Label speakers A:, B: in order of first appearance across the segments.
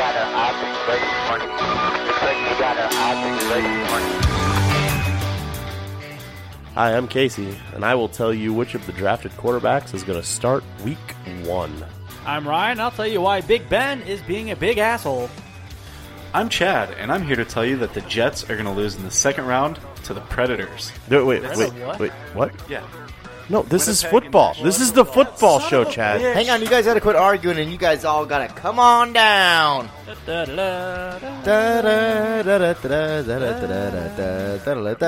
A: object ready for you. Looks like you got an object ready for you.
B: Hi, I'm Casey, and I will tell you which of the drafted quarterbacks is going to start week one.
C: I'm Ryan. I'll tell you why Big Ben is being a big asshole.
D: I'm Chad, and I'm here to tell you that the Jets are going to lose in the second round to the Predators.
B: No, wait,
C: That's
B: wait,
C: a what?
B: wait, what?
D: Yeah.
B: No, this is
D: Winnipeg
B: football.
D: International
B: This is the football show, Chad.
E: Hang on, you guys gotta quit arguing and you guys all gotta come on down.
C: Da-da-da-da.
E: Hey,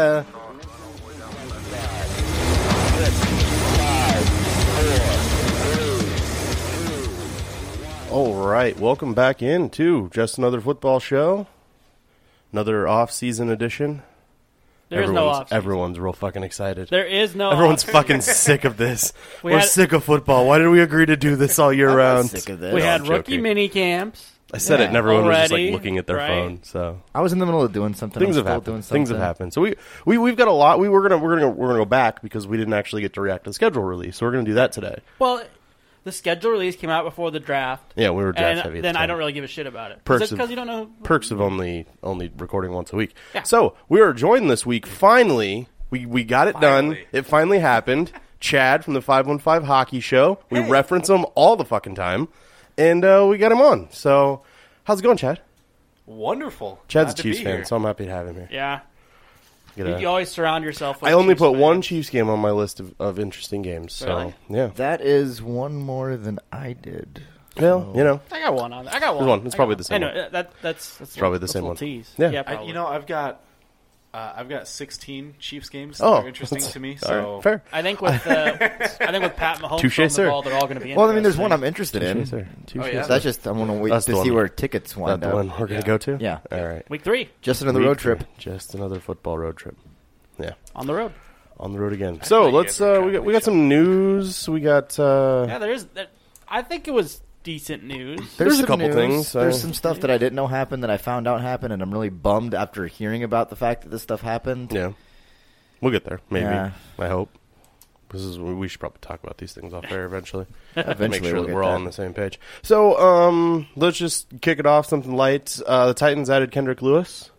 B: All right, welcome back in to just another football show, another off-season edition.
C: There is no
B: everyone's,
C: off.
B: Everyone's real fucking excited.
C: There is no.
B: everyone's
C: off-
B: fucking sick of this.
C: We
B: We're
C: had-
B: sick of football. Why did we agree to do this all year round?
E: sick of this.
C: We
B: No,
C: had
B: I'm
C: rookie
B: joking.
C: mini camps.
B: I said it, and everyone was just
C: Already,
B: like looking at their
C: right?
B: phone. So
E: I was in the middle of doing something.
B: things
E: I'm
B: have
E: still doing
B: happened.
E: something.
B: Things have happened. So we we we've got a lot. We were gonna we're gonna we're gonna go back because we didn't actually get to react to the schedule release. So we're gonna do that today.
C: Well, the schedule release came out before the draft,
B: Yeah, we were draft
C: and
B: heavy. at
C: then
B: the
C: I
B: time.
C: don't really give a shit about it
B: Perks
C: because
B: of-
C: you don't know.
B: perks of only only recording once a week.
C: Yeah.
B: So we are joined this week. Finally, we we got it done.
D: Finally.
B: It finally happened. Chad from the Five One Five Hockey Show. We reference him all the fucking time, and uh, we got him on. So how's it going, Chad?
D: Wonderful. Glad
B: Chad's a
D: to be
B: Chiefs fan,
D: here.
B: so I'm happy to have him here.
C: Yeah,
B: Get
C: you,
B: a-
C: you always surround yourself. with
B: I only
C: Chiefs
B: put
C: fans.
B: one Chiefs game on my list of, of interesting games. So
C: Really?
B: yeah,
E: That is one more than I did.
B: well you know
C: I got one on. there. I got one.
B: one. It's
C: I got
B: probably the same
C: Anyway, that, that's, that's
B: probably the
C: that's a
B: same
C: little
B: one.
C: Tease.
B: Yeah. I-
D: I,
C: probably.
D: you know, I've got uh, I've got 16 Chiefs games that
B: oh
D: are interesting to me.
B: All right,
D: So
B: fair.
C: I think with uh, I think with Pat Mahomes
B: Touche,
C: throwing the
B: sir.
C: ball, they're all going to be.
E: Well, I mean, there's
C: interesting.
E: one I'm interested in.
B: Touche, sir. Touche,
D: Oh, yeah.
B: sir.
E: That's just I'm gonna wait
B: That's the
E: to see
B: one.
E: where tickets
B: Is that
E: wind
B: the one
E: up.
B: we're gonna
D: Yeah.
B: go to.
E: Yeah.
B: All right.
C: Week three
E: Just another
B: Week
E: road
B: three.
E: trip.
B: Just another football road trip. Yeah,
C: on the road.
B: on the road again. So
D: like
B: let's.
D: it. We're
B: Uh, we
D: trying
B: got
D: to make
B: we got some news. We got. Uh,
C: Yeah, there is. That, I think it was decent news.
B: There's a
E: some
B: couple
E: news.
B: things, so-
E: There's some stuff that I didn't know happened that I found out happened, and I'm really bummed after hearing about the fact that this stuff happened.
B: yeah, we'll get there. Maybe.
E: Yeah.
B: I hope. This is we should probably talk about these things off air eventually. to
E: Eventually,
B: make sure
E: we'll
B: that
E: get
B: we're all
E: there.
B: on the same page. So um, let's just kick it off. Something light. Uh, the Titans added Kendrick Lewis.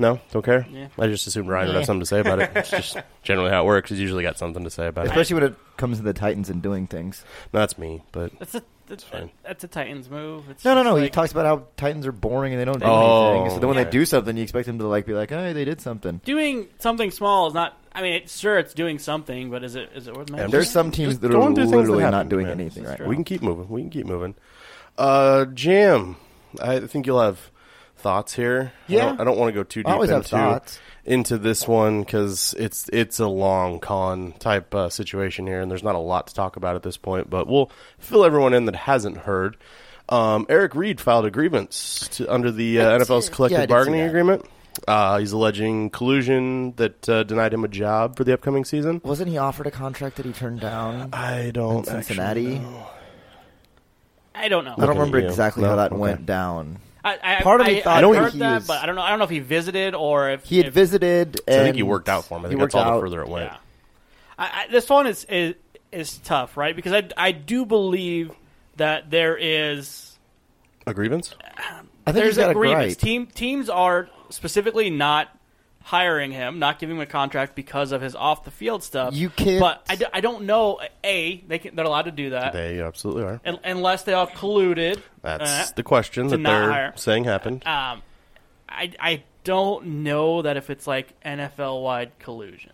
B: No, don't care.
C: Yeah.
B: I just assumed Ryan would have something to say about it. It's just generally how it works. He's usually got something to say about it.
E: Especially when it comes to the Titans and doing things.
B: No, that's me, but
C: That's a that's,
B: fine.
C: that's a Titans move. It's
E: No, no,
C: just
E: no. he
C: Like,
E: talks about how Titans are boring and they don't do
B: Oh,
E: anything. So then when
B: yeah.
E: they do something, you expect them to like be like, "Hey, they did something."
C: doing something small is not. I mean, it, sure, it's doing something, but is it is it worth mentioning?
E: There's some teams
B: just
E: that
B: go
E: are
B: and do things that
E: literally
B: happen,
E: not doing
B: man.
E: anything right
B: we
E: now.
B: can keep moving. We can keep moving. Uh, Jam, I think you'll have thoughts here. I
E: Yeah.
B: don't, I don't want to go too
E: I
B: deep
E: always have
B: into,
E: thoughts.
B: into this one because it's it's a long con type uh, situation here, and there's not a lot to talk about at this point. But we'll fill everyone in that hasn't heard. Um, Eric Reed filed a grievance to, under the uh, NFL's collective
E: I did see
B: bargaining
E: that.
B: agreement. Uh, he's alleging collusion that uh, denied him a job for the upcoming season.
E: Wasn't he offered a contract that he turned down?
B: I don't
E: in Cincinnati.
C: I don't know.
E: I
B: Look
E: don't
B: at
E: remember
B: you.
E: exactly
B: No,
E: how that
B: okay.
E: went down.
C: I, I,
E: part of me
C: I,
E: thought
C: I
B: that
C: heard
E: he
C: that,
E: was-
C: but I don't know. I don't know if he visited or if
E: He had
C: if-
E: visited. And
B: I think he worked out for him. I
E: he
B: think that's all
E: worked
B: the
E: out.
B: further it went.
C: Yeah. I, I, this one is, is is tough, right? Because I I do believe that there is
B: A grievance?
E: I think
C: there's
E: he's got
C: a
E: a
C: grievance.
E: gripe.
C: Team teams are specifically not hiring him, not giving him a contract because of his off the field stuff.
E: You can't-
C: But I, d- I don't know. A they can, they're allowed to do that
B: They absolutely are.
C: un- unless they all colluded.
B: That's
C: Uh,
B: the question that
C: not
B: they're
C: hire.
B: saying happened.
C: um, I I don't know that if it's like NFL wide collusion.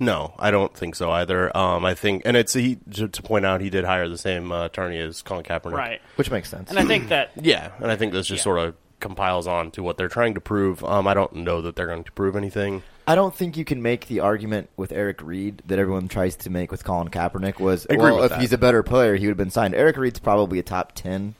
B: No, I don't think so either. Um, I think, and it's he to, to point out he did hire the same uh, attorney as Colin Kaepernick,
C: Right.
E: which makes sense.
C: And I think that
B: Yeah, and I think this just sort of compiles on to what they're trying to prove. Um, I don't know that they're going to prove anything.
E: I don't think you can make the argument with Eric Reed that everyone tries to make with Colin Kaepernick was
B: I agree
E: well,
B: with
E: if
B: that.
E: he's a better player, he would have been signed. Eric Reed's probably a top ten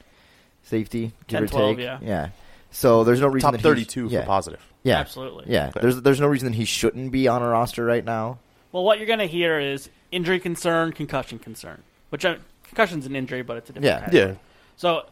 E: safety, give
C: 10,
E: or
C: 12,
E: take.
C: yeah.
E: So there's no reason
B: Top
E: that he-
B: thirty-two
E: yeah.
B: for positive.
E: Yeah,
C: Absolutely.
E: Yeah, there's there's no reason that he shouldn't be on a roster right now.
C: well, what you're going to hear is injury concern, concussion concern, which I, concussion's an injury, but it's a different
E: Yeah.
C: kind of
B: Yeah,
C: So,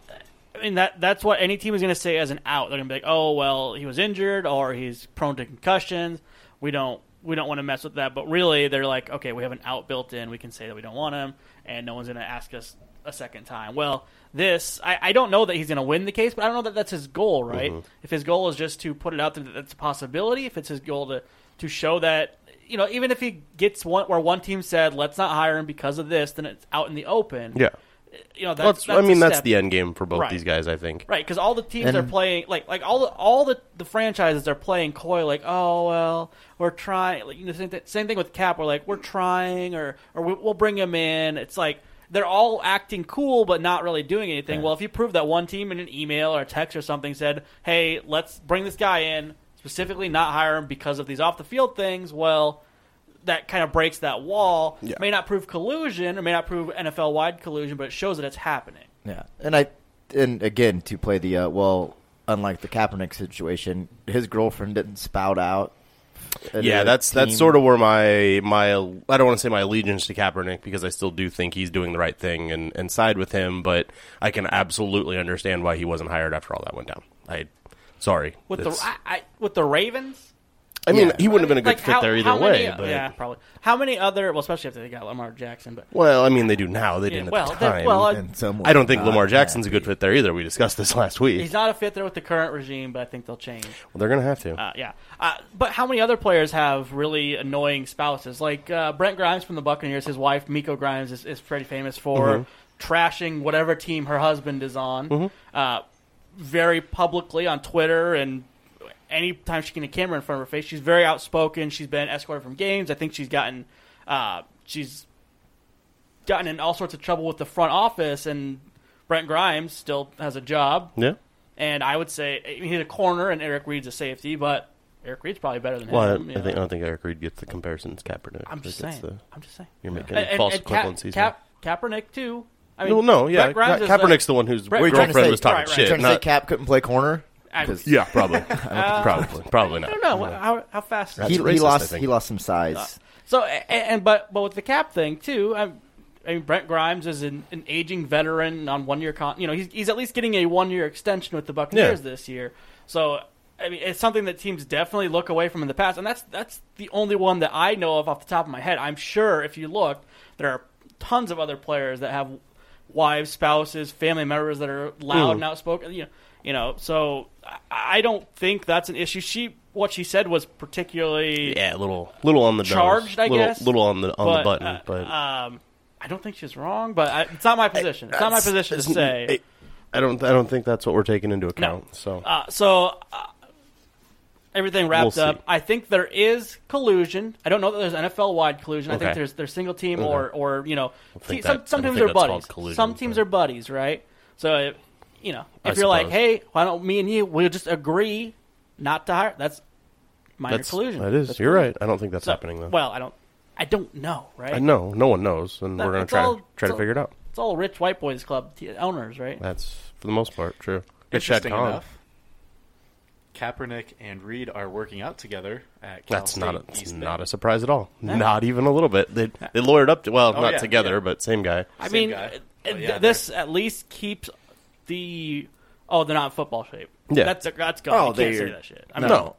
C: I mean that that's what any team is going to say as an out. They're going to be like, "Oh, well, he was injured, or he's prone to concussions. We don't we don't want to mess with that." But really, they're like, "Okay, we have an out built in. We can say that we don't want him, and no one's going to ask us a second time. Well, this I, I don't know that he's going to win the case, but I don't know that that's his goal, right?
B: Mm-hmm.
C: If his goal is just to put it out there that that's a possibility, if it's his goal to to show that you know even if he gets one where one team said let's not hire him because of this, then it's out in the open.
B: Yeah.
C: you know that's,
B: That's,
C: that's
B: I mean,
C: a
B: that's
C: step.
B: the end game for both
C: Right.
B: these guys, I think.
C: Right, because all the teams
E: And-
C: are playing like like all the all the, the franchises are playing coy like oh well we're trying like you know, same, th- same thing with Cap we're like we're trying or or we, we'll bring him in it's like they're all acting cool but not really doing anything well if you prove that one team in an email or a text or something said hey let's bring this guy in specifically not hire him because of these off the field things well that kind of breaks that wall
B: Yeah.
C: may not prove collusion or may not prove NFL wide collusion but it shows that it's happening
E: Yeah, and I and again to play the uh, well, unlike the Kaepernick situation, his girlfriend didn't spout out. at
B: Yeah,
E: a
B: that's that's
E: team.
B: sort of where my my I don't want to say my allegiance to Kaepernick because I still do think he's doing the right thing and and side with him, but I can absolutely understand why he wasn't hired after all that went down. I sorry.
C: with
B: It's-
C: the I, I, with the Ravens.
B: I mean,
E: yeah.
B: he wouldn't have been a good
C: Like,
B: fit
C: how-
B: there either
C: how
B: way,
C: many-
B: but
C: yeah, probably. How many other? Well, especially if they got Lamar Jackson, but
B: well, I mean, they do now. They
C: yeah,
B: didn't
C: well,
B: at the
C: that-
B: time.
C: well, uh,
E: And some Uh,
B: I don't think
E: were
B: Lamar
E: not
B: Jackson's a
E: happy.
B: good fit there either. We discussed this last week.
C: he's not a fit there with the current regime. But I think they'll change.
B: well, they're gonna have to.
C: Uh, yeah, uh, but how many other players have really annoying spouses? Like uh, Brent Grimes from the Buccaneers, his wife Miko Grimes is, is pretty famous for trashing whatever team her husband is on, uh, very publicly on Twitter and. Anytime she can get a camera in front of her face, she's very outspoken. She's been escorted from games. I think she's gotten, uh, she's gotten in all sorts of trouble with the front office. And Brent Grimes still has a job.
B: yeah.
C: And I would say I mean, he's a corner and Eric Reed's a safety, but Eric Reed's probably better than him.
B: Well, I,
C: you
B: I, think, I
C: know.
B: don't think Eric Reed gets the comparisons Kaepernick.
C: I'm just
B: I
C: saying.
B: think that's the-
C: I'm just saying.
B: you're making
C: And, and,
B: false
C: and Ka-
B: equivalencies. there.
C: Cap, Kaepernick too. I mean,
B: well, no, yeah.
C: Brett Grimes
B: Ka-
C: is a-
B: Kaepernick's the one whose
C: Brett
E: Trying to
B: girlfriend
E: say-
B: was talking
C: right, right.
B: shit.
E: Trying to say
B: not-
E: Cap couldn't play corner
C: I-
E: because
B: yeah, probably, probably, probably
C: Uh, I
B: not.
C: don't know how, how fast.
E: he, he
B: racist, I
E: lost
B: think.
E: he lost some size.
C: Uh, So and, and but but with the cap thing too, I, I mean Brent Grimes is an, an aging veteran on one year con. You know he's he's at least getting a one year extension with the Buccaneers
B: Yeah.
C: this year. So I mean it's something that teams definitely look away from in the past, and that's that's the only one that I know of off the top of my head. I'm sure if you look, there are tons of other players that have wives, spouses, family members that are loud and outspoken. You know, you know. So I, I don't think that's an issue. She what she said was particularly
B: Yeah, a little, little on the nose.
C: charged, I
B: little,
C: guess.
B: little on the on the button,
C: uh,
B: but
C: um, I don't think she's wrong. But I, it's not my position. It's not my
B: That's-
C: position to
B: it's-
C: say.
B: it- I don't, I don't think that's what we're taking into account. So
C: uh, so uh, everything wrapped
B: We'll see.
C: up. I think there is collusion. I don't know that there's NFL wide collusion. I
B: Okay.
C: think there's there's single team or or you know
B: think
C: te- some
B: that-
C: some
B: I don't
C: teams
B: think
C: are
B: that's
C: buddies.
B: called collusion,
C: some teams
B: but-
C: are buddies, right? So if, you know
B: I
C: if you're like,
B: suppose.
C: hey, why don't me and you we'll just agree not to hire? That's minor
B: that's
C: collusion.
B: That is,
C: That's
B: you're
C: collusion.
B: right. I don't think that's
C: So-
B: happening though.
C: Well, I don't. I don't know, right?
B: I know, no one knows, and
C: That-
B: we're gonna
C: it's
B: try
C: all-
B: to try
C: it's
B: to
C: all-
B: figure it out.
C: It's all rich white boys club t- owners, right?
B: That's for the most part true. It's Shad
D: Interesting
B: Khan.
D: enough, Kaepernick and Reed are working out together at Cal
B: That's
D: State
B: not a, it's
D: East
B: not
D: Bay.
B: a surprise at all. Not even a little bit. They they lawyered up to well,
D: Oh,
B: not
D: yeah,
B: together,
D: yeah.
B: but same guy.
C: I
D: Same
C: mean,
D: guy.
C: uh,
D: Oh,
C: th-
D: yeah,
C: this at least keeps the oh, they're not in football shape.
B: Yeah.
C: that's that's gone.
E: Oh,
C: you can't
E: they're-
C: say that shit. I mean,
B: no.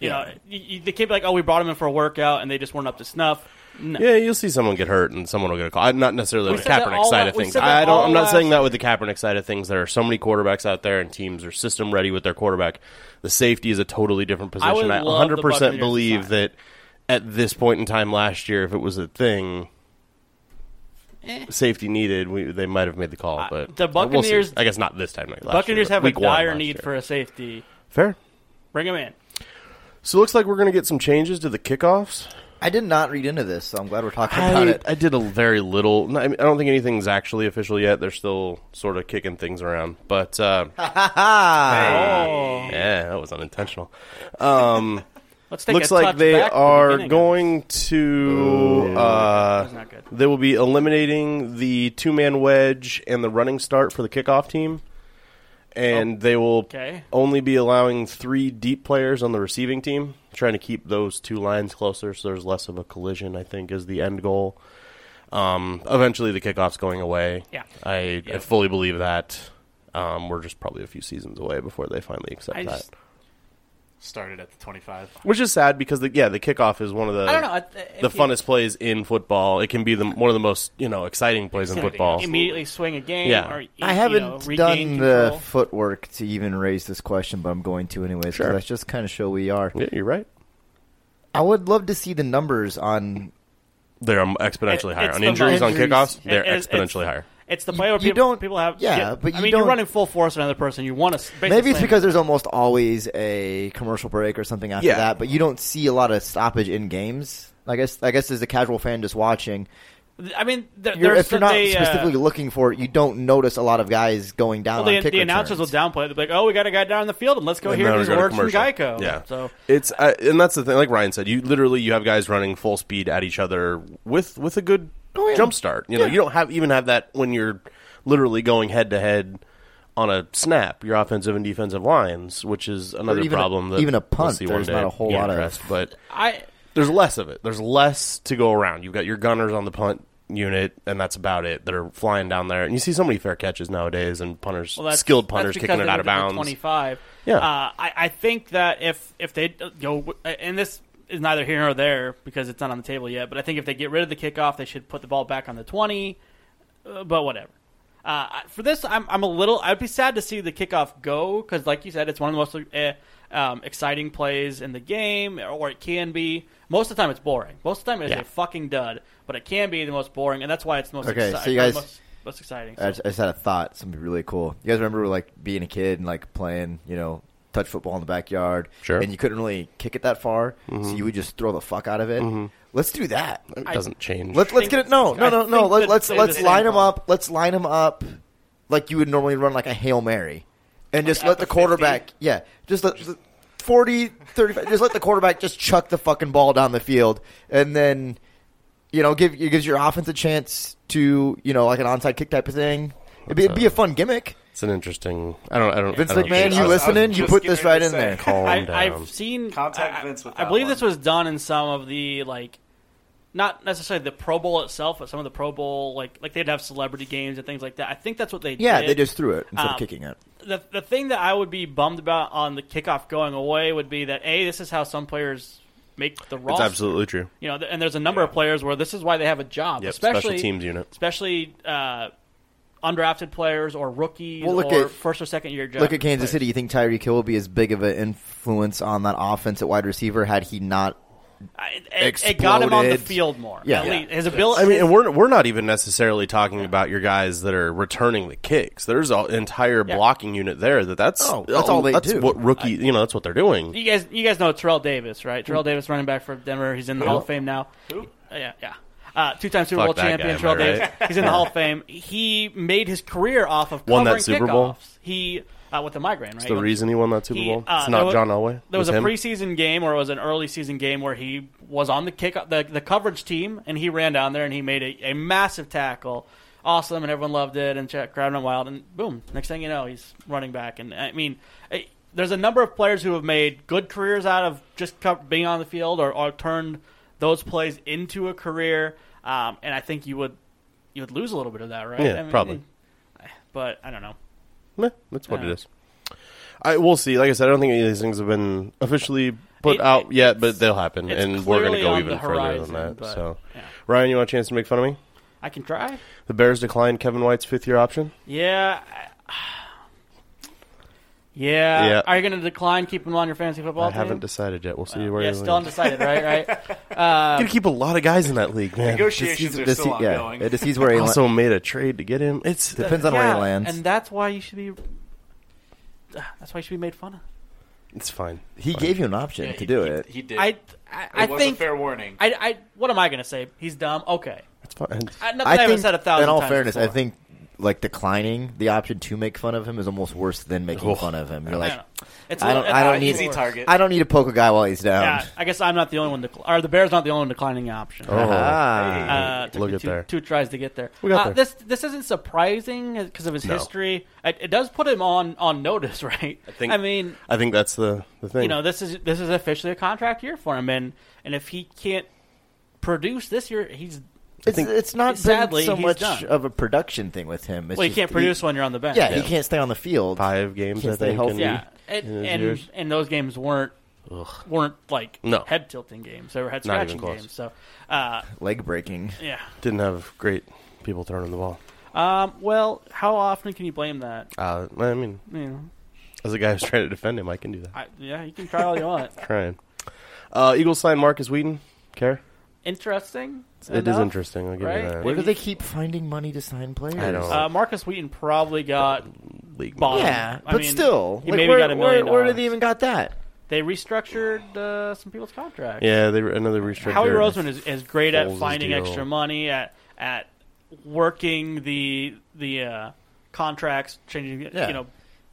C: you know, you, you, they can't be like, oh, we brought him in for a workout and they just weren't up to snuff. No.
B: Yeah, you'll see someone get hurt and someone will get a call. I- Not necessarily the
C: said that
B: Kaepernick
C: all
B: side
C: la-
B: of
C: we
B: things.
C: said that
B: I don't.
C: all
B: I'm not
C: last-
B: saying that with the Kaepernick side of things. There are so many quarterbacks out there, and teams are system ready with their quarterback. The safety is a totally different
C: I would
B: position. I
C: love
B: 100
C: the Buccaneers to
B: percent believe
C: sign.
B: that at this point in time last year, if it was a thing, safety needed, we, they might have made the call. But uh,
C: the
B: we'll see.
C: Buccaneers-
B: I guess not this time. Like last
C: Buccaneers
B: year,
C: have
B: but
C: a
B: week one
C: dire
B: last
C: need
B: year.
C: for a safety.
B: fair.
C: Bring him in.
B: So it looks like we're going to get some changes to the kickoffs.
E: I did not read into this, so I'm glad we're talking about
B: I,
E: it.
B: I did a very little. no, I, mean, I don't think anything's actually official yet. They're still sort of kicking things around, but uh, Ah. yeah, that was unintentional.
C: Oh, Let's take
B: Looks
C: a
B: like
C: touch
B: they
C: back to the
B: are
C: beginning of
B: going to. Uh,
C: That's not good.
B: they will be eliminating the two man wedge and the running start for the kickoff team, and they will
C: okay.
B: only be allowing three deep players on the receiving team. Trying to keep those two lines closer, so there's less of a collision. I think is the end goal. Um, eventually, the kickoff's going away.
C: Yeah.
B: I, I
C: Yeah.
B: fully believe that. Um, we're just probably a few seasons away before they finally accept
C: I
B: that.
C: just-
D: started at the 25.
B: Which is sad because the yeah the kickoff is one of the
C: I don't know. I th-
B: the
C: if you
B: funnest plays in football. It can be the one of the most you know exciting plays in
D: Exciting.
B: football.
C: Immediately swing a game.
B: Yeah.
C: Or,
E: I
C: you
E: haven't
C: know, regain
E: done the
C: control.
E: footwork to even raise this question, but I'm going to anyways because
B: Sure.
E: that's just kind of show we are.
B: Yeah, you're right.
E: I would love to see the numbers on.
B: They're um, exponentially
C: It-
B: higher
C: it's
B: on
C: the
B: injuries on
E: injuries.
B: kickoffs. They're
C: It- it's-
B: exponentially higher.
C: It's the play where
E: you
C: people,
E: don't-
C: people have.
E: yeah, but you
C: I mean,
E: don't-
C: you're running full force on another person. You want to.
E: Maybe it's because there's almost always a commercial break or something after
B: Yeah.
E: that, but you don't see a lot of stoppage in games. I guess I guess as a casual fan just watching,
C: I mean, there,
E: you're,
C: there's
E: if you're not
C: they, uh,
E: specifically looking for it, you don't notice a lot of guys going down.
C: well, the,
E: on kick
C: the announcers will
E: returns.
C: downplay it. They'll be like, "Oh, we got a guy down on the field, and let's go
B: And
C: hear
B: then
C: his
B: we go to
C: words from
B: commercial.
C: Geico."
B: Yeah,
C: So
B: it's I, and that's the thing. Like Ryan said, you literally you have guys running full speed at each other with with a good
C: Oh,
B: jump start. You know, you don't have even have that when you're literally going head to head on a snap. Your offensive and defensive lines, which is another
E: even a-
B: problem. that
E: even a
B: we'll
E: punt,
B: see one
E: there's
B: day
E: not a whole
B: get
E: lot of-
B: addressed, but
C: I.
B: there's less of it. There's less to go around. You've got your gunners on the punt unit, and that's about it. That are flying down there, and you see so many fair catches nowadays, and punters,
C: Well, that's,
B: skilled punters,
C: that's
B: kicking
C: because
B: it
C: they
B: out of
C: look at the
B: bounds.
C: 25.
B: Yeah.
C: Uh, I, I think that if if they uh, go and this is neither here nor there because it's not on the table yet, but I think if they get rid of the kickoff, they should put the ball back on the 20. Uh, but whatever. Uh, I- for this, I'm I'm a little. I'd be sad to see the kickoff go because, like you said, it's one of the most uh, um, exciting plays in the game, or it can be. Most of the time, it's boring. Most of the time, it's
B: Yeah.
C: a fucking dud, but it can be the most boring, and that's why it's the most
E: Okay,
C: exci- uh,
E: so you guys-
C: most, most exciting.
E: I
C: So-
E: just, I just had a thought, something really cool. You guys remember like being a kid and like playing, you know, touch football in the backyard,
B: Sure.
E: And you couldn't really kick it that far, so you would just throw the fuck out of it. Let's do that.
B: It doesn't change.
E: Let's let's
C: think-
E: get it. No, no,
C: I
E: no, no.
C: think
E: Let,
C: that
E: let's
C: they're
E: let's
C: the
E: line
C: same
E: them
C: problem.
E: up. Let's line them up, like you would normally run like a hail mary, and just
C: Like
E: let
C: at
E: the
C: the
E: quarterback. Yeah, just let. Just, 40, 35, just let the quarterback just chuck the fucking ball down the field, and then you know, give it gives your offense a chance to, you know, like an onside kick type of thing. It'd be, it'd be a fun gimmick.
B: It's an interesting. I don't. I don't.
E: Vince
B: I don't
E: McMahon,
B: think-
E: you
D: I was- I was
E: listening? You
D: just
E: put this
D: getting
E: right
D: ready
E: in
D: to say.
E: there.
B: Calm
C: I,
B: down.
C: I've seen.
D: Contact
C: I-
D: Vince with
C: I
D: that
C: believe
D: one.
C: this was done in some of the like, not necessarily the Pro Bowl itself, but some of the Pro Bowl like like they'd have celebrity games and things like that. I think that's what they
E: Yeah,
C: did.
E: they just threw it instead
C: Um,
E: of kicking it.
C: the the thing that I would be bummed about on the kickoff going away would be that a this is how some players make the
B: It's
C: roster.
B: absolutely true.
C: You know, th- and there's a number of players where this is why they have a job,
B: Yep,
C: especially
B: special teams unit.
C: especially uh, undrafted players or rookies
E: Well, look
C: or
E: at-
C: first or second year.
E: Look at
C: draft
E: Kansas
C: players.
E: City. You think Tyreek Hill would be as big of an influence on that offense at wide receiver had he not?
C: I- It, it got him on the
E: Exploded.
C: field more.
E: Yeah.
C: at
E: Yeah.
C: least. his ability.
B: I mean, and we're we're not even necessarily talking about your guys that are returning the kicks. There's an entire
C: Yeah.
B: blocking unit there that that's
E: Oh, that's all they
B: that's
E: do.
B: What rookie? you know, that's what they're doing.
C: You guys, you guys know Terrell Davis, right?
B: Mm.
C: Terrell Davis, running back for Denver. He's in the Hall of Fame now. Uh, Yeah, yeah. Uh, two-time Super
B: Fuck
C: Bowl
B: that guy,
C: champion
B: am
C: Terrell
B: I
C: Davis.
B: right?
C: He's in the Hall of Fame. He made his career off of
B: Won
C: covering
B: that Super
C: kickoffs.
B: Bowl?
C: He uh, with the migraine, right?
B: The reason he won that Super
C: He,
B: Bowl,
C: uh,
B: it's
C: there
B: not
C: was-
B: John Elway.
C: There was
B: It's
C: a
B: him.
C: preseason game or it was an early season game where he was on the kick the, the coverage team and he ran down there and he made a, a massive tackle. Awesome, and everyone loved it, and check, crowd went wild, and boom! Next thing you know, he's running back, and I mean, eh, there's a number of players who have made good careers out of just co- being on the field, or, or turned those plays into a career, um, and I think you would you would lose a little bit of that, right?
B: Yeah,
C: I mean,
B: probably.
C: eh, But I don't know.
B: Meh, that's what
C: Yeah.
B: it is. I we'll see. Like I said, I don't think any of these things have been officially put
C: It-
B: out yet,
C: it's-
B: but they'll happen,
C: It's
B: and we're going to
C: clearly
B: go
C: on
B: even
C: the
B: further
C: horizon,
B: than that.
C: but,
B: So,
C: yeah.
B: Ryan, you want a chance to make fun of me?
C: I can try.
B: The Bears declined Kevin White's fifth year option.
C: Yeah. I- Yeah.
B: Yeah.
C: Are you going to decline keeping him on your fantasy football
B: I haven't
C: team?
B: decided yet. We'll see where
C: yeah,
B: he
C: still
B: lands.
C: undecided, right? Right.
B: You gotta keep a lot of guys in that league, man.
D: Negotiations are
E: This-
D: still
E: yeah,
D: ongoing.
E: it just he's where he
B: also made a trade to get him. It's
E: Depends on where
C: yeah,
E: he lands.
C: and that's why you should be. That's why you should be made fun of.
B: it's fine.
E: he gave you an option
D: Yeah,
E: to
D: he-
E: do
D: he-
E: it.
D: He did.
C: I, I, I
D: it was
C: think.
D: a fair warning.
C: I, I, what am I going to say? He's dumb. Okay.
B: It's fine.
C: I, nothing I,
E: I
C: haven't
E: think,
C: said a thousand
E: in all
C: times
E: fairness, I
C: before.
E: think like declining the option to make fun of him is almost worse than making fun of him. You're
C: I
E: like,
C: don't know. It's a
E: I
C: little-
E: don't-
C: it's
E: I
C: a
E: don't
C: little
E: need-
C: worse.
D: Easy target.
E: I don't need to poke a guy while he's down.
C: Yeah, I guess I'm not the only one. Decl- or the Bears not the only one declining option.
E: Oh, Ah.
C: Uh, it took
B: Oh. Look
C: me
B: at
C: two,
B: there.
C: Two tries to get there.
B: We got
C: Uh,
B: there.
C: This this isn't surprising because of his
B: No.
C: history. It, it does put him on on notice, right? I
B: think-
C: I mean,
B: I think that's the, the thing.
C: you know, this is this is officially a contract year for him, and and if he can't produce this year, he's
E: It's,
B: think-
E: it's not been
C: Sadly,
E: so
C: he's
E: much
C: done.
E: of a production thing with him. It's
C: well, he
E: just-
C: can't produce when you're on the bench.
E: Yeah, he can't stay on the field.
B: five games.
E: Can't
B: I
E: stay
B: think.
E: healthy.
B: in-
C: yeah,
B: in
C: and
B: his
C: and,
B: years.
C: and those games weren't weren't like
B: No.
C: head tilting games. They were head
B: Not even
C: scratching
B: close.
C: games. So, uh,
E: Leg breaking.
C: yeah.
B: Didn't have great people throwing the ball.
C: Um, well, how often can you blame that?
B: Uh, I mean,
C: You know,
B: as a guy who's trying to defend him, I can do that.
C: I, yeah, you can try all you want.
B: Trying. Uh, Eagles sign Marcus Whedon. Care?
C: Interesting.
B: It is
C: enough?
B: interesting. I'll give
C: right?
B: you that.
E: Where do they keep finding money to sign players?
B: I don't-
C: Uh, Marcus Wheaton probably got
B: League.
C: bottom.
E: Yeah,
C: I
E: but
C: mean,
E: still,
C: he
E: like,
C: maybe
E: where,
C: got a million
E: where, where did
C: dollars.
E: they even got that?
C: They restructured uh, some people's contracts.
B: Yeah, they were another restricted.
C: Howie Roseman is, is great at
B: Foles'
C: finding
B: deal.
C: extra money at at working the the uh, contracts, changing
E: Yeah.
C: you know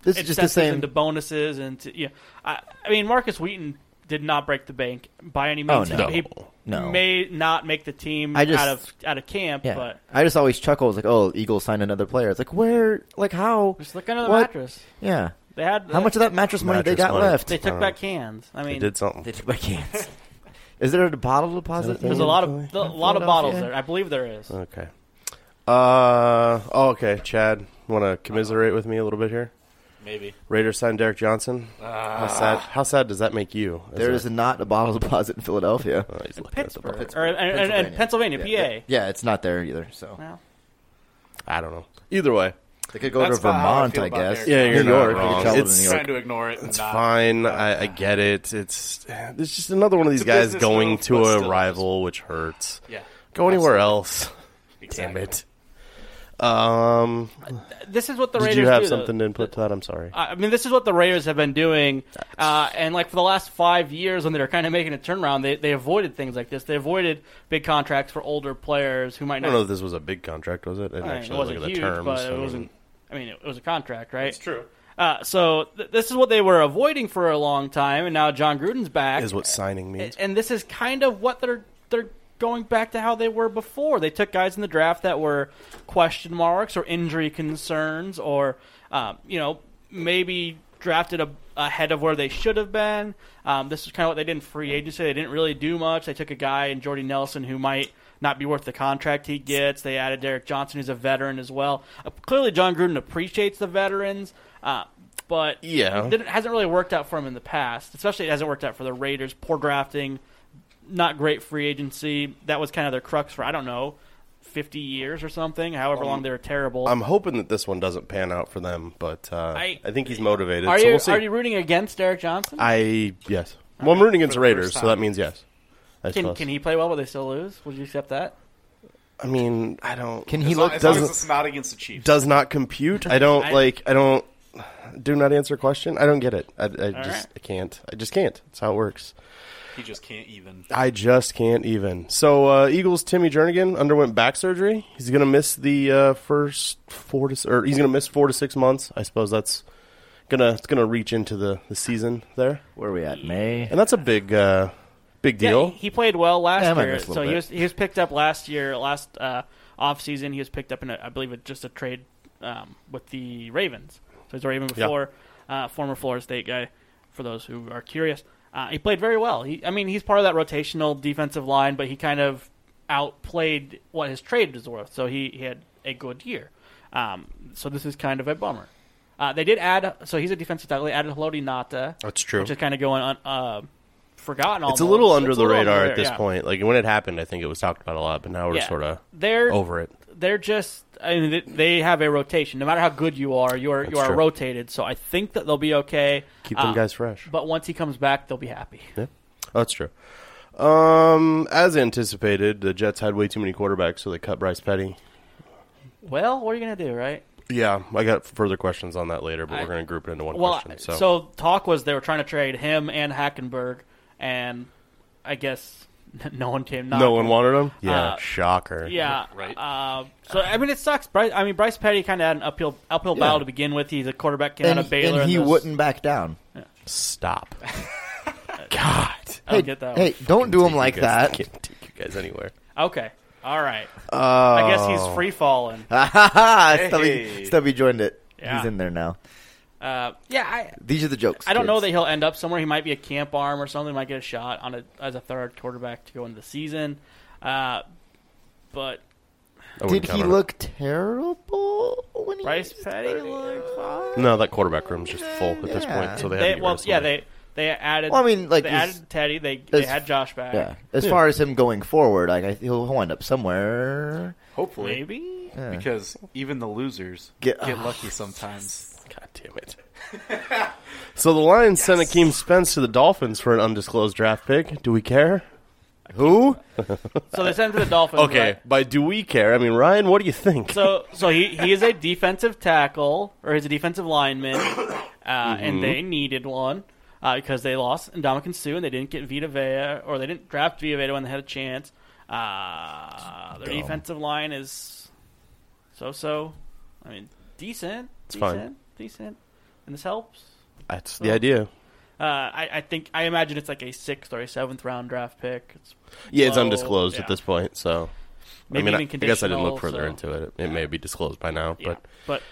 E: This is just the
C: incentives
E: same.
C: into bonuses and to, yeah. I, I mean, Marcus Wheaton did not break the bank by any
E: Oh,
C: means.
E: no.
C: He
E: No.
C: may not make the team
E: I just-
C: out of out of camp,
E: yeah,
C: but
E: I just always chuckle. It's like, oh, Eagles signed another player. It's like, where? Like how?
C: just look under the
E: What?
C: mattress.
E: Yeah.
C: They had
E: How much of that mattress money they
B: Mattress
E: got
B: money.
E: left?
C: They took
B: Uh,
C: back cans. I
B: They
C: mean,
B: did something.
E: took my cans. Is there a bottle deposit?
B: thing?
C: there's a lot of a lot of
E: Philadelphia?
C: bottles there. I believe there is.
B: Okay. Uh, oh, okay. Chad, want to commiserate with me a little bit here?
D: Maybe.
B: Raiders signed Derek Johnson. how sad? How sad does that make you? as
E: There
B: a-
E: is not a bottle deposit in Philadelphia.
B: Oh, he's looking at the
C: Pittsburgh,
B: ball.
C: or, and, and- and Pennsylvania,
E: Yeah,
C: PA.
E: yeah. Yeah, it's not there either. So
C: Well,
B: I don't know. Either way,
E: they could go
F: That's
E: to
F: not how I
E: Vermont,
F: feel
E: I
F: about
E: guess.
F: Derek
B: Yeah, you're
E: New
B: not
E: York. They could
B: wrong.
E: sell it in
B: It's-
E: New York.
F: trying to ignore it. and
B: it's
F: not-
B: fine. I, I get it. It's it's just another one of these
F: a
B: guys
F: business
B: going
F: move,
B: to
F: but
B: a
F: still.
B: rival, which hurts.
F: Yeah.
B: Go anywhere else.
F: Exactly.
B: Damn it. Um,
C: This is what the
B: did
C: Raiders
B: you have
C: do, though.
B: something to input to that? I'm sorry.
C: I I mean, this is what the Raiders have been doing, uh, and like for the last five years, when they were kind of making a turnaround, they they avoided things like this. They avoided big contracts for older players who might
B: I
C: not.
B: don't know if this was a big contract, was it? I didn't
C: I mean,
B: actually
C: it wasn't
B: look at
C: huge,
B: the terms.
C: but
B: I
C: it
B: mean,
C: wasn't. I mean, it was a contract, right?
F: It's true.
C: Uh, so th- this is what they were avoiding for a long time, and now John Gruden's back,
B: Is what signing means.
C: and, and this is kind of what they're they're going back to how they were before. They took guys in the draft that were question marks or injury concerns, or um, you know maybe drafted a, ahead of where they should have been. Um, this is kind of what they did in free agency. They didn't really do much. They took a guy in Jordy Nelson who might not be worth the contract he gets. They added Derek Johnson, who's a veteran as well. Uh, clearly, John Gruden appreciates the veterans. Uh, but
B: Yeah.
C: it didn't- hasn't really worked out for him in the past. Especially, it hasn't worked out for the Raiders. Poor drafting, not great free agency. That was kind of their crux for I don't know, fifty years or something. However long they were terrible.
B: I'm hoping that this one doesn't pan out for them, but uh, I,
C: I-
B: think he's motivated.
C: are
B: so
C: you
B: we'll see.
C: are you rooting against Derek Johnson?
B: I yes. Well, I'm rooting against the
F: For the first
B: Raiders, so
F: time.
B: that means yes. I
C: can
B: suppose.
C: can he play well, but they still lose? Would you accept that?
B: I mean, I don't.
E: Can
F: As
E: he
F: long-
E: look?
F: as long
B: doesn't-
F: as it's not against the Chiefs.
B: does not compute. I don't
C: I-
B: like. I don't. Do not answer question. I don't get it. I, I just
C: right.
B: I can't. I just can't. That's how it works.
F: He just can't even.
B: I just can't even. So uh, Eagles Timmy Jernigan underwent back surgery. He's gonna miss the uh, first four to s- or he's gonna miss four to six months. I suppose that's gonna it's gonna reach into the, the season there,
E: Where are we at? May.
B: and that's a big uh, big
C: Yeah,
B: deal.
C: he- he played well last
E: Yeah, I might
C: year,
E: miss a
C: so
E: little
C: he
E: bit.
C: was he was picked up last year, last uh, off season. He was picked up in, a, I believe, it, just a trade um, with the Ravens. So he's a Raven
B: Yeah.
C: before, uh, former Florida State guy. For those who are curious, uh, he played very well. He, I mean, he's part of that rotational defensive line, but he kind of outplayed what his trade was worth. So he, he had a good year. Um, so this is kind of a bummer. Uh, they did add, so he's a defensive tackle. They added Haloti Nata.
B: That's true.
C: Which is kind of going un, uh, forgotten.
B: it's
C: Almost.
B: a little under
C: It's a
B: the
C: little
B: radar
C: under
B: at
C: there,
B: this
C: yeah.
B: point. Like when it happened, I think it was talked about a lot, but now we're
C: Yeah.
B: sort of
C: They're
B: over it.
C: They're just. I mean, they, they have a rotation. No matter how good you are, you are you
B: That's
C: are
B: true.
C: rotated. So I think that they'll be okay.
B: Keep them
C: Uh,
B: guys fresh.
C: But once he comes back, they'll be happy.
B: Yeah, Oh, that's true. Um, as anticipated, the Jets had way too many quarterbacks, so they cut Bryce Petty.
C: Well, what are you gonna do, right?
B: Yeah, I got further questions on that later, but we're going to group it into one
C: Well,
B: question.
C: so.
B: So,
C: talk was they were trying to trade him and Hackenberg, and I guess no one came.
B: no one
C: knocking.
B: wanted him. Yeah,
C: Uh,
B: shocker.
C: Yeah,
F: Right.
C: Uh, so I mean, it sucks. Bryce, I mean, Bryce Petty kind of had an uphill uphill battle to begin with. He's a quarterback came
E: And,
C: out of Baylor,
E: and he
C: this-
E: wouldn't back down.
B: stop. God,
C: I don't get that.
E: Hey, don't do him
B: You
E: like
B: guys-
E: that.
B: Can't take you guys anywhere.
C: one. Okay, all right. I guess he's
E: Oh.
C: free falling.
E: Ha ha ha! Stubby,
F: Hey.
E: Stubby joined it.
C: Yeah.
E: He's in there now.
C: Uh, yeah, I
E: These are the jokes.
C: I don't know that
E: kids.
C: he'll end up somewhere. He might be a camp arm or something. Might get a shot on a as a third quarterback to go into the season. Uh, but
B: I wouldn't
E: Did
B: count
E: he
B: on it.
E: look terrible when he
C: Bryce
E: was
C: Petty
E: starting?
C: looked fine.
B: No, that quarterback room's just full at this
E: Yeah.
B: point, so they,
C: They,
B: have to get rid
C: well,
B: of
C: yeah,
B: somebody.
C: they They added.
E: Well, I mean, like,
C: they
E: is-
C: added Teddy. They, they
E: is-
C: had Josh back.
E: Yeah. As
B: Yeah.
E: far as him going forward, like I, he'll, he'll end up somewhere.
D: Hopefully.
C: Maybe.
E: Yeah.
D: Because even the losers
E: Get-
D: get, lucky sometimes.
B: God damn it. so the Lions sent Akeem Spence to the Dolphins for an undisclosed draft pick. Do we care?
E: Who?
C: So they sent him to the Dolphins.
B: Okay,
C: right?
B: by do we care? I mean, Ryan, what do you think?
C: So so he, he is a defensive tackle or he's a defensive lineman, uh,
B: Mm-hmm.
C: and they needed one uh, because they lost Indomitian Sue and they didn't get Vita Vea or they didn't draft Vita Vea when they had a chance. Uh, their defensive line is so so. I mean, decent.
B: It's fine.
C: decent, Decent. And this helps.
B: That's the idea.
C: Uh, I, I think I imagine it's like a sixth or a seventh round draft pick. It's
B: Yeah, it's
C: low,
B: undisclosed
C: yeah.
B: at this point, so
C: Maybe
B: I mean,
C: even
B: I, I guess I didn't look
C: conditional,
B: further
C: so-
B: into it. It, it may be disclosed by now,
C: Yeah,
B: but
C: but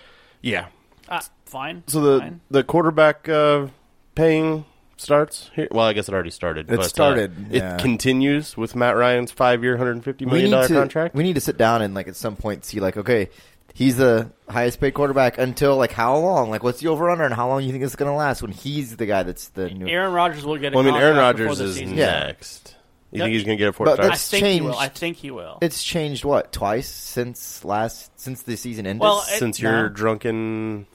B: yeah.
C: uh, fine.
B: So the
C: fine.
B: the quarterback uh, paying starts here. Well, I guess it already started.
E: It
B: but, uh,
E: started, yeah.
B: It continues with Matt Ryan's five year, hundred and fifty
E: We
B: million
E: need
B: dollar
E: to.
B: contract.
E: We need to sit down and like at some point see like okay, he's the highest paid quarterback until like how long? Like what's the over under and how long you think it's going to last when he's the guy that's the new.
C: Aaron Rodgers will get. A
B: well, I mean, Aaron
C: contract before
B: Rodgers
C: the
B: is
C: season.
E: Yeah.
B: next. You
C: Yep.
B: think he's going to get a four
E: But
B: star?
C: I
E: It's
C: think he will.
E: changed.
C: I think he will.
E: It's changed what twice since last since the season ended.
C: Well, it-
B: Since you're
E: No.
B: drunken,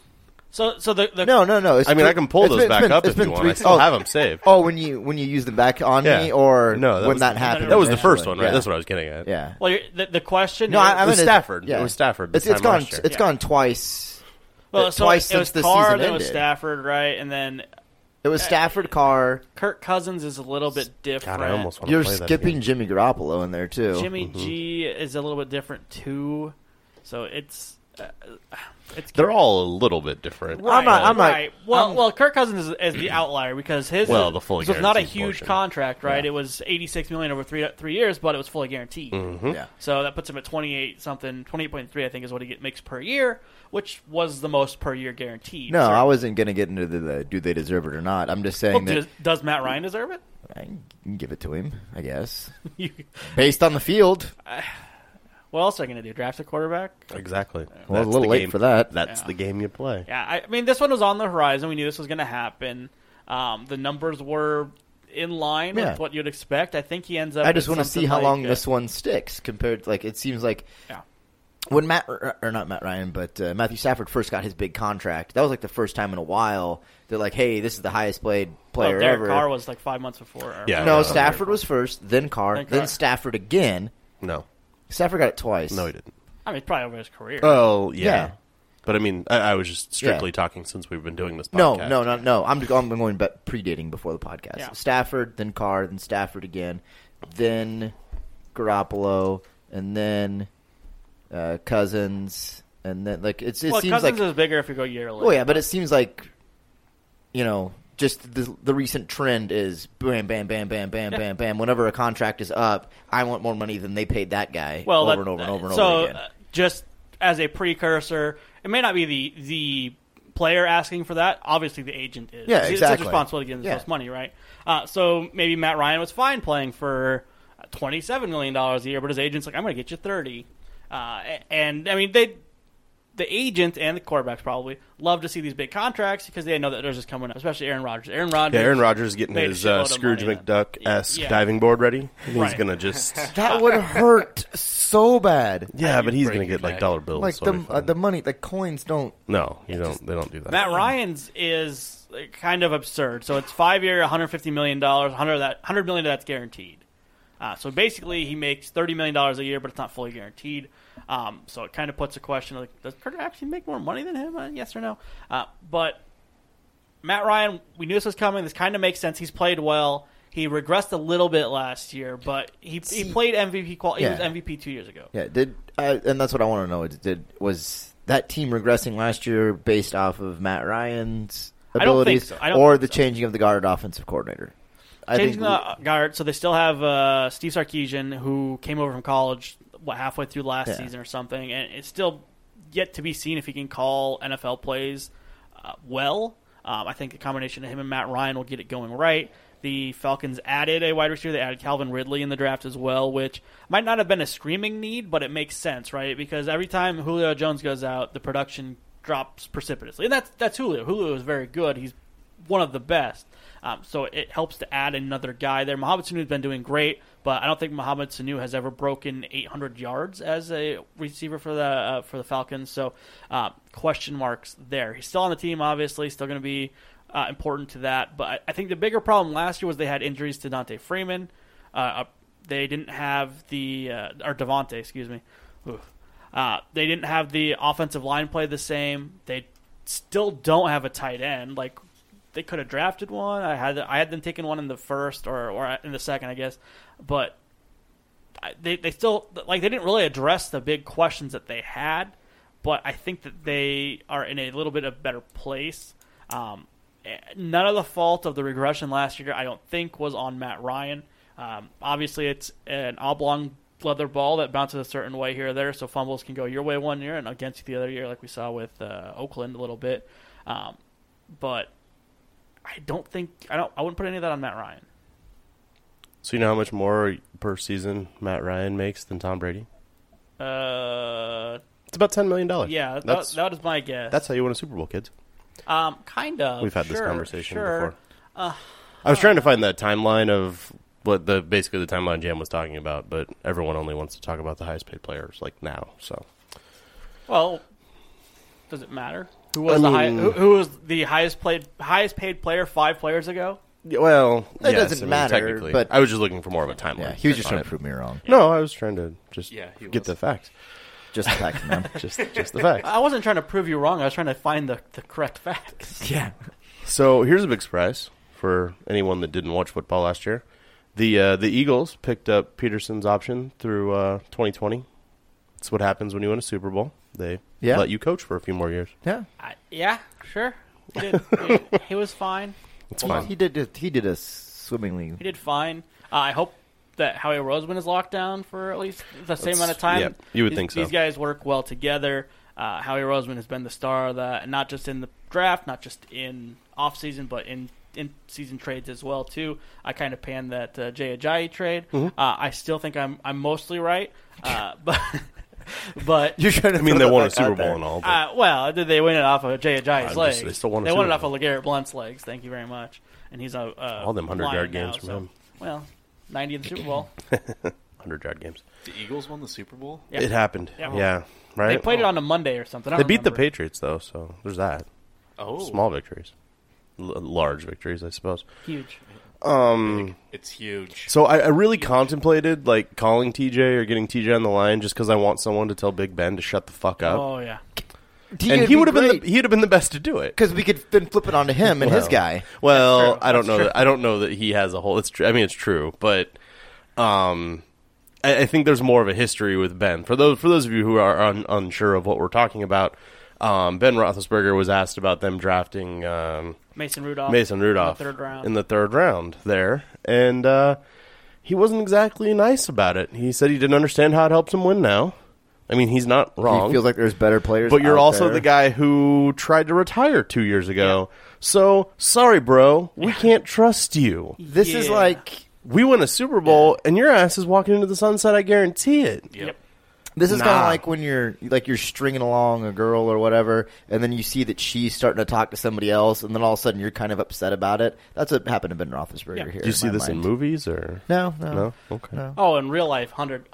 C: so, so the, the
E: no, no, no. It's
B: I mean,
E: been-
B: I can pull
E: it's
B: those
E: been-
B: back
E: it's been-
B: up
E: it's
B: if you
E: been
B: want.
E: three-
B: I still
E: oh,
B: have them saved.
E: Oh, when you when you use them back on
B: Yeah.
E: me, or
B: No, that
E: when
B: was-
E: that happened.
B: that was the first
E: initially.
B: one, right?
E: Yeah.
B: That's what I was getting at.
E: Yeah.
C: well, you're- the, the question.
E: No,
C: is,
E: I, I
B: was
E: mean, it-
B: Stafford. It
E: Yeah.
B: was Stafford
E: It's,
B: this
E: it's
B: time
E: gone.
B: last year.
E: It's
C: Yeah.
E: gone twice.
C: well, so
E: twice
C: it was
E: since the
C: Carr,
E: season
C: then it was
E: ended.
C: Stafford, right? And then
E: It was Stafford, Carr.
C: Kirk Cousins is a little bit different.
B: God, I almost Mm-hmm. want to
E: You're
B: play that
E: skipping
B: again.
E: Jimmy Garoppolo in there too.
C: Jimmy G is a little bit different too. So it's uh, it's.
B: They're all a little bit different.
C: Right,
E: I'm not- I'm not-
C: right. Well,
E: I'm-
C: well, Kirk Cousins is, is the outlier because his
B: Well, the fully
C: so it's not a
B: guaranteed
C: huge
B: portion.
C: contract, right? It was 86 million over three three years, but it was fully guaranteed.
B: Mm-hmm.
E: Yeah.
C: So that puts him at 28 something, 28.3, I think, is what he get, makes per year, which was the most per year guaranteed.
E: No,
C: So-
E: I wasn't gonna get into the, the do they deserve it or not. I'm just
C: Well,
E: saying
C: does,
E: that
C: does Matt Ryan deserve it?
E: I can give it to him, I guess,
C: You-
E: based on the field.
C: what else are they going to do? Draft a quarterback?
B: Exactly.
E: Well,
B: That's
E: a little
B: the
E: late
B: game-
E: for that.
B: That's
C: Yeah.
B: the game you play.
C: Yeah, I, I mean, this one was on the horizon. We knew this was going to happen. Um, the numbers were in line
E: Yeah.
C: with what you'd expect. I think he ends up.
E: I just
C: want to
E: see how long this one sticks compared. Like it seems like
C: Yeah.
E: when Matt or not Matt Ryan, but uh, Matthew Stafford first got his big contract. That was like the first time in a while. They're like, hey, this is the highest played
C: Well,
E: player
C: Derek
E: ever.
C: Carr was like five months before. or-
B: Yeah.
E: no,
B: Yeah.
E: Stafford was first, then Carr,
C: Then
E: then,
C: Carr.
E: Stafford again.
B: No,
E: Stafford got it twice.
B: no, he didn't.
C: I mean, probably over his career.
E: Uh,
B: Oh, yeah.
E: Yeah.
B: But I mean, I, I was just strictly
E: Yeah.
B: talking since we've been doing this.
E: No,
B: Podcast.
E: no, no, no. I'm I'm going back predating before the podcast.
C: Yeah.
E: Stafford, then Carr, then Stafford again, then Garoppolo, and then uh, Cousins, and then like it's, it
C: well,
E: seems
C: Cousins
E: like
C: is bigger if you go year later.
E: oh yeah, but it seems like you know just the the recent trend is bam, bam, bam, bam, bam, bam, bam. Whenever a contract is up, I want more money than they paid that guy
C: well,
E: over
C: that-
E: and over and over and
C: so,
E: over again.
C: uh, just as a precursor, it may not be the the player asking for that. Obviously, the agent is.
E: Yeah,
C: it's, It's
E: exactly.
C: his responsibility to give him the
E: Yeah.
C: most money, right? Uh, so maybe Matt Ryan was fine playing for twenty seven million dollars a year, but his agent's like, "I'm going to get you 30. Uh, a- and I mean, they the agent and the quarterbacks probably love to see these big contracts because they know that they're just coming up, especially Aaron Rodgers. Aaron Rodgers.
B: Yeah, Aaron Rodgers is getting
C: Made a
B: his
C: shitload
B: uh,
C: of
B: Scrooge
C: money then.
B: McDuck esque
C: Yeah.
B: diving board ready. And He's
C: Right.
B: gonna just
E: that would hurt so bad.
B: yeah, but he's gonna
D: break your
B: get like
D: neck.
B: dollar bills.
E: Like
B: so
E: the
B: it'll be
E: uh,
B: fine.
E: the money, the coins don't
B: no, you don't. They don't do that.
C: Matt Ryan's is uh, kind of absurd. So it's five year, one hundred fifty million dollars. Hundred that hundred million of that's guaranteed. Uh, so basically, he makes thirty million dollars a year, but it's not fully guaranteed. Um, so it kind of puts a question of, like, does Kurt actually make more money than him? Uh, yes or no? Uh, but Matt Ryan, we knew this was coming. This kind of makes sense. He's played well. He regressed a little bit last year, but he he
E: See-
C: played MVP. Qual-
E: Yeah.
C: He was MVP two years ago.
E: Yeah, did uh, and that's what I want to know. is Did was that team regressing last year based off of Matt Ryan's
C: I don't think
E: abilities
C: so. I don't
E: or
C: think
E: the
C: so.
E: changing of the guard offensive coordinator? I
C: Changing
E: think
C: the guard, so they still have uh, Steve Sarkeesian, who came over from college what, halfway through last
E: Yeah.
C: season or something, and it's still yet to be seen if he can call NFL plays uh, well. Um, I think the combination of him and Matt Ryan will get it going right. The Falcons added a wide receiver. They added Calvin Ridley in the draft as well, which might not have been a screaming need, but it makes sense, right? Because every time Julio Jones goes out, the production drops precipitously, and that's that's Julio. Julio is very good. He's one of the best. Um, so it helps to add another guy there. Mohamed Sanu has been doing great, but I don't think Mohamed Sanu has ever broken 800 yards as a receiver for the uh, for the Falcons. So uh, question marks there. He's still on the team, obviously, still going to be uh, important to that. But I, I think the bigger problem last year was they had injuries to Dante Freeman. Uh, uh, they didn't have the uh, or Devonte, excuse me. Oof. Uh, they didn't have the offensive line play the same. They still don't have a tight end. Like they could have drafted one. I had I had them taking one in the first or, or in the second, I guess. But I- they they still like they didn't really address the big questions that they had. But I think that they are in a little bit of better place. Um, eh, none of the fault of the regression last year, I don't think, was on Matt Ryan. Um, obviously, it's an oblong leather ball that bounces a certain way here or there, so fumbles can go your way one year and against you the other year, like we saw with uh, Oakland a little bit. Um, but I don't think I don't I wouldn't put any of that on Matt Ryan.
B: So you know how much more per season Matt Ryan makes than Tom Brady?
C: Uh,
B: It's about ten million dollars.
C: yeah, that,
B: that's
C: that is my guess.
B: that's how you win a Super Bowl, kids.
C: um, kind of.
B: We've had this
C: Sure,
B: conversation
C: sure. Uh,
B: before. I was trying to find that timeline of what the basically the timeline Jam was talking about, but everyone only wants to talk about the highest paid players like now. So
C: Well, does it matter? Who was
B: I
C: the high,
B: mean-
C: who, who was the highest played highest paid player five players ago?
B: Yeah, well,
E: It
B: yes,
E: doesn't
B: I mean,
E: matter,
B: Technically,
E: but-
B: I was just looking for more of a timeline.
E: Yeah, he was just
B: on
E: trying
B: it.
E: to prove me wrong.
B: No, I was trying to just
F: Yeah, he
B: get
F: was.
B: the facts.
E: Just attacking them.
B: Just just the facts.
C: I wasn't trying to prove you wrong. I was trying to find the, the correct facts.
E: yeah.
B: So here's a big surprise for anyone that didn't watch football last year. The uh, the Eagles picked up Peterson's option through uh, 2020. That's what happens when you win a Super Bowl. They
E: Yeah.
B: let you coach for a few more years.
E: Yeah.
C: I, yeah, sure. He, did, he, he was fine.
B: It's
E: Well,
B: fine.
E: He did. it- He did a swimmingly.
C: He did fine. Uh, I hope that Howie Roseman is locked down for at least the same
B: That's-
C: amount of time.
B: yeah, you would
C: These-
B: think so.
C: These guys work well together. Uh, Howie Roseman has been the star of that, and not just in the draft, not just in off season, but in in season trades as well too. I kind of panned that uh, Jay Ajayi trade. Uh,
B: Mm-hmm.
C: I still think I'm I'm mostly right, uh, but but.
E: You're trying to.
B: I mean, they won a Super Bowl and all. But
C: Uh, well, did they win it off of Jay Ajayi's
B: just-
C: legs?
B: they still won a
C: They won
B: Super
C: it off of
B: Bowl.
C: LeGarrette Blunt's legs. Thank you very much. And he's a uh,
B: All them 100-yard
C: Lion
B: games
C: now,
B: from
C: so-
B: him.
C: Well, ninety in the Super Bowl.
B: 100 yard games.
F: The Eagles won the Super Bowl.
C: Yeah.
B: It happened.
C: Yeah.
B: Yeah. Right.
C: They played it on a Monday or something. I
B: oh. They
C: don't
B: beat the
C: remember.
B: Patriots though, so there's that.
F: Oh,
B: Small victories, L- large victories, I suppose.
C: Huge.
F: It's huge.
B: So I, I really contemplated like calling TJ or getting TJ on the line just because I want someone to tell Big Ben to shut the fuck up.
C: Oh yeah.
B: and he would have been the, he would have been the best to do it.
E: because we could then flip it onto him and his
B: Well,
E: guy.
B: Well,
C: true.
B: I don't
C: That's
B: know.
C: true.
B: That, I don't know that he has a whole. It's true. I mean, it's true, but um, I, I think there's more of a history with Ben. For those for those of you who are un, unsure of what we're talking about, um, Ben Roethlisberger was asked about them drafting um,
C: Mason Rudolph.
B: Mason Rudolph
C: In the third round.
B: in the third round there, and uh, he wasn't exactly nice about it. He said he didn't understand how it helps him win. Now, I mean, he's not wrong.
E: He feels like there's better players.
B: oh. But you're
E: out
B: also
E: there.
B: the guy who tried to retire two years ago. So sorry, bro, we can't trust you.
E: This is
C: Yeah.
E: like
B: We win a Super Bowl, and your ass is walking into the sunset. I guarantee it.
C: Yep.
E: This is kind
B: Nah.
E: of like when you're like you're stringing along a girl or whatever, and then you see that she's starting to talk to somebody else, and then all of a sudden you're kind of upset about it. That's what happened to Ben Roethlisberger
C: Yeah.
E: here.
B: Do you see
E: my
B: this in
E: mind.
B: movies or
E: No, no,
B: No? Okay.
E: no.
C: Oh, in real life, 100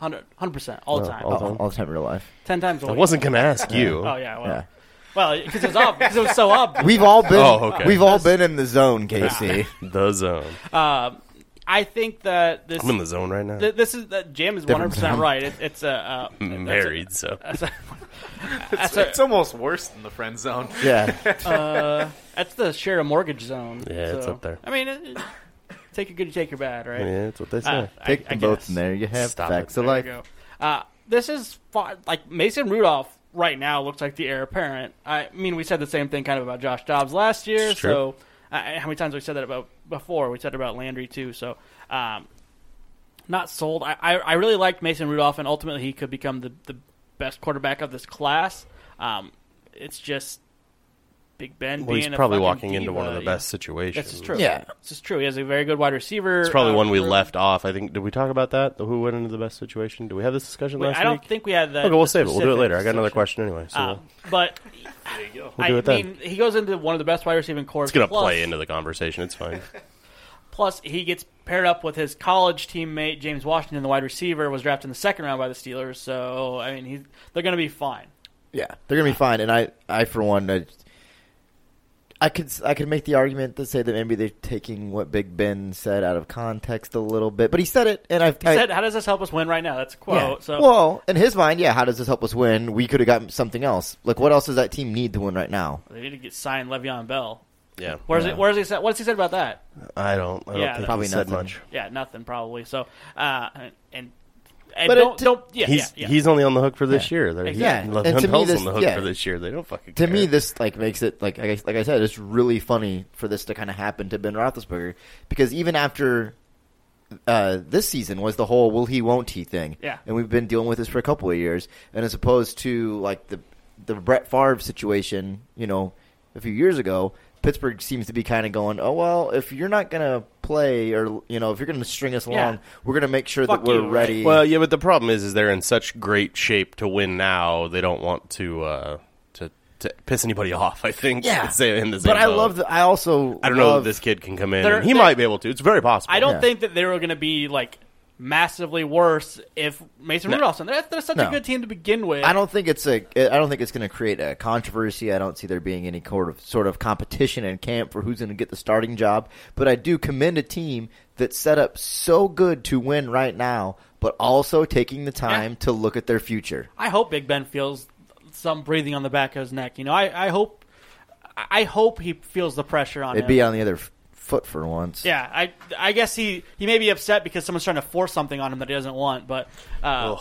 C: percent all the
B: Oh,
C: time.
B: all-
E: All, all the time in real life.
C: Ten times. a
B: I
C: week.
B: wasn't gonna ask you.
C: Oh yeah. Well,
E: Yeah.
C: well, because it was ob- because it was so obvious.
E: We've all been.
B: Oh, okay.
E: We've all been in the zone, Casey.
B: The zone.
C: Um, I think that this.
B: I'm in the zone right now.
C: th- this is that Jam is one hundred percent right. It, it's a uh, that's a-
B: Married, so
C: That's a,
F: It's,
C: that's, a,
F: it's almost worse than the friend zone.
E: yeah,
C: uh, that's the share a mortgage zone.
B: Yeah, it's
C: so-
B: up there.
C: I mean, it, it- take your good, you take your bad, right?
B: yeah, that's what they say.
C: Uh, I-
E: pick
C: I
E: them both,
C: guess.
E: and there you have
B: Stop
E: facts
B: it.
E: of
C: There
E: life.
C: you go. Uh, this is far, like Mason Rudolph right now looks like the heir apparent. I mean, we said the same thing kind of about Josh Dobbs last year.
B: It's true.
C: So uh, how many times have we said that about before? We said about Landry too. So um, not sold. I, I, I really liked Mason Rudolph, and ultimately he could become the, the best quarterback of this class. Um, it's just Big Ben.
B: Well, he's
C: being a
B: probably
C: fucking
B: walking into
C: diva,
B: one of the
C: yeah.
B: best situations.
C: This is true.
E: Yeah.
C: this is true. He has a very good wide receiver.
B: It's probably
C: uh,
B: one we
C: group.
B: left off. I think. Did we talk about that? The Who went into the best situation? Did we have this discussion
C: Wait,
B: last
C: I don't
B: week?
C: think we had that.
B: okay, we'll save it. We'll do it
C: specific
B: later. I got another
C: discussion.
B: question anyway. So
C: Uh, but
B: we'll do
C: I
B: it then.
C: mean, he goes into one of the best wide receiving cores.
B: it's gonna
C: Plus-
B: play into the conversation. It's fine.
C: Plus, he gets paired up with his college teammate James Washington, the wide receiver, was drafted in the second round by the Steelers. So I mean, he's, they're going to be fine.
E: Yeah, they're gonna be fine. And I, I for one, I, I could, I could make the argument to say that maybe they're taking what Big Ben said out of context a little bit, but he said it, and I've
C: He said, "How does this help us win right now?" That's a quote.
E: yeah.
C: So
E: well, in his mind, yeah. How does this help us win? We could have gotten something else. Like, what else does that team need to win right now?
C: they need to get signed Le'Veon Bell.
B: Yeah,
C: Where's
E: Yeah.
C: it? Where's he said? What's he said about that?
B: I don't. I don't
C: Yeah,
B: think
E: probably
B: he said
E: nothing.
B: much.
C: Yeah, nothing probably. So uh, and and
E: But it-
C: don't don't yeah
B: he's
C: yeah, yeah.
B: he's only on the hook for this
E: Yeah.
B: year. They're- He's,
E: Exactly.
B: Le'Veon
E: And to me,
B: Bell's
E: this-
B: on the hook
E: yeah.
B: for this year. They don't fucking.
E: To
B: care.
E: me, this like makes it like like I, like I said, it's really funny for this to kind of happen to Ben Roethlisberger because even after uh, this season was the whole "will he, won't he" thing,
C: Yeah.
E: and we've been dealing with this for a couple of years, and as opposed to like the the Brett Favre situation, you know, a few years ago, Pittsburgh seems to be kind of going, oh well, if you're not gonna play or you know if you're gonna string us
C: Yeah.
E: along, we're gonna make sure
C: Fuck
E: that we're
C: you, right?
E: ready.
B: Well, yeah, but the problem is, is they're in such great shape to win now. They don't want to uh, to to piss anybody off. I think.
E: yeah,
B: Say in the same
E: but I
B: boat.
E: love. The, I also
B: I don't know
E: love-
B: if this kid can come in.
C: They're-
B: and he
C: they-
B: might be able to. It's very possible.
C: I don't
E: Yeah.
C: think that they were going to be like massively worse if Mason
B: No.
C: Rudolph's on there. They're such a
E: No.
C: good team to begin with.
E: I don't think it's a. I don't think it's going to create a controversy. I don't see there being any sort of sort of competition in camp for who's going to get the starting job. But I do commend a team that's set up so good to win right now, but also taking the time
C: Yeah.
E: to look at their future.
C: I hope Big Ben feels some breathing on the back of his neck. You know, I, I hope I hope he feels the pressure on
E: They'd
C: him.
E: be on the other f- foot for once.
C: yeah, I I guess he he may be upset because someone's trying to force something on him that he doesn't want. But uh,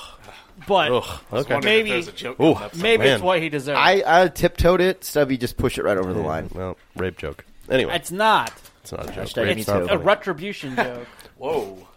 C: but
B: Ugh, okay.
F: Wondering if
C: Maybe-
F: there's a joke
B: Ooh.
F: coming up.
C: maybe
B: Man.
C: it's what he deserves.
E: I, I tiptoed it. Stubby just pushed it right over the line.
B: Well, rape joke. Anyway,
C: it's not.
B: it's not a joke.
E: Hashtag me
B: Rape's not
E: too.
C: A
B: funny.
C: retribution joke.
F: Whoa.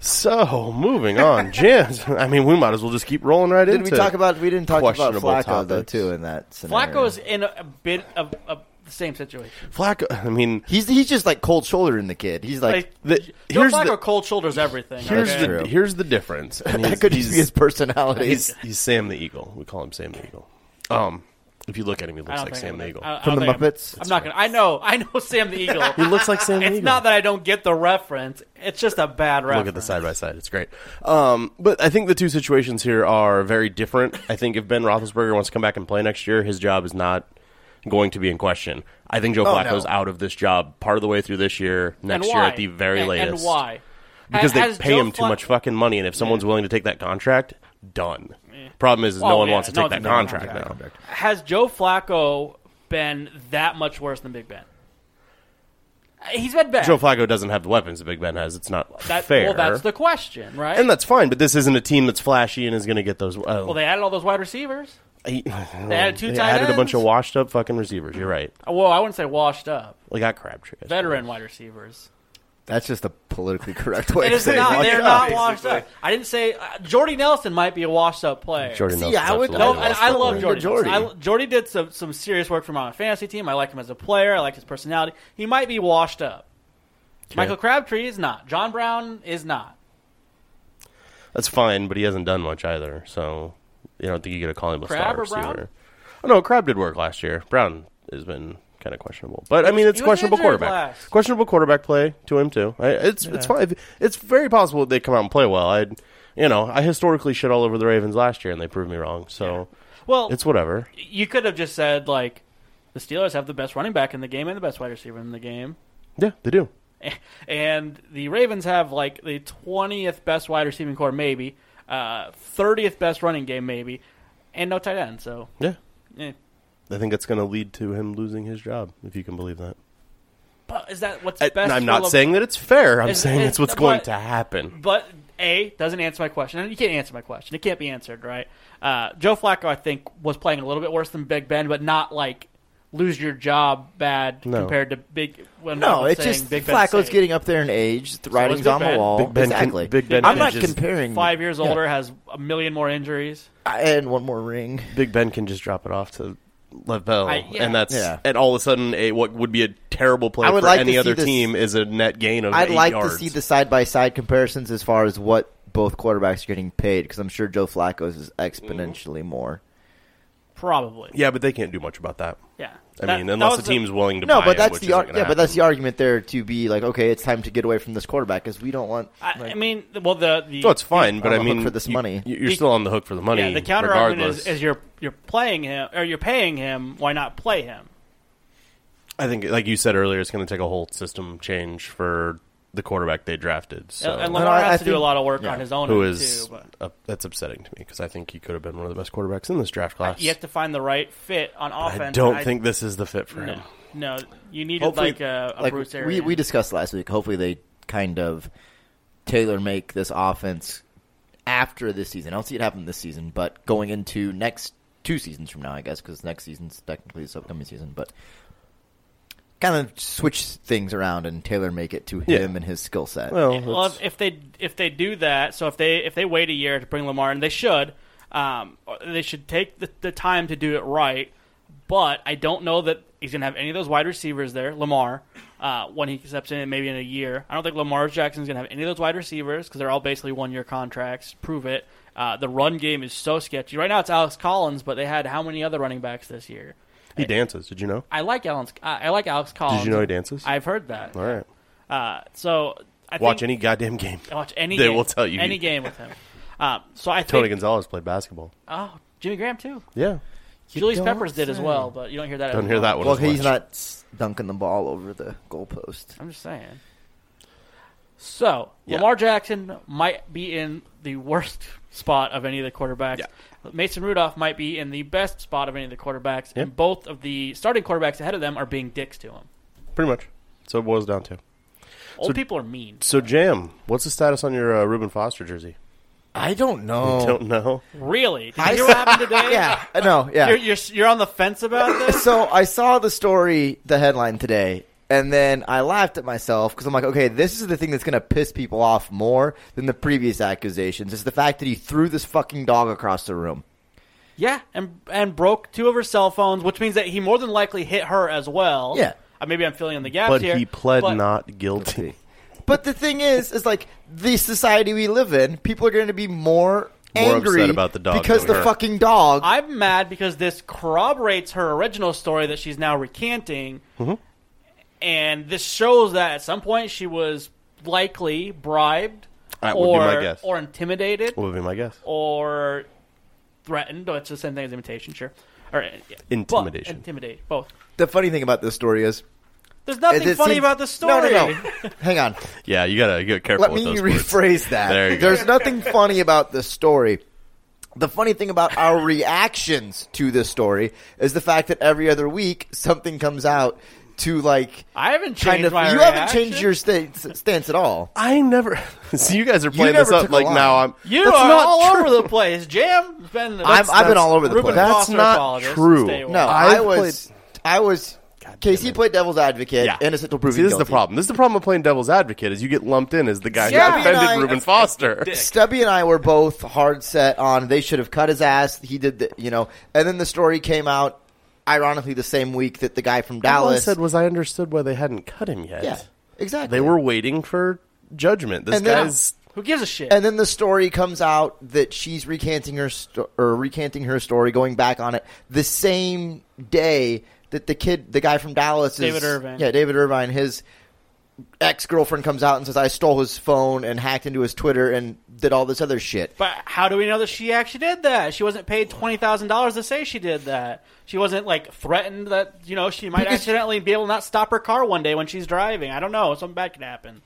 B: So moving on, Jans. I mean, we might as well just keep rolling right
E: Did
B: into.
E: we talk about? We didn't talk about
B: questionable
E: Flacco though
B: topics.
E: too in that. Scenario.
C: Flacco's in a, a bit of, of the same situation.
B: Flacco? I mean,
E: He's he's just like cold shouldering the kid. He's like.
C: Like,
B: the-
C: Joe
B: here's
C: Flacco
B: the-
C: cold shoulders everything.
B: here's
C: okay?
E: true.
B: the here's the difference. And
E: that
B: he's-
E: could just be
B: he's-
E: his personality.
B: He's, he's Sam the Eagle. We call him Sam the Eagle. Um, if you look at him, he
C: I
B: looks
C: don't
B: like
C: think
B: Sam
C: I'm
B: the
C: gonna-
B: Eagle.
C: I- Uh, I
E: From
C: don't
E: the
C: think I'm-
E: Muppets?
C: I'm not gonna. I know. I know Sam the Eagle.
B: he looks like Sam the Eagle.
C: It's not that I don't get the reference. It's just a bad reference.
B: Look at the side by side; it's great. Um, but I think the two situations here are very different. I think if Ben Roethlisberger wants to come back and play next year, his job is not going to be in question. I think Joe Flacco's
E: no.
B: out of this job part of the way through this year,
C: Oh, And
B: next year
C: why?
B: at the very
C: and,
B: latest.
C: And why?
B: Because
C: Ha-
B: they
C: has
B: pay
C: Joe
B: him too
C: Flac-
B: much fucking money, and if someone's willing to take that contract, done. Problem is, is no
C: Well,
B: one
C: yeah,
B: wants to take
C: no one's
B: that
C: gonna take the
B: contract now.
C: Has Joe Flacco been that much worse than Big Ben? He's been bad.
B: Joe Flacco doesn't have the weapons that Big Ben has. It's not
C: That-
B: fair.
C: Well, that's the question, right?
B: and that's fine, but this isn't a team that's flashy and is going to get those. uh, well,
C: well, they added all those wide receivers.
B: He-
C: They added two
B: They
C: tight
B: added a bunch of
C: ends.
B: washed up fucking receivers. You're right.
C: Uh, Well, I wouldn't say washed up.
B: They got Crabtree. I
C: Veteran wide receivers.
E: That's just a politically correct way
C: It
E: of
C: is
E: saying
C: not.
E: it.
C: They're
F: up,
C: not washed up.
F: basically.
C: I didn't say uh, Jordy Nelson might be a washed up player.
B: suppose. Jordy
E: See,
B: Nelson's
E: I would-
B: absolutely
C: No,
B: the
C: I,
B: best
C: I
B: player.
C: love Jordy.
E: Jordy.
C: Jordy. I, Jordy did some, some serious work for my fantasy team. I like him as a player. I like his personality. He might be washed up. Michael Crabtree is not. John Brown is not.
B: That's fine, but he hasn't done much either. So you don't think you get to call him a
C: Crab
B: star
C: or Brown?
B: receiver? Oh, no, Crab did work last year. Brown has been kind of questionable, but I mean, it's
C: was
B: questionable
C: injured
B: quarterback.
C: last.
B: Questionable quarterback play to him too. I, it's it's fine. It's very possible that they come out and play well. I, you know, I historically shit all over the Ravens last year, and they proved me wrong. So
C: Well,
B: it's whatever.
C: you could have just said like the Steelers have the best running back in the game and the best wide receiver in the game,
B: Yeah, they do.
C: and the Ravens have like the twentieth best wide receiving core, maybe uh, thirtieth best running game, maybe, and no tight end. So
B: Yeah.
C: eh.
B: I think it's going to lead to him losing his job, if you can believe that.
C: but is that what's
B: I,
C: best?
B: am
C: for
B: not
C: Le-
B: saying that it's fair. I'm
C: It's-
B: saying
C: it's-
B: it's what's
C: but-
B: going to happen.
C: but A doesn't answer my question. And you can't answer my question. It can't be answered, right? Uh, Joe Flacco, I think, was playing a little bit worse than Big Ben, but not like lose your job bad
B: No.
C: compared to Big. Well,
E: No,
C: I'm
E: it's
C: saying
E: just
C: Big Ben's
E: Flacco's
C: safe.
E: getting up there in age. The writing's
C: Big
E: on the
C: Ben.
E: wall.
B: Big Ben can-
E: exactly.
B: Big Ben
E: I'm
B: can
E: not
B: just-
E: comparing
C: five years
E: yeah.
C: older, has a million more injuries.
E: and one more ring.
B: Big Ben can just drop it off to level,
C: I- yeah.
B: and that's
E: Yeah.
B: and all of a sudden, a what would be a terrible play
E: I would
B: for
E: like to
B: any
E: see
B: other
E: this-
B: team is a net gain of.
E: I'd
B: eight
E: like
B: yards.
E: to see the side by side comparisons as far as what both quarterbacks are getting paid because I'm sure Joe Flacco's is exponentially more.
C: Probably.
B: Yeah, but they can't do much about that.
C: Yeah.
B: I
C: That-
B: mean,
C: that
B: unless the
C: was
B: team's willing to
E: No,
B: buy
E: but
B: it,
E: that's
B: which
E: the
B: isn't
E: ar-
B: gonna
E: yeah, but
B: happen.
E: that's the argument there to be like, okay, it's time to get away from this quarterback because we don't want.
C: I,
E: like-
C: I mean, well, the the
B: No, it's fine, but
E: on
B: I
E: the hook
B: mean,
E: for this
B: you-
E: money.
B: you- you're still on the hook for the money.
C: yeah, the counter argument
B: regardless.
C: is, is you're you're playing him or you're paying him. Why not play him?
B: I think, like you said earlier, it's going to take a whole system change for the quarterback they drafted. So,
C: and
E: No,
C: Lamar
E: I-
C: has
E: I
C: to do a
E: think-
C: lot of work
E: yeah.
C: on his own
B: who
C: end,
B: is
C: too. But
B: uh, that's upsetting to me because I think he could have been one of the best quarterbacks in this draft class.
C: you have to find the right fit on offense.
B: I
C: and
B: don't think this is the fit for
C: no,
B: him.
C: no. You needed
E: Hopefully-
C: like a, a
E: like
C: Bruce
E: we
C: Arians.
E: we discussed last week. Hopefully, they kind of tailor make this offense after this season. I don't see it happen this season, but going into next two seasons from now, I guess, because next season's technically this upcoming season, but kind of switch things around and tailor make it to him
B: Yeah.
E: and his skill set.
B: Well,
C: Well,
B: that's-
C: if, if they if they do that, so if they if they wait a year to bring Lamar, and they should, um, they should take the, the time to do it right. But I don't know that he's going to have any of those wide receivers there. Lamar, uh, when he steps in, maybe in a year, I don't think Lamar Jackson's going to have any of those wide receivers because they're all basically one year contracts. Prove it. Uh, the run game is so sketchy right now. It's Alex Collins, but they had how many other running backs this year?
B: he dances. Did you know?
C: I like Alex. I I like Alex Collins.
B: Did you know he dances?
C: I've heard that.
B: All right.
C: Uh, so I
B: Watch
C: think,
B: any goddamn game.
C: I watch any.
B: They
C: game,
B: will tell you.
C: any game with him. Um, so I
B: Tony
C: think.
B: Gonzalez played basketball.
C: Oh, Jimmy Graham too.
B: Yeah.
C: Julius
E: don't
C: Peppers did as
E: say.
C: well, but you don't hear that.
B: Don't
C: as
B: hear
C: much.
B: that one.
E: Well,
B: as
E: he's
B: much.
E: not s- dunking the ball over the goalpost.
C: I'm just saying. So
B: Yeah.
C: Lamar Jackson might be in the worst spot of any of the quarterbacks. Mason Rudolph might be in the best spot of any of the quarterbacks,
B: Yeah.
C: and both of the starting quarterbacks ahead of them are being dicks to him.
B: Pretty much. So it boils down to.
C: Old
B: So-
C: people are mean.
B: So, Jam, what's the status on your uh, Reuben Foster jersey?
E: I don't
B: I
E: know.
B: Don't know.
C: Really? Did you
E: I
C: hear
E: s-
C: what happened today?
E: yeah, I know. Yeah,
C: You're, you're you're on the fence about this.
E: so I saw the story, the headline today, and then I laughed at myself because I'm like, okay, this is the thing that's going to piss people off more than the previous accusations. It's the fact that he threw this fucking dog across the room.
C: Yeah, and and broke two of her cell phones, which means that he more than likely hit her as well.
E: Yeah.
C: Uh, maybe I'm filling in the gaps
B: But
C: here.
B: he pled
C: but-
B: not guilty.
E: But the thing is, is like the society we live in, people are going to be more,
B: More
E: angry
B: upset about the dog
E: because
B: than
E: the
B: her.
E: fucking dog.
C: I'm mad because this corroborates her original story that she's now recanting,
B: Mm-hmm.
C: and this shows that at some point she was likely bribed,
B: That would be
C: or
B: my guess.
C: or intimidated,
B: What would be my guess?
C: or threatened. Oh, it's the same thing as imitation, sure. Or uh, yeah.
B: Intimidation.
C: But, intimidate both.
E: the funny thing about this story is
C: There's nothing
E: it
C: funny
E: seems-
C: about the
E: No,
C: story.
E: no, no. Hang on.
B: Yeah, you gotta get careful
E: Let
B: with
E: me
B: those words.
E: rephrase that.
B: There you go.
E: There's nothing funny about this story. The funny thing about our reactions to this story is the fact that every other week something comes out to like
C: I haven't changed
E: kind of.
C: my
E: You haven't changed
C: reaction.
E: your sta- stance at all.
B: I never. See, you guys are playing
E: never
B: this up
E: took a
B: like
E: line.
B: now. I'm.
C: You
B: That's
C: are
B: not
C: all
B: true.
C: over the place. Jam's been.
E: I've, I've been all over the place.
C: Reuben
B: That's
C: Foster
B: not
C: apologist.
B: true.
C: Stay away.
E: No,
B: I've
E: I was. I was. Casey played devil's advocate, innocent till proven
B: See, this is the
E: guilty.
B: problem. This is the problem of playing devil's advocate is you get lumped in as the guy
E: Yeah.
B: who
E: I mean,
B: offended
E: I-
B: Reuben Foster.
E: Stubby and I were both hard set on they should have cut his ass. He did the, you know, and then the story came out, ironically, the same week that the guy from
B: All I
E: Dallas
B: said was I understood why they hadn't cut him yet.
E: Yeah, exactly.
B: They were waiting for judgment. This
E: And then-
B: guy's
C: Who gives a shit?
E: and then the story comes out that she's recanting her sto- or recanting her story, going back on it the same day that the kid, the guy from Dallas, is,
C: David Irvine.
E: yeah, David Irvine, his ex girlfriend comes out and says, "I stole his phone and hacked into his Twitter and did all this other shit."
C: but how do we know that she actually did that? She wasn't paid twenty thousand dollars to say she did that. She wasn't like threatened that you know she might
E: Because-
C: accidentally be able to not stop her car one day when she's driving. I don't know. Something bad could happen.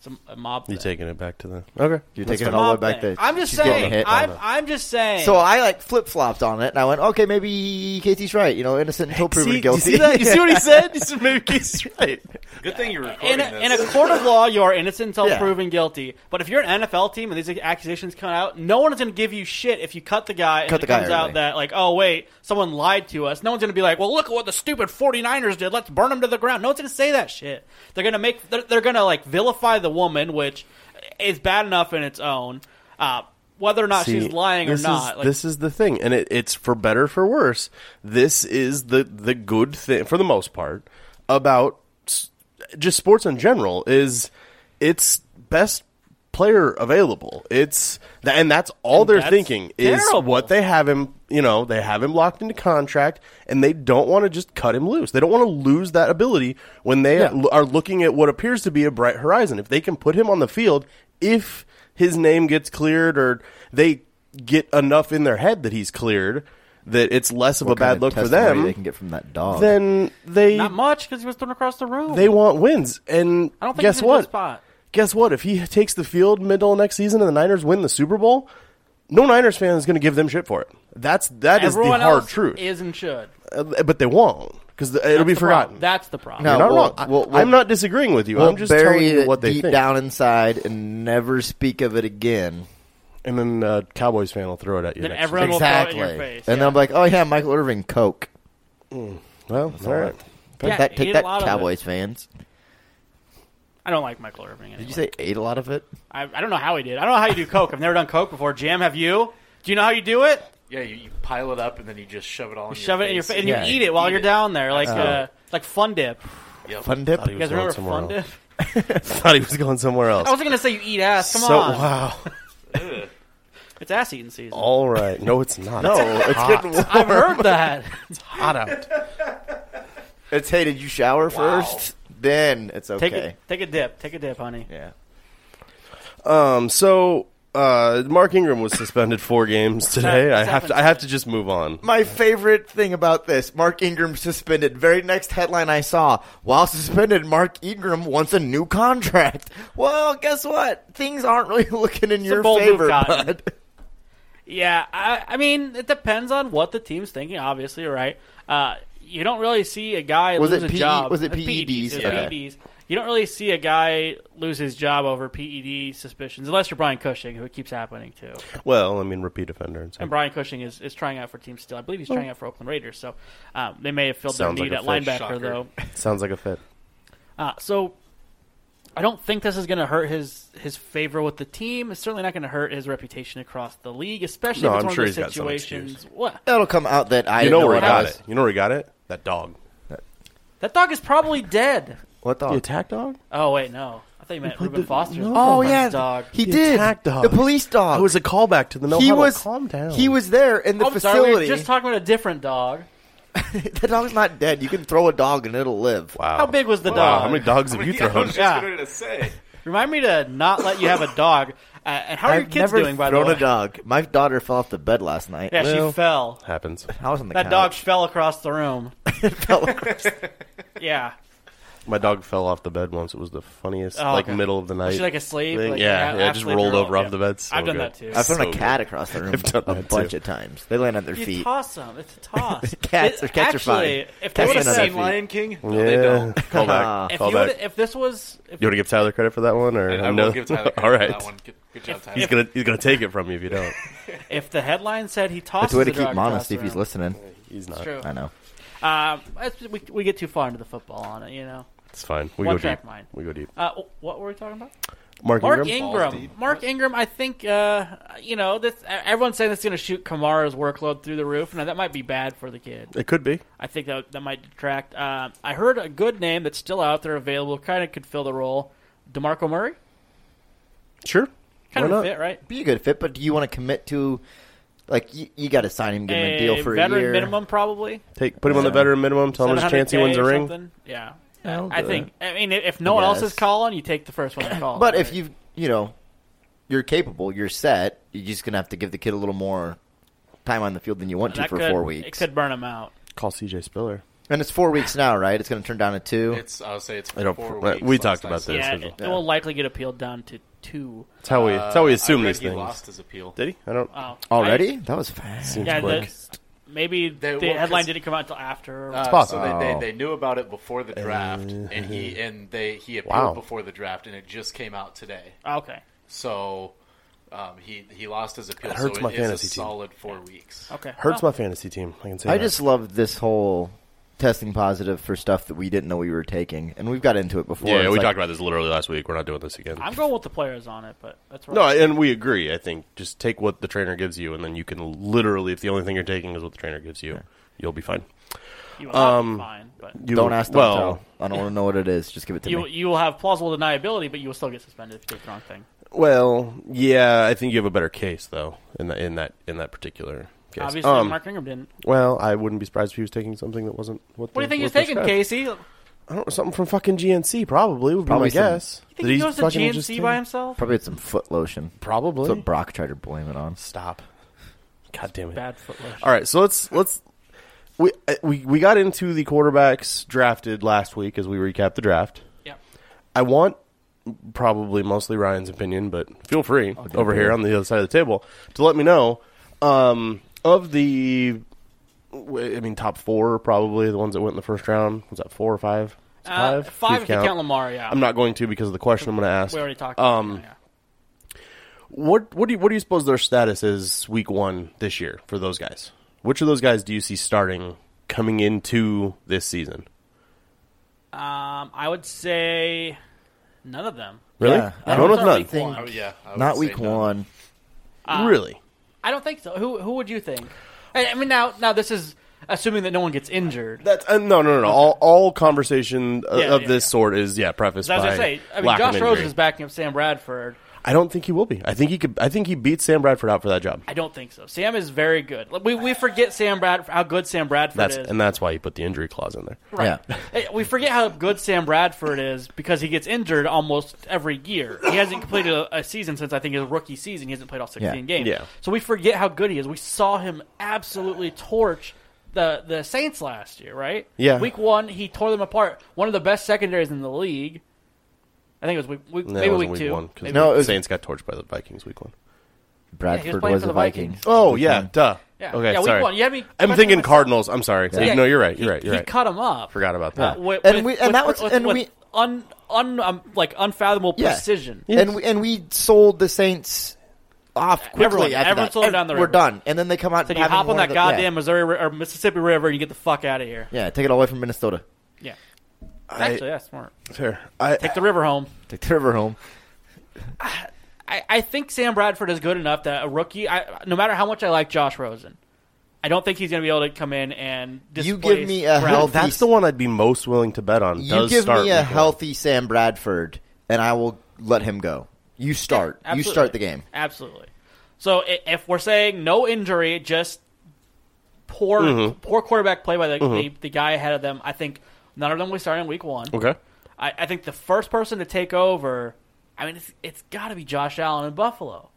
C: Some a mob.
B: you
C: thing.
B: taking it back to the okay.
E: You're
B: That's
E: taking
B: fine.
E: it all
C: Mob
E: the way back
C: thing.
E: to
C: I'm just
E: she's getting
C: saying.
E: hit.
C: I'm, I'm just saying.
E: So I like flip flopped on it, and I went, "Okay, maybe Casey's right. You know, innocent until proven
B: See,
E: guilty."
B: You see that? You see what he said? He said maybe Casey's right.
F: Good thing you're
C: in
F: recording
C: a, in
F: this.
C: a court of law, you are innocent until
E: Yeah.
C: proven guilty. But if you're an NFL team and these accusations come out, no one's going to give you shit if you cut the guy and
E: Cut
C: it
E: the guy
C: comes
E: early.
C: out that, like, oh, wait, someone lied to us. No one's going to be like, well, look at what the stupid 49ers did. Let's burn them to the ground. No one's going to say that shit. They're going to make, they're, they're going to, like, vilify the woman, which is bad enough in its own. Uh, whether or not
B: See,
C: she's lying or
B: this
C: not.
B: Is,
C: like,
B: this is the thing, and it, it's for better or for worse. This is the the good thing for the most part about s- just sports in general is it's best player available. It's th- and that's all they're
C: that's
B: thinking is
C: terrible.
B: what they have him. You know, they have him locked into contract, and they don't want to just cut him loose. They don't want to lose that ability when they
E: Yeah.
B: l- are looking at what appears to be a bright horizon. If they can put him on the field, if his name gets cleared or they get enough in their head that he's cleared, that it's less of a bad look for
E: They
B: them,
E: can get from that dog.
B: then they
C: not much because he was thrown across the room.
B: they want wins. And
C: I don't think
B: guess
C: he's in a good
B: what?
C: spot.
B: Guess what? If he takes the field middle of next season and the Niners win the Super Bowl, no Niners fan is going to give them shit for it. That's that is
C: Everyone
B: the hard
C: else
B: truth.
C: is and should.
B: Uh, but they won't because it'll
C: That's
B: be
C: the problem.
B: forgotten.
C: That's the problem.
E: No.
B: You're not
E: we'll-
B: wrong. I-
E: we'll- we'll-
B: I'm not disagreeing with you.
E: we'll
B: I'm just telling
E: bury
B: you
E: it
B: what they
E: deep
B: think.
E: down inside and never speak of it again.
B: And then uh, Cowboys fan will throw it at you.
C: Then
B: next
C: everyone
B: week.
C: will throw it in
E: exactly.
C: your face,
E: And
C: yeah.
E: they'll be like, "Oh yeah, Michael Irving, Coke."
B: Hmm. Well, all right.
E: Take
C: Yeah,
E: that,
C: eat
E: take
C: a
E: that,
C: lot of it.
E: Cowboys fans.
C: I don't like Michael Irving. Anyway.
E: Did you say ate a lot of it?
C: I, I don't know how he did. I don't know how you do coke. I've never done coke before. Jam, have you? Do you know how you do it?
F: Yeah, you, you pile it up and then you just shove it all. in your
C: Shove it in your
F: face.
C: face and
E: Yeah.
C: you eat it while
F: Eat
C: you're
F: it.
C: down there, like uh, like Fun Dip.
F: Yep.
E: Fun dip.
B: Thought he
C: You
B: was
C: guys
B: going somewhere
C: remember Fun Dip?
B: else. Thought he was going somewhere else.
C: I wasn't gonna say you eat ass. Oh, Come
B: so
C: on,
B: wow.
C: it's ass eating season.
E: Oh.
B: All right. No, it's not. no, it's getting
C: I've heard that.
B: hot out.
E: It's hey, did you shower first? Then it's okay.
C: Take a take a dip. Take a dip, honey.
E: Yeah.
B: Um, so uh, Mark Ingram was suspended four games today. I have to. I have to just move on.
E: My favorite thing about this, Mark Ingram suspended. Very next headline I saw, while suspended, Mark Ingram wants a new contract. Well, guess what? Things aren't really looking in
C: a
E: your
C: bold move,
E: favor,
C: Cotton.
E: bud.
C: Yeah, I, I mean, it depends on what the team's thinking, obviously, right? Uh, you don't really see a guy
E: Was
C: lose
E: it
C: a
E: PE
C: job.
E: was it
C: Uh,
E: PEDs?
C: It was
E: Okay.
C: PEDs. E You don't really see a guy lose his job over PED suspicions, unless you're Brian Cushing, who it keeps happening to.
B: Well, I mean, repeat offender. And so.
C: And Brian Cushing is, is trying out for teams still. I believe he's trying out for Oakland Raiders, so um, they may have filled
B: Sounds
C: their
B: like
C: need
B: a fair
C: at linebacker,
F: shocker.
C: though.
B: Sounds like a fit.
C: Uh, so I don't think this is going to hurt his his favor with the team. It's certainly not going to hurt his reputation across the league, especially
B: No,
C: if it's
B: I'm
C: one
B: sure
C: of
B: he's
C: those
B: got some
C: situations.
B: excuse.
C: What?
E: That'll come out that I
B: You
E: didn't
B: know where he
E: what
B: got
E: was.
B: it. You know where he got it. That dog.
C: That dog is probably dead.
E: What the?
B: The attack dog.
C: Oh wait, no. I thought you meant Ruben
B: the-
C: Foster's
B: no.
E: oh
C: girlfriend's
E: yeah,
C: dog.
E: He
B: The
E: did.
B: attack dog.
E: The police dog.
B: It was a callback to the no.
E: he
B: huddle.
E: was.
B: Calm down.
E: He was there in the
C: I'm sorry, we were
E: facility.
C: just talking about a different dog.
E: the dog's not dead. You can throw a dog and it'll live.
B: Wow.
C: How big was the
B: Wow.
C: dog?
B: How many dogs have you
F: Yeah, I
B: thrown?
F: was just
C: Yeah.
F: going to say.
C: Remind me to not let you have a dog. Uh, and how are your
E: I've
C: kids
E: never
C: doing? By the
E: thrown
C: way,
E: a dog. My daughter fell off the bed last night.
C: yeah,
B: Well,
C: she fell.
B: Happens.
E: I was on the
C: That dog
E: couch.
C: fell across the room.
E: fell across-
C: Yeah,
B: My dog fell off the bed once. It was the funniest,
C: Oh,
B: like
C: okay.
B: middle of the night.
C: she like asleep.
B: thing.
C: Like,
B: yeah, yeah,
C: half
B: just
C: asleep
B: rolled
C: or-
B: over
C: yeah.
B: off the bed. So
C: I've done
B: good.
C: that too.
E: I've thrown
B: So
E: a cat across the room
B: I've done
E: a
B: that,
E: bunch
B: too.
E: of times. They land on their
C: You
E: feet.
C: toss them. It's a toss.
E: Cats
C: It-
E: are- cats are fine.
C: actually, If they
E: Cats
C: would have
E: are
C: said,
E: fine.
F: Lion King? No,
B: Yeah.
F: they don't.
B: Callback.
C: if, you
B: Callback.
C: would've- if this was, if,
B: You want to give Tyler credit for that one, or
F: And I
B: no?
F: will give Tyler credit
B: All right,
F: for that one. Good, good job, Tyler.
B: he's gonna he's gonna take it from you if you don't.
C: if the headline said he
E: That's
C: tosses
E: a way to
C: the
E: keep
C: dog
E: him
C: across
E: honest
C: the
E: if he's
C: room.
E: listening.
B: He's not.
C: It's true.
E: I know.
C: Um, that's- we, we get too far into the football on it, you know.
B: It's fine. We
C: One
B: go
C: track
B: deep.
C: mind.
B: We go deep.
C: Uh, wh- what were we talking about?
B: Mark,
C: Mark
B: Ingram.
C: Ingram.
F: Balls deep.
C: Mark Ingram. I think uh, you know this. Everyone's saying that's going to shoot Kamara's workload through the roof, and that might be bad for the kid.
B: It could be.
C: I think that that might detract. Um I heard a good name that's still out there available, kind of could fill the role. Demarco Murray,
B: Sure. Why
C: kind of a
B: not?
C: fit, right?
E: Be a good fit, but do you want to commit to? Like you, you got to sign him, give him a
C: A
E: deal for a
C: veteran
E: year.
C: minimum, probably.
B: Take put him on the veteran minimum. Tell him there's a chance he
C: 700K
B: wins a
C: or
B: ring.
C: something. Yeah.
E: I'll
C: I
E: do
C: think.
E: it.
C: I mean, if no one else
E: Yes.
C: is calling, you take the first one to call.
E: But
C: right?
E: if you you know you're capable, you're set. You're just gonna have to give the kid a little more time on the field than you want to
C: That
E: for
C: could-
E: four
C: it
E: weeks.
C: could burn him out.
B: Call CJ Spiller.
E: And it's four weeks now, right? It's gonna turn down to two.
F: It's, I'll say it's
B: I don't-
F: four
B: we
F: weeks.
B: talked
F: last I
B: about
F: saw.
B: this.
C: yeah,
B: is
C: it,
B: a-
C: it will likely get appealed down to two.
B: That's how we. That's
C: Uh,
B: how we assume
F: Uh, I read
B: these
F: he
B: things.
F: lost his appeal.
B: Did he? I don't.
C: Oh,
E: Already? that was fast.
C: I- yeah,
B: quick.
C: that's- maybe
F: They-
C: the
F: well, 'cause-
C: headline didn't come out until after.
F: Uh,
B: possible.
F: So they,
E: Oh.
F: they, they knew about it before the draft, and he and they he appealed
B: Wow.
F: before the draft, and it just came out today.
C: okay,
F: So um, he he lost his appeal.
B: That hurts
F: so
B: my
F: it is
B: fantasy
F: a
B: team.
F: solid four weeks.
C: okay,
B: Hurts
C: Well,
B: my fantasy team. Oh. I can say
E: I
B: that.
E: just love this whole testing positive for stuff that we didn't know we were taking, and we've got into it before.
B: Yeah,
E: It's
B: we
E: like,
B: talked about this literally last week. We're not doing this again.
C: I'm going with the players on it, but that's right.
B: No, and we agree. I think just take what the trainer gives you, and then you can literally, if the only thing you're taking is what the trainer gives you, you'll be fine.
C: you will not be fine, but
B: You-
E: Don't ask, don't
B: well,
E: tell. I don't want to know what it is. Just give it to
C: you
E: me.
C: you will have plausible deniability, but you will still get suspended if you take the wrong thing.
B: Well, yeah, I think you have a better case though in that in that in that particular case.
C: Obviously,
B: Um,
C: Mark Ingram didn't.
B: well, I wouldn't be surprised if he was taking something that wasn't what.
C: What do you
B: the-
C: think he was
B: what
C: taking,
B: prescribed.
C: Casey? You
B: I don't know, something from fucking GNC probably would be
E: Probably
B: my
E: some-
B: guess.
C: think
B: Did
C: he goes to
B: fucking just
C: GNC
B: take-
C: by himself?
E: Probably it's some foot lotion.
B: Probably.
E: That's what Brock tried to blame it on.
B: Stop. God damn it.
C: Bad footwear.
B: All right, so let's let's we uh, we we got into the quarterbacks drafted last week as we recap the draft.
C: Yeah.
B: I want probably mostly Ryan's opinion, but feel free over here on the other side of the table to let me know um, of the. w- I mean, top four probably the ones that went in the first round. Was that four or five? Is it
C: Uh, five
B: Please
C: if you count Lamar. Yeah,
B: I'm not going to because of the question I'm going to ask.
C: We already talked. About
B: Um,
C: that, yeah.
B: what what do you, what do you suppose their status is week one this year for those guys? Which of those guys do you see starting coming into this season?
C: Um, I would say none of them.
B: Really?
E: Yeah, I
B: None
E: don't
B: with none.
E: think-
F: I would- Oh, yeah, I would
E: Not
F: say
E: week
F: no.
E: one. Ah.
B: really?
C: I don't think so. Who who would you think? I, I mean, now now this is assuming that no one gets injured.
B: That's uh, no, no, no, no. All all conversation uh,
C: Yeah,
B: of
C: yeah,
B: this
C: yeah.
B: sort is yeah prefaced
C: I was
B: by
C: gonna say, I mean,
B: lack
C: Josh
B: of
C: Rosen
B: injury.
C: is backing up Sam Bradford.
B: I don't think he will be. I think he could. I think he beats Sam Bradford out for that job.
C: I don't think so. Sam is very good. Like, We we forget Sam Bradford how good Sam Bradford
B: That's
C: is.
B: and that's why he put the injury clause in there.
E: Right. Yeah.
C: Hey, We forget how good Sam Bradford is because he gets injured almost every year. He hasn't completed a, a season since I think his rookie season. He hasn't played all 16
E: Yeah.
C: games.
B: Yeah.
C: So we forget how good he is. We saw him absolutely torch the the Saints last year, right?
B: Yeah.
C: Week 1, he tore them apart. One of the best secondaries in the league. I think it was week, week
B: No, it
C: maybe
B: wasn't
C: week 2.
B: one because
C: Maybe
E: No,
B: no,
E: it was-
B: Saints got torched by the Vikings week one.
E: Bradford
C: playing
E: was
C: for
E: a
C: the
E: Viking.
C: Vikings.
B: Oh yeah, duh.
C: Yeah.
B: Okay,
C: Yeah, week
B: sorry.
C: one. You had me
B: I'm
C: questioning
B: thinking
C: myself.
B: Cardinals. I'm sorry.
C: Yeah,
B: no, you're right.
C: he-
B: You're right. You're
C: he
B: right.
C: cut him up.
B: Forgot about
C: Uh,
B: that.
C: with-
E: And
C: with-
E: we- and
C: with-
E: that was-
C: with-
E: and
C: with
E: we-
C: un, un um, like unfathomable
E: Yeah.
C: precision.
E: And we, and we sold the Saints off quickly.
C: Everyone-
E: after
C: everyone
E: that.
C: sold it
E: And
C: down the
E: We're
C: river.
E: done, and then they come out.
C: Said
E: and
C: you
E: having
C: hop on
E: one of
C: that
E: the-
C: goddamn
E: yeah.
C: Missouri ri- or Mississippi River and you get the fuck out of here.
E: Yeah, take it away from Minnesota.
C: Yeah.
B: I-
C: Actually, that's smart.
B: Fair. I,
C: Take the river home.
E: Take the river home.
C: I, I think Sam Bradford is good enough that a rookie, I, no matter how much I like Josh Rosen, I don't think he's going to be able to come in and
E: You
C: displace
E: give me a
C: Bradford.
E: healthy.
B: that's the one I'd be most willing to bet on.
E: You
B: does
E: give
B: start
E: me a
B: week one.
E: healthy Sam Bradford, and I will let him go. You start. you
C: Absolutely.
E: start the game.
C: Absolutely. So i- if we're saying no injury, just poor poor quarterback play by the, the, the guy ahead of them, I think none of them will start in week one.
B: Okay.
C: I, I think the first person to take over, I mean, it's, it's got to be Josh Allen in Buffalo.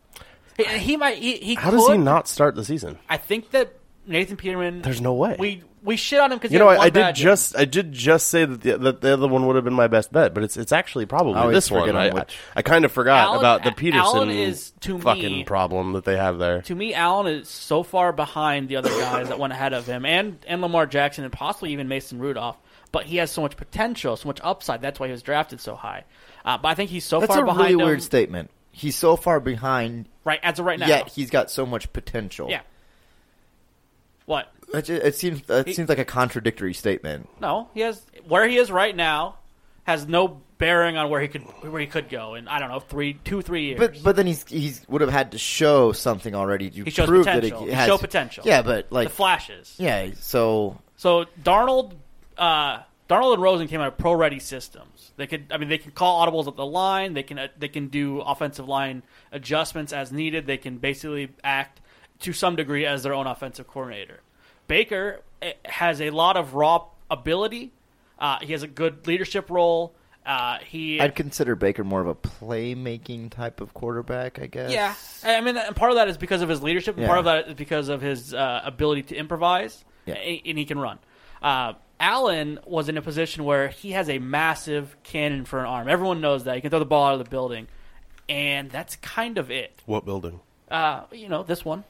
C: He, he might. He, he
B: How
C: could,
B: does he not start the season?
C: I think that Nathan Peterman.
B: There's no way.
C: We we shit on him because
B: You know, I, I did just I did just say that the, that the other one would have been my best bet, but it's it's actually probably
E: I always
B: this one.
E: forget
B: I,
E: on
B: I,
E: which-
B: I kind of forgot
C: Allen-
B: about the
C: A-
B: Peterson
C: Allen is, to
B: fucking
C: me-
B: problem that they have there.
C: To me, Allen is so far behind the other guys that went ahead of him, and and Lamar Jackson, and possibly even Mason Rudolph. But he has so much potential, so much upside. That's why he was drafted so high. Uh, but I think he's so
E: That's
C: far
E: a
C: behind
E: really
C: him,
E: weird statement. He's so far behind,
C: right as of right now.
E: yet he's got so much potential.
C: yeah. What?
E: It, ju- it seems it seems like a contradictory statement.
C: No, he has where he is right now has no bearing on where he could where he could go in I don't know three two three years.
E: But but then he's he's would have had to show something already to
C: He shows
E: prove
C: potential.
E: that
C: He
E: has
C: showed potential.
E: Yeah, but like
C: the flashes.
E: yeah, so
C: So Darnold, uh, Darnold and Rosen came out of pro ready systems. They could I mean they can call audibles at the line. They can uh, they can do offensive line adjustments as needed. They can basically act to some degree as their own offensive coordinator. Baker eh, has a lot of raw ability. Uh, he has a good leadership role. Uh, he
E: I'd consider Baker more of a playmaking type of quarterback, I guess.
C: Yeah, I I mean, and part of that is because of his leadership, and
E: Yeah.
C: part of that is because of his uh, ability to improvise,
E: Yeah.
C: a- and he can run. Uh, Allen was in a position where he has a massive cannon for an arm. Everyone knows that he can throw the ball out of the building, and that's kind of it.
B: What building?
C: Uh, you know, this one.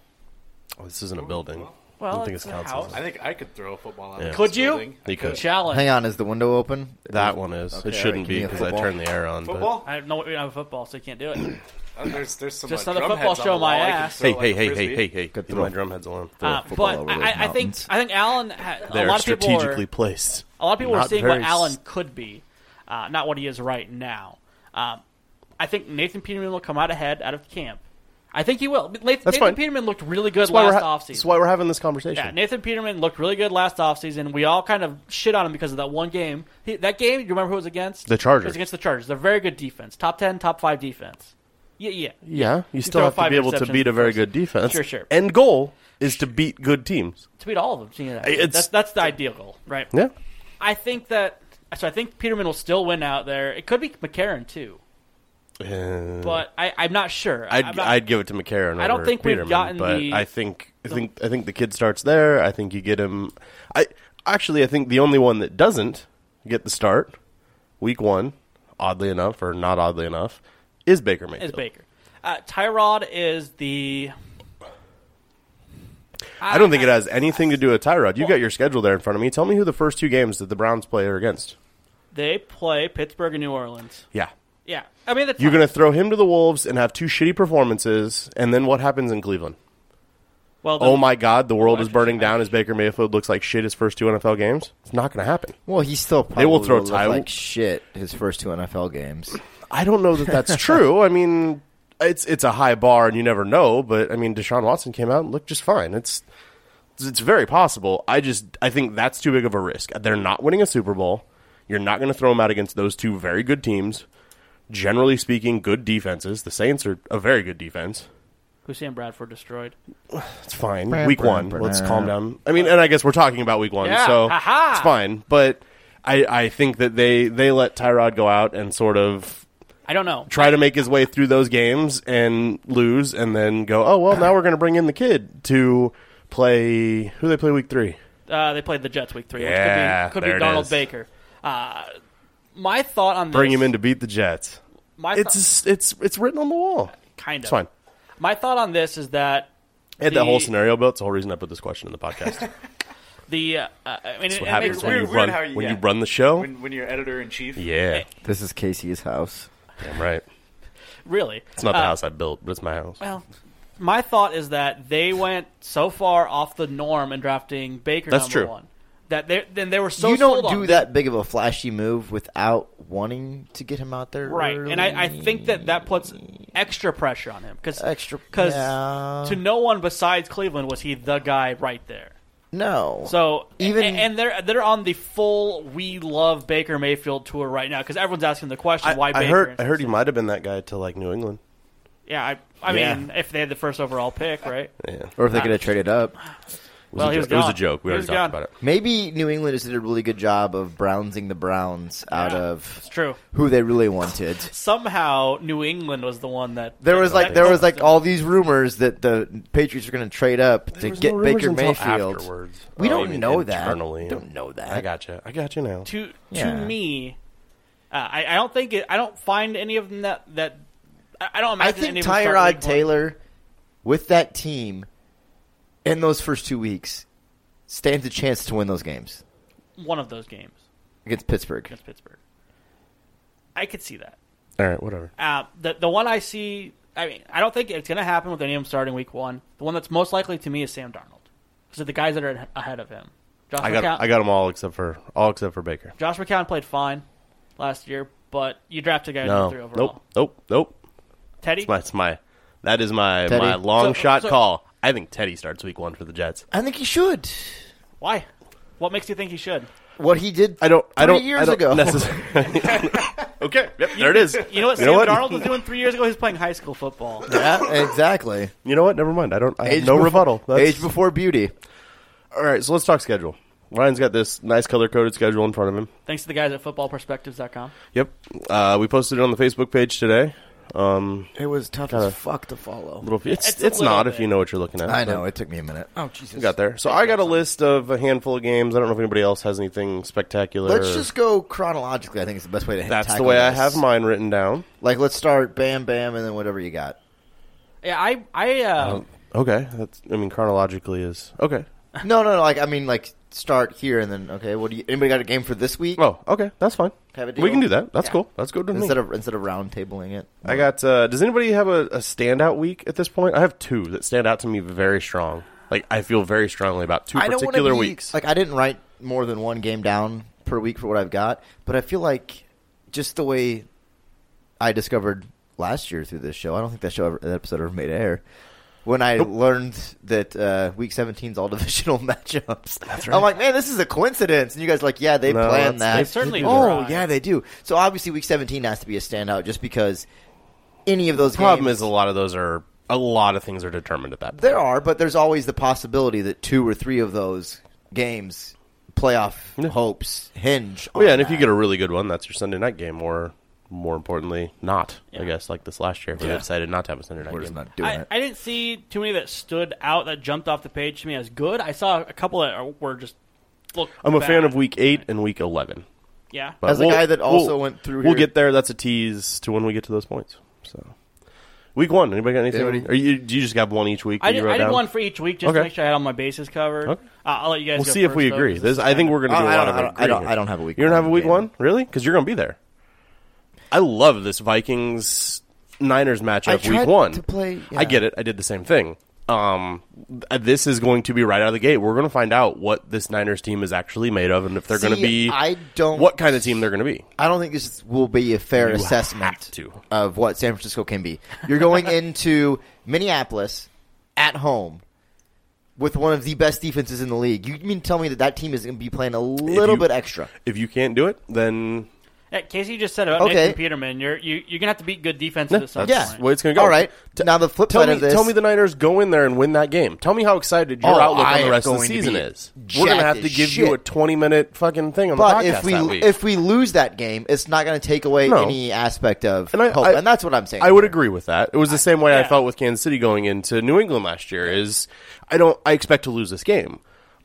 B: Oh, this isn't a building. I
C: Well,
B: don't think it's
C: it's a
B: council.
C: house.
F: I think I could throw a football out.
B: Yeah.
F: of
C: Could
F: this
C: you?
F: building.
B: He could.
C: Challenge.
E: Hang on, is the window open?
B: That one is.
E: Okay,
B: it shouldn't
E: all right, give
B: be
E: me a
B: because I
E: football.
B: turned the air on. but-
F: Football?
C: I have no, we don't have football, so you can't do it.
F: Uh, There's there's some
C: Just
F: uh,
C: another
F: drum
C: football
F: heads on
C: show
F: the
C: my
F: wall. I can
C: ass.
F: throw
B: Hey,
F: like
B: hey,
F: a
B: hey,
F: frisbee.
B: hey, hey, hey! Get
E: throw.
B: my drum heads alone.
C: Uh,
E: football
C: but
E: over those
C: I, I think
E: mountains.
C: I think Alan. Had, a
B: They're
C: lot of people
B: strategically
C: are,
B: placed.
C: A lot of people were
B: Not
C: seeing what
B: very
C: Allen
B: s-
C: could be, uh, not what he is right now. Um, I think Nathan Peterman will come out ahead out of camp. I think he will. Nathan, Nathan
B: fine.
C: Peterman looked really good
B: That's why, we're
C: last
B: ha-
C: offseason.
B: that's why we're having this conversation.
C: Yeah, Nathan Peterman looked really good last offseason. We all kind of shit on him because of that one game. He, that game, you remember who it was against?
B: The Chargers.
C: It was against the Chargers. They're very good defense. Top 10, top 5 defense. Yeah, yeah.
B: Yeah, you still
C: throw
B: have to
C: five
B: be able to
C: interceptions
B: beat a very
C: first.
B: good defense.
C: Sure, sure.
B: End goal is to beat good teams.
C: To beat all of them. seeing that.
B: It's-
C: That's, that's the ideal goal, right?
B: Yeah.
C: I think that. So I think Peterman will still win out there. It could be McCarron, too.
B: Uh,
C: But I, I'm not sure.
B: I'd
C: I'm not-
B: I'd give it to McCarron.
C: I don't
B: over
C: think we've
B: Peterman,
C: gotten
B: but
C: the-
B: I think I think I think the kid starts there. I think you get him. I actually I think the only one that doesn't get the start week one, oddly enough or not oddly enough, is Baker Mayfield.
C: is Baker. Uh, Tyrod is the.
B: I don't think it has anything to do with Tyrod. You got your schedule there in front of me. Tell me who the first two games that the Browns play are against.
C: They play Pittsburgh and New Orleans.
B: Yeah.
C: Yeah, I mean that's
B: You're
C: fine.
B: going to throw him to the Wolves and have two shitty performances, and then what happens in Cleveland?
C: Well, the,
B: Oh my God, the world is
C: Well,
B: burning down as Baker Mayfield looks like shit his first two NFL games. It's not going to happen.
E: Well, he still probably
B: will throw
E: look
B: Ty-
E: like shit his first two NFL games.
B: I don't know that that's true. I mean, it's it's a high bar, and you never know. But I mean, Deshaun Watson came out and looked just fine. It's it's very possible. I just I think that's too big of a risk. They're not winning a Super Bowl. You're not going to throw them out against those two very good teams. Generally speaking, good defenses. The Saints are a very good defense.
C: who Sam Bradford destroyed.
B: It's fine.
E: Brr,
B: Week
E: brr,
B: one.
E: brr.
B: Let's calm down. I mean, and I guess we're talking about week one,
C: Yeah.
B: so
C: Ha-ha.
B: it's fine. But I, I think that they they let Tyrod go out and sort of
C: I don't know.
B: try to make his way through those games and lose, and then go, oh well, now we're going to bring in the kid to play. Who they play week three?
C: Uh, they played the Jets week three,
B: Yeah,
C: which could be,
B: there
C: could be
B: it
C: Donald
B: is.
C: Baker. Uh, my thought on this,
B: Bring him in to beat the Jets.
C: My thought,
B: It's it's it's written on the wall.
C: kind of
B: It's fine.
C: My thought on this is that
B: I had that whole
C: The-
B: scenario built. It's the whole reason I put this question in the podcast.
C: the uh, I mean,
B: What
C: it, it
B: happens
C: makes
B: when you
C: sense.
F: weird
B: run
F: how you-
B: when you
F: yeah.
B: run the show?
F: When, when you're editor in chief,
B: Yeah,
E: This is Casey's house.
B: damn right.
C: really.
B: It's not the
C: Uh,
B: house I built, but it's my house.
C: Well, my thought is that they went so far off the norm in drafting Baker.
B: That's
C: number
B: true.
C: One, that they then they were so
E: you
C: sold
E: don't
C: on
E: do that big of a flashy move without wanting to get him out there,
C: Right, and I, I think that that puts extra pressure on him because
E: Extra-
C: because
E: yeah.
C: to no one besides Cleveland was he the guy right there.
E: no.
C: So
E: Even-
C: even and they're they're on the full we love Baker Mayfield tour right now because everyone's asking the question
B: I,
C: why
B: I
C: Baker.
B: heard I heard he might have been that guy to like New England.
C: Yeah, I, I
E: Yeah.
C: mean if they had the first overall pick, right?
B: Yeah.
E: or if they could have traded up,
C: well,
B: a
C: he was
B: joke. it was a
C: gone.
B: joke. We
C: He
B: already
C: was
B: talked
C: gone.
B: about it.
E: maybe New England just did a really good job of browsing the Browns out
C: Yeah.
E: of
C: It's true.
E: who they really wanted.
C: Somehow New England was the one that
E: There was like
C: that-
E: there was like all these rumors that the Patriots were going to trade up to get Baker Mayfield.
B: Afterwards.
E: We
B: Oh,
E: don't
B: you mean
E: know that.
B: Internally.
E: Don't know that.
B: I got you. I got you now.
C: to
E: Yeah.
C: to me, uh, I, I don't think it, I don't find any of them that that I I don't imagine.
E: I think
C: any of them start week
E: Tyrod
C: one.
E: Taylor with that team in those first two weeks stands a chance to win those games
C: one of those games
E: against Pittsburgh.
C: against Pittsburgh. I could see that.
B: All right, whatever.
C: Uh, the the one I see, I mean, I don't think it's going to happen with any of them starting week one. The one that's most likely to me is Sam Darnold. So the guys that are ahead of him, Josh
B: I got
C: McCown.
B: I got them all except for all except for Baker.
C: Josh McCown played fine last year, but you draft a guy number three
B: No.
C: overall.
B: Nope. Nope. Nope.
C: Teddy,
B: It's my, it's my that is my
E: Teddy.
B: my long
C: So-
B: shot
C: so-
B: call. I think Teddy starts week 1 for the Jets.
E: I think he should.
C: why? What makes you think he should?
E: What he did
B: I don't I
E: Three
B: don't
E: years
B: I don't
E: ago.
B: necessarily Okay, yep, there it is.
C: You know what
B: You
C: Sam
B: know what?
C: Darnold was doing three years ago? He was playing high school football.
E: Yeah, exactly.
B: You know what? Never mind. I don't I have no
E: before,
B: rebuttal. That's-
E: Age before beauty.
B: All right, so let's talk schedule. Ryan's got this nice color coded schedule in front of him.
C: Thanks to the guys at footballperspectives.com.
B: Yep. Uh, we posted it on the Facebook page today. Um,
E: It was tough as fuck to follow.
B: little, it's
C: It's
B: it's,
C: a little
B: not
C: bit.
B: if you know what you're looking at.
E: I
B: but
E: know. It took me a minute. Oh Jesus!
B: We got there. So I got a list of a handful of games. I don't know if anybody else has anything spectacular.
E: Let's just go chronologically. I think it's the best way to.
B: That's the
E: tackle
B: way I
E: this.
B: have mine written down.
E: Like, let's start. Bam, bam, and then whatever you got.
C: Yeah, I I uh,
B: Oh, Okay, that's I mean chronologically is okay.
E: No, no, no. Like, I mean, like start here and then okay. Well, do you, anybody got a game for this week?
B: Oh, okay, that's fine.
E: Have a
B: We can
E: deal?
B: do that. That's
E: Yeah.
B: cool. That's good to me.
E: instead of instead of round tabling it.
B: I got. Uh, does anybody have a, a standout week at this point? I have two that stand out to me very strong. Like I feel very strongly about two
E: I don't wanna
B: particular
E: be-
B: weeks.
E: Like I didn't write more than one game down per week for what I've got, but I feel like just the way I discovered last year through this show, I don't think that show ever, that episode ever made air. When I learned that uh, week 17 is all divisional matchups, That's right. I'm like, man, this is a coincidence. And you guys are like, yeah, they
B: No, that's-
E: planned that.
C: They certainly
E: Oh,
C: tried.
E: yeah, they do. So obviously, week 17 has to be a standout just because any of those
B: the problem
E: games,
B: is a lot of those are a lot of things are determined at that. Point.
E: there are, but there's always the possibility that two or three of those games, playoff hopes, hinge.
B: Well, yeah,
E: on
B: and if you
E: that.
B: get a really good one, that's your Sunday night game, or more importantly, not. I guess like this last year, where they decided not to have a Sunday night
E: we're
B: game.
E: just not doing
C: I,
E: it.
C: I didn't see too many that stood out that jumped off the page to me as good. I saw a couple that are, were just look.
B: I'm a fan
C: bad.
B: of week eight and week eleven.
C: Yeah,
B: But
E: As a guy that also went through
B: we'll
E: here-
B: get there. That's a tease to when we get to those points. So, week one. Anybody got anything?
E: Anybody-
B: Or you, do you just got one each week?
C: I
B: that you
C: did,
B: wrote
C: I did
B: down?
C: one for each week just
B: Okay.
C: to make sure I had all my bases covered.
B: Okay.
C: Uh, I'll let you guys.
B: We'll
C: go
B: see if we
C: first, though,
B: agree.
C: 'cause
B: This,
C: this
B: I
C: is
B: think we're going to do
E: I
B: a lot
E: don't-
B: of
E: I don't- I
B: agreeing.
E: don't- I don't have a week
B: You don't
E: one
B: have a week
E: game.
B: one, really? Because you're going to be there. I love this Vikings Niners
E: I
B: matchup week
E: tried
B: one.
E: to play-
B: I
E: yeah.
B: get it. I did the same thing. Um, th- this is going to be right out of the gate. We're going to find out what this Niners team is actually made of, and if they're going to
E: See,
B: be
E: I don't-
B: what kind of team they're going to be.
E: I don't think this will be a fair assessment
B: have to.
E: of what San Francisco can be. You're going into Minneapolis at home with one of the best defenses in the league. You mean tell me that that team is going to be playing a little
B: you-
E: bit extra?
B: If you can't do it, then
C: Yeah, Casey just said about
E: Okay.
C: Nathan Peterman. You're you, you're gonna have to beat good defenses at some
E: that's-
C: point.
B: the way it's going to go.
E: All right.
B: T-
E: Now the flip
B: tell
E: side
B: me,
E: of this-
B: tell me the Niners go in there and win that game. Tell me how excited your
E: Oh,
B: outlook
E: I
B: on the
E: am
B: rest of the
E: going to
B: season
E: be
B: is. We're going to
E: jacked
B: have to
E: as
B: give
E: shit.
B: you a twenty minute fucking thing on
E: But
B: the podcast
E: if we
B: that week.
E: if we lose that game, it's not going to take away
B: No.
E: any aspect of
B: And I-
E: hope,
B: I-
E: and that's what I'm saying.
B: I would
E: here.
B: agree with that. It was the same way I
C: yeah.
B: felt with Kansas City going into New England last year. Is I don't I expect to lose this game.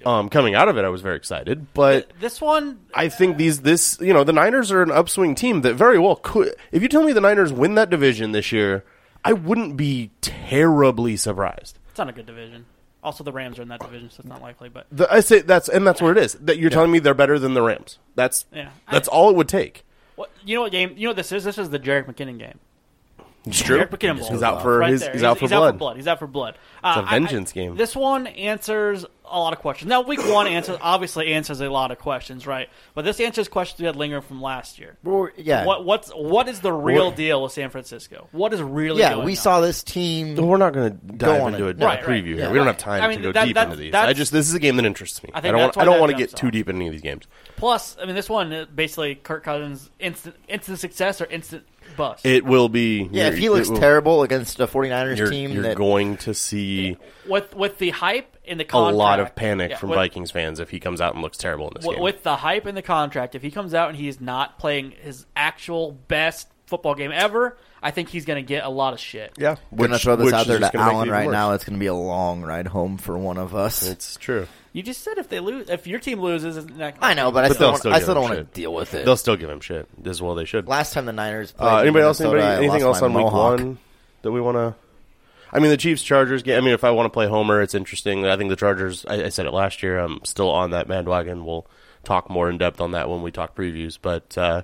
B: Um, coming out of it, I was very excited, but
C: This one,
B: I think these this you know the Niners are an upswing team that very well could. If you tell me the Niners win that division this year, I wouldn't be terribly surprised.
C: it's not a good division. Also, the Rams are in that division, so it's not likely. But
B: The, I say that's and that's what it is. That you're telling me they're better than the Rams. That's
C: Yeah.
B: that's all it would take.
C: what, you know what game? You know what this is? This is the Jarek McKinnon game.
B: It's true.
C: Jarek McKinnon Bowl.
B: He's out for
C: Right
B: his,
C: there.
B: he's, out for blood.
C: He's out for blood. Uh,
B: It's a
C: I- I-
B: vengeance game.
C: This one answers a lot of questions. Now, week one answers obviously answers a lot of questions, right? But this answers questions we had lingering from last year.
E: Well, yeah.
C: What what's what is the real deal with San Francisco? What is really?
E: yeah,
C: going
E: we
C: on?
E: saw this team.
B: We're not going to dive
E: on
B: into
E: it.
B: it. No,
C: Right, right.
B: preview here.
E: Yeah.
B: we don't have time
C: I mean,
B: to go
C: that-
B: deep
C: that-
B: into these. I
C: that's-
B: just this is a game that interests me. I,
C: I think
B: don't want,
C: that's
B: I
C: why
B: don't
C: that
B: want to get
C: jumps
B: too
C: off.
B: deep in any of these games.
C: Plus, I mean, this one uh, basically Kirk Cousins instant instant success or instant bust.
B: It will be.
E: Yeah,
B: you're-
E: if he looks
B: it will-
E: terrible against a 49ers
B: you're,
E: team
B: you're
E: that
B: going to see
C: with with the hype and the
B: a
C: contract,
B: lot of panic
C: Yeah,
B: from
C: with,
B: Vikings fans if he comes out and looks terrible in this
C: with,
B: game.
C: with the hype and the contract, if he comes out and he's not playing his actual best football game ever, I think he's going to get a lot of shit.
B: yeah,
E: we're going to throw this
B: which
E: out
B: is
E: there
B: just
E: to
B: gonna make it
E: Allen
B: even
E: right
B: worse.
E: now. It's going to be a long ride home for one of us.
B: It's true.
C: You just said if they lose, if your team loses, isn't that
E: I know, but I
B: But
E: still,
B: they'll
E: don't-
B: still
E: I
B: give
E: still
B: him
E: don't want
B: shit.
E: to deal with it.
B: They'll still give him shit. As well, they should.
E: Last time the Niners played,
B: Uh, anybody else? Anybody,
E: Minnesota, I
B: anything else
E: lost
B: on
E: my
B: week
E: mohawk.
B: one that we want to? I mean, the Chiefs Chargers game. I mean, if I want to play Homer, it's interesting. I think the Chargers. I, I said it last year. I'm still on that bandwagon. We'll talk more in depth on that when we talk previews. But uh,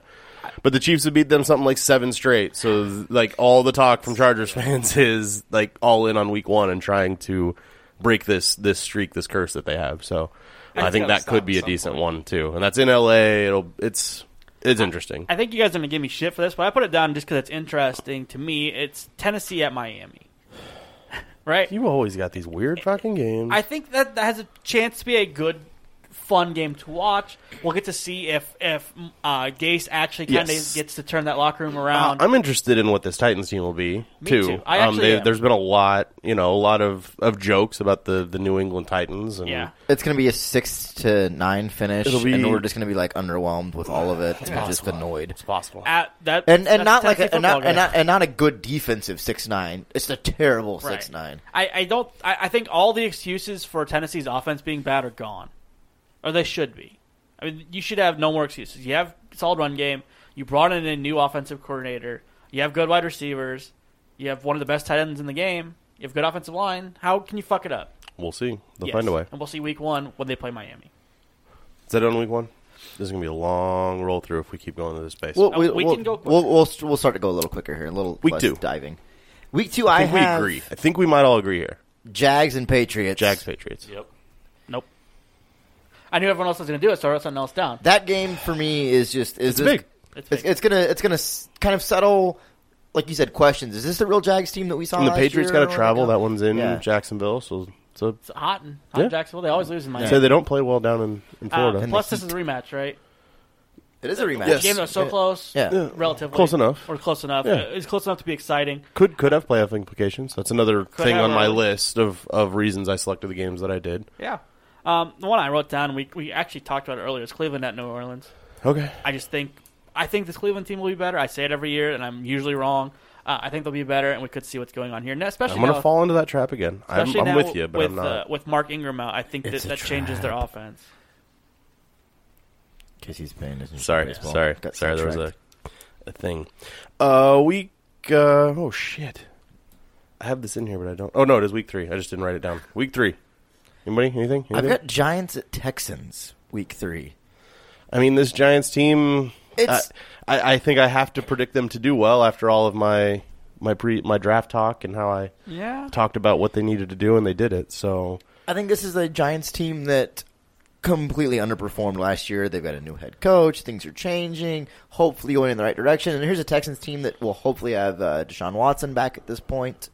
B: but the Chiefs have beat them something like seven straight. So like all the talk from Chargers fans is like all in on week one and trying to break this this streak, this curse that they have. So I, think
F: gotta
B: that
F: stop
B: could be
F: at
B: a
F: some
B: decent
F: point.
B: one too. And that's in L.A. It'll it's it's interesting.
C: I think you guys are going to give me shit for this, but I put it down just because it's interesting to me. It's Tennessee at Miami, right?
B: You always got these weird fucking games.
C: I think that, that has a chance to be a good, fun game to watch. We'll get to see if if uh, Gase actually kind of
B: Yes.
C: gets to turn that locker room around.
E: Uh,
B: I'm interested in what this Titans team will be
C: Me
B: too. Um,
C: too. I actually uh, am.
B: There's been a lot, you know, a lot of, of jokes about the, the New England Titans, and
C: yeah.
E: It's going to be a six to nine finish,
B: It'll be-
E: and we're just going to be like underwhelmed with all of it, and just annoyed.
B: it's possible.
C: At that
E: And
C: that's
E: and not like
C: Tennessee
E: a, and not,
C: football game.
E: and not and not a good defensive six nine. It's a terrible
C: Right.
E: six nine.
C: I, I don't. I, I think all the excuses for Tennessee's offense being bad are gone, or they should be. I mean, you should have no more excuses. You have solid run game. You brought in a new offensive coordinator. You have good wide receivers. You have one of the best tight ends in the game. You have good offensive line. How can you fuck it up?
B: We'll see. They'll
C: Yes.
B: find a way.
C: And we'll see week one when they play Miami.
B: that on week one? This is gonna be a long roll through if we keep going to this base.
E: Well,
C: Uh,
E: we,
C: we
E: will
C: can go quicker.
E: We'll, we'll st- we'll start to go a little quicker here. A little
B: Week
E: less
B: two.
E: diving. Week two,
B: I
E: I,
B: think
E: have
B: we agree. I think we might all agree here.
E: Jags and Patriots.
B: Jags Patriots.
F: Yep.
C: Nope. I knew everyone else was going to do it, so I wrote something else down.
E: That game for me is just is this-
B: big.
C: It's
E: It's,
C: big.
E: it's gonna it's gonna s- kind of settle, like you said, questions. Is this the real Jags team that we saw?
B: And the
E: last
B: Patriots
E: year
B: got
E: or
B: to travel.
E: whatever?
B: That one's in
E: Yeah.
B: Jacksonville, so so
C: It's hot and hot in
B: Yeah.
C: Jacksonville. They always lose in Miami.
B: so they don't play well down in, in
C: Uh,
B: Florida.
C: plus, this is a rematch, right?
E: It is a rematch.
C: The game that was so close.
E: Yeah. Yeah.
C: Relatively.
B: Close enough.
C: Or close enough.
B: Yeah.
C: It's close enough to be exciting.
B: could could have playoff implications. That's another thing
C: have,
B: on my
C: uh,
B: list of, of reasons I selected the games that I did.
C: Yeah. Um, the one I wrote down, we, we actually talked about it earlier, is Cleveland at New Orleans.
B: Okay.
C: I just think I think this Cleveland team will be better. I say it every year, and I'm usually wrong. Uh, I think they'll be better, and we could see what's going on here. And especially
B: I'm going
C: now-
B: to fall into that trap again. I'm,
C: especially
B: I'm
C: now
B: with you, but
C: with,
B: I'm not.
C: Uh, with Mark Ingram out, I think that,
E: It's a
C: that changes their
E: trap.
C: offense.
E: Because he's paying attention. to
B: sorry,
E: baseball.
B: sorry,
E: Got
B: sorry. There was a,
E: sidetracked.
B: a thing. Uh, week. Uh, oh shit! I have this in here, but I don't. Oh no, it is week three. I just didn't write it down. Week three. Anybody? Anything?
E: I've
B: Anything?
E: got Giants at Texans week three.
B: I mean, this Giants team.
E: It's-
B: I, I, I think I have to predict them to do well after all of my my pre my draft talk and how I
C: Yeah.
B: talked about what they needed to do and they did it. So
E: I think this is a Giants team that completely underperformed last year. They've got a new head coach. Things are changing. Hopefully going in the right direction. And here's a Texans team that will hopefully have uh, Deshaun Watson back at this point.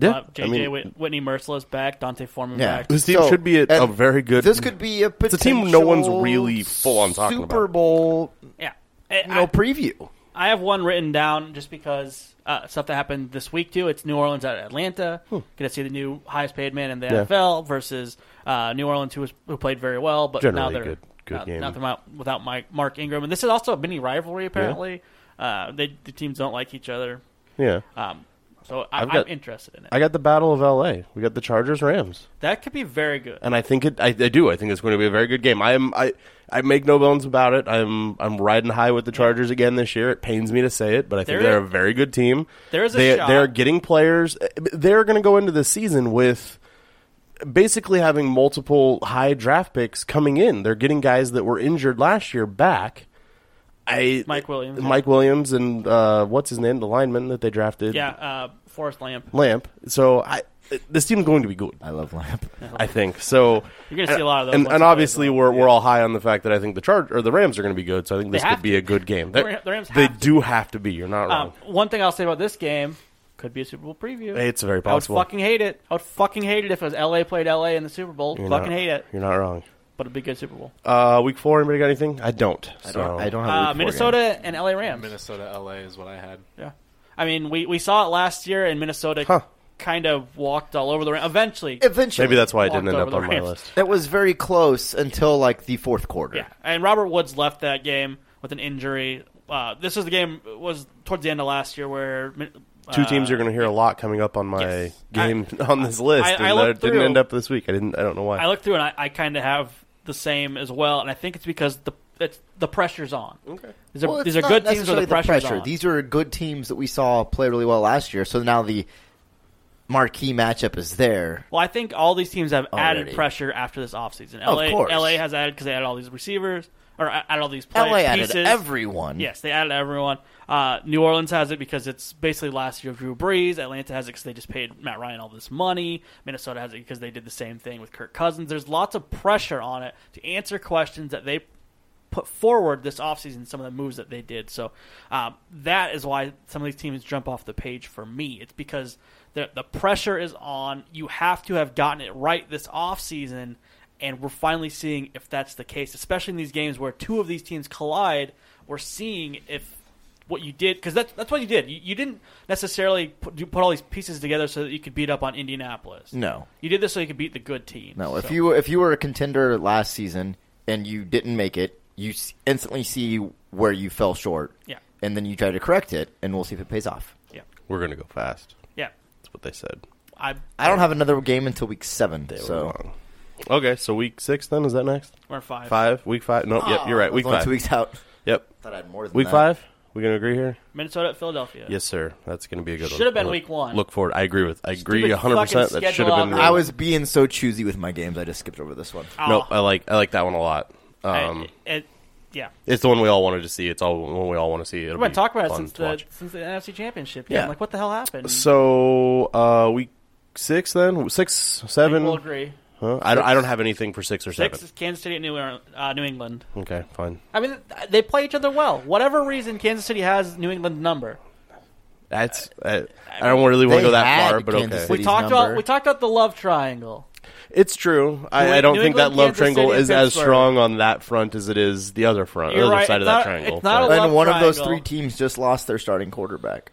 B: yeah,
C: Uh, JJ
B: I mean,
C: Whit- Whitney Merciless back, Dante Foreman
E: Yeah.
C: back.
B: This team
E: So-
B: should be a, a
E: and
B: very good.
E: This could be a
B: a
E: potential
B: team no one's really full on talking
E: Super
B: about.
E: Bowl
C: Yeah. I,
E: you know, preview.
C: I, I have one written down just because uh, stuff that happened this week too. It's New Orleans at Atlanta. Going to see the new highest paid man in the
B: Yeah.
C: NFL versus uh, New Orleans, who was who played very well, but now
B: Generally
C: they're
B: good- good
C: now-
B: game.
C: now they're out without Mike, Mark Ingram, and this is also a mini rivalry apparently. Uh, they, the teams don't like each other,
B: yeah.
C: um, so I,
B: I've got-
C: I'm interested in it.
B: I got the Battle of L.A. We got the Chargers Rams.
C: that could be very good.
B: and I think it. I, I do. I think it's going to be a very good game. I am. I. I make no bones about it. I'm. I'm riding high with the Chargers again this year. It pains me to say it, but I think
C: There-
B: they're a very good team.
C: there is a
B: they,
C: shot.
B: They're getting players. They're going to go into the season with basically having multiple high draft picks coming in. They're getting guys that were injured last year back. I
C: Mike Williams.
B: Mike Williams, and uh, what's his name, the lineman that they drafted,
C: Yeah, uh, Forrest Lamp.
B: Lamp. So I. This team's going to be good.
E: I love Lamp.
B: I think so.
C: You're gonna see a lot of those
B: and,
C: once
B: and
C: you play
B: obviously
C: them.
B: we're we're all high on the fact that I think the charge or the Rams are going to be good. So I think this
C: have
B: could be
C: to.
B: a good game.
C: The
B: That-
C: Ra- the Rams
B: they
C: have to.
B: do have to be. You're not wrong.
C: Um, one thing I'll say about this game could be a Super Bowl preview.
B: it's very
C: I would
B: possible.
C: fucking hate it. I would fucking hate it if it was LA played LA in the Super Bowl.
B: You're
C: fucking
B: not-
C: hate it,
B: You're not wrong.
C: but it'd be a good Super Bowl.
B: Uh, week four. Anybody got anything? I don't.
E: I
B: so-
E: don't. I don't have a week
C: Uh,
E: four game.
C: Minnesota and LA Rams.
F: Minnesota, LA is what I had.
C: Yeah, I mean we, we saw it last year, and Minnesota
B: Huh.
C: kind of walked all over the Rams. Eventually,
E: Eventually,
B: Maybe that's why it didn't
C: Walked
B: end up
C: over
B: on
C: the
B: my
C: Rams.
B: list.
E: That was very close until like the fourth quarter.
C: yeah. And Robert Woods left that game with an injury. Uh, this is the game was towards the end of last year where uh,
B: Two teams you're going to hear a lot coming up on my
C: Yes.
B: game on this list,
C: I-
B: and
C: I
B: that
C: looked
B: didn't end
C: through-
B: up this week. I didn't. I don't know why.
C: I looked through and I, I kind of have the same as well, and I think it's because the it's, the pressure's on. Okay, these are,
E: Well, it's
C: these are
E: not
C: good teams where
E: necessarily
C: the pressure's on.
E: These are good teams that we saw play really well last year. So now the marquee matchup is there.
C: well, I think all these teams have
E: Already.
C: added pressure after this offseason.
E: Of
C: LA,
E: course.
C: LA has added because they had all these receivers or a- added all these play
E: LA
C: pieces.
E: added everyone.
C: Yes, they added everyone. Uh, New Orleans has it because it's basically last year of Drew Brees. Atlanta has it because they just paid Matt Ryan all this money. Minnesota has it because they did the same thing with Kirk Cousins. There's lots of pressure on it to answer questions that they put forward this offseason, some of the moves that they did. So um, that is why some of these teams jump off the page for me. It's because the, the pressure is on. You have to have gotten it right this offseason. And we're finally seeing if that's the case, especially in these games where two of these teams collide. We're seeing if what you did because that's that's what you did. You, you didn't necessarily put, you put all these pieces together so that you could beat up on Indianapolis.
E: No.
C: you did this so you could beat the good team.
E: No. If
C: So-
E: you were, if you were a contender last season and you didn't make it, you s- instantly see where you fell short.
C: Yeah.
E: And then you try to correct it, and we'll see if it pays off.
C: yeah,
B: we're going to go fast.
C: yeah,
B: That's what they said.
C: I
E: I don't have another game until week seven.
B: They
E: so
B: were wrong. Okay, so week six then is that next?
C: we're five.
B: Five. Week five. No. yep. You're right.
E: It's
B: Week
E: only
B: five.
E: two Oh, weeks out.
B: Yep.
E: Thought I had more than
B: Week
E: that.
B: five. We gonna agree here?
C: Minnesota at Philadelphia.
B: Yes, sir. That's gonna be a good one.
C: Should have been
B: Look-
C: week one.
B: Look forward. I agree with. I agree
C: Stupid
B: 100. percent
C: fucking
B: That should have been.
C: schedule
E: I
C: out.
E: was being so choosy with my games, I just skipped over this one.
C: Ah,
B: No, I like. I like that one a lot.
C: I-
B: Um,
C: it- yeah.
B: it's the one we all wanted to see. It's all one we all want to see. It'll
C: We've been
B: be
C: talking about it
B: fun
C: since
B: to
C: the
B: watch.
C: since the NFC Championship. Yeah.
B: Yeah.
C: I'm like, what the hell happened?
B: So uh, week six then six seven.
C: we'll agree.
B: Huh? I don't. I don't have anything for six or seven.
C: Six is Kansas City at New, England- uh, New England.
B: Okay, fine.
C: I mean, th- they play each other well. Whatever reason, Kansas City has New England number.
B: That's. I, I don't really want
E: They
B: to go that
E: had
B: far, but
E: Kansas
B: okay.
E: City.
C: We
E: City's
C: talked
E: number.
C: about we talked about the love triangle.
B: It's true. I,
C: New-
B: I don't
C: New
B: think
C: England,
B: that love
C: Kansas
B: triangle
C: City,
B: is as
C: Pittsburgh.
B: strong on that front as it is the other front,
C: You're
B: the other
C: right.
B: side
C: It's
B: of that
C: not-
B: triangle.
C: it's not a
B: But-
C: love
E: And one of those
C: triangle.
E: three teams just lost their starting quarterback.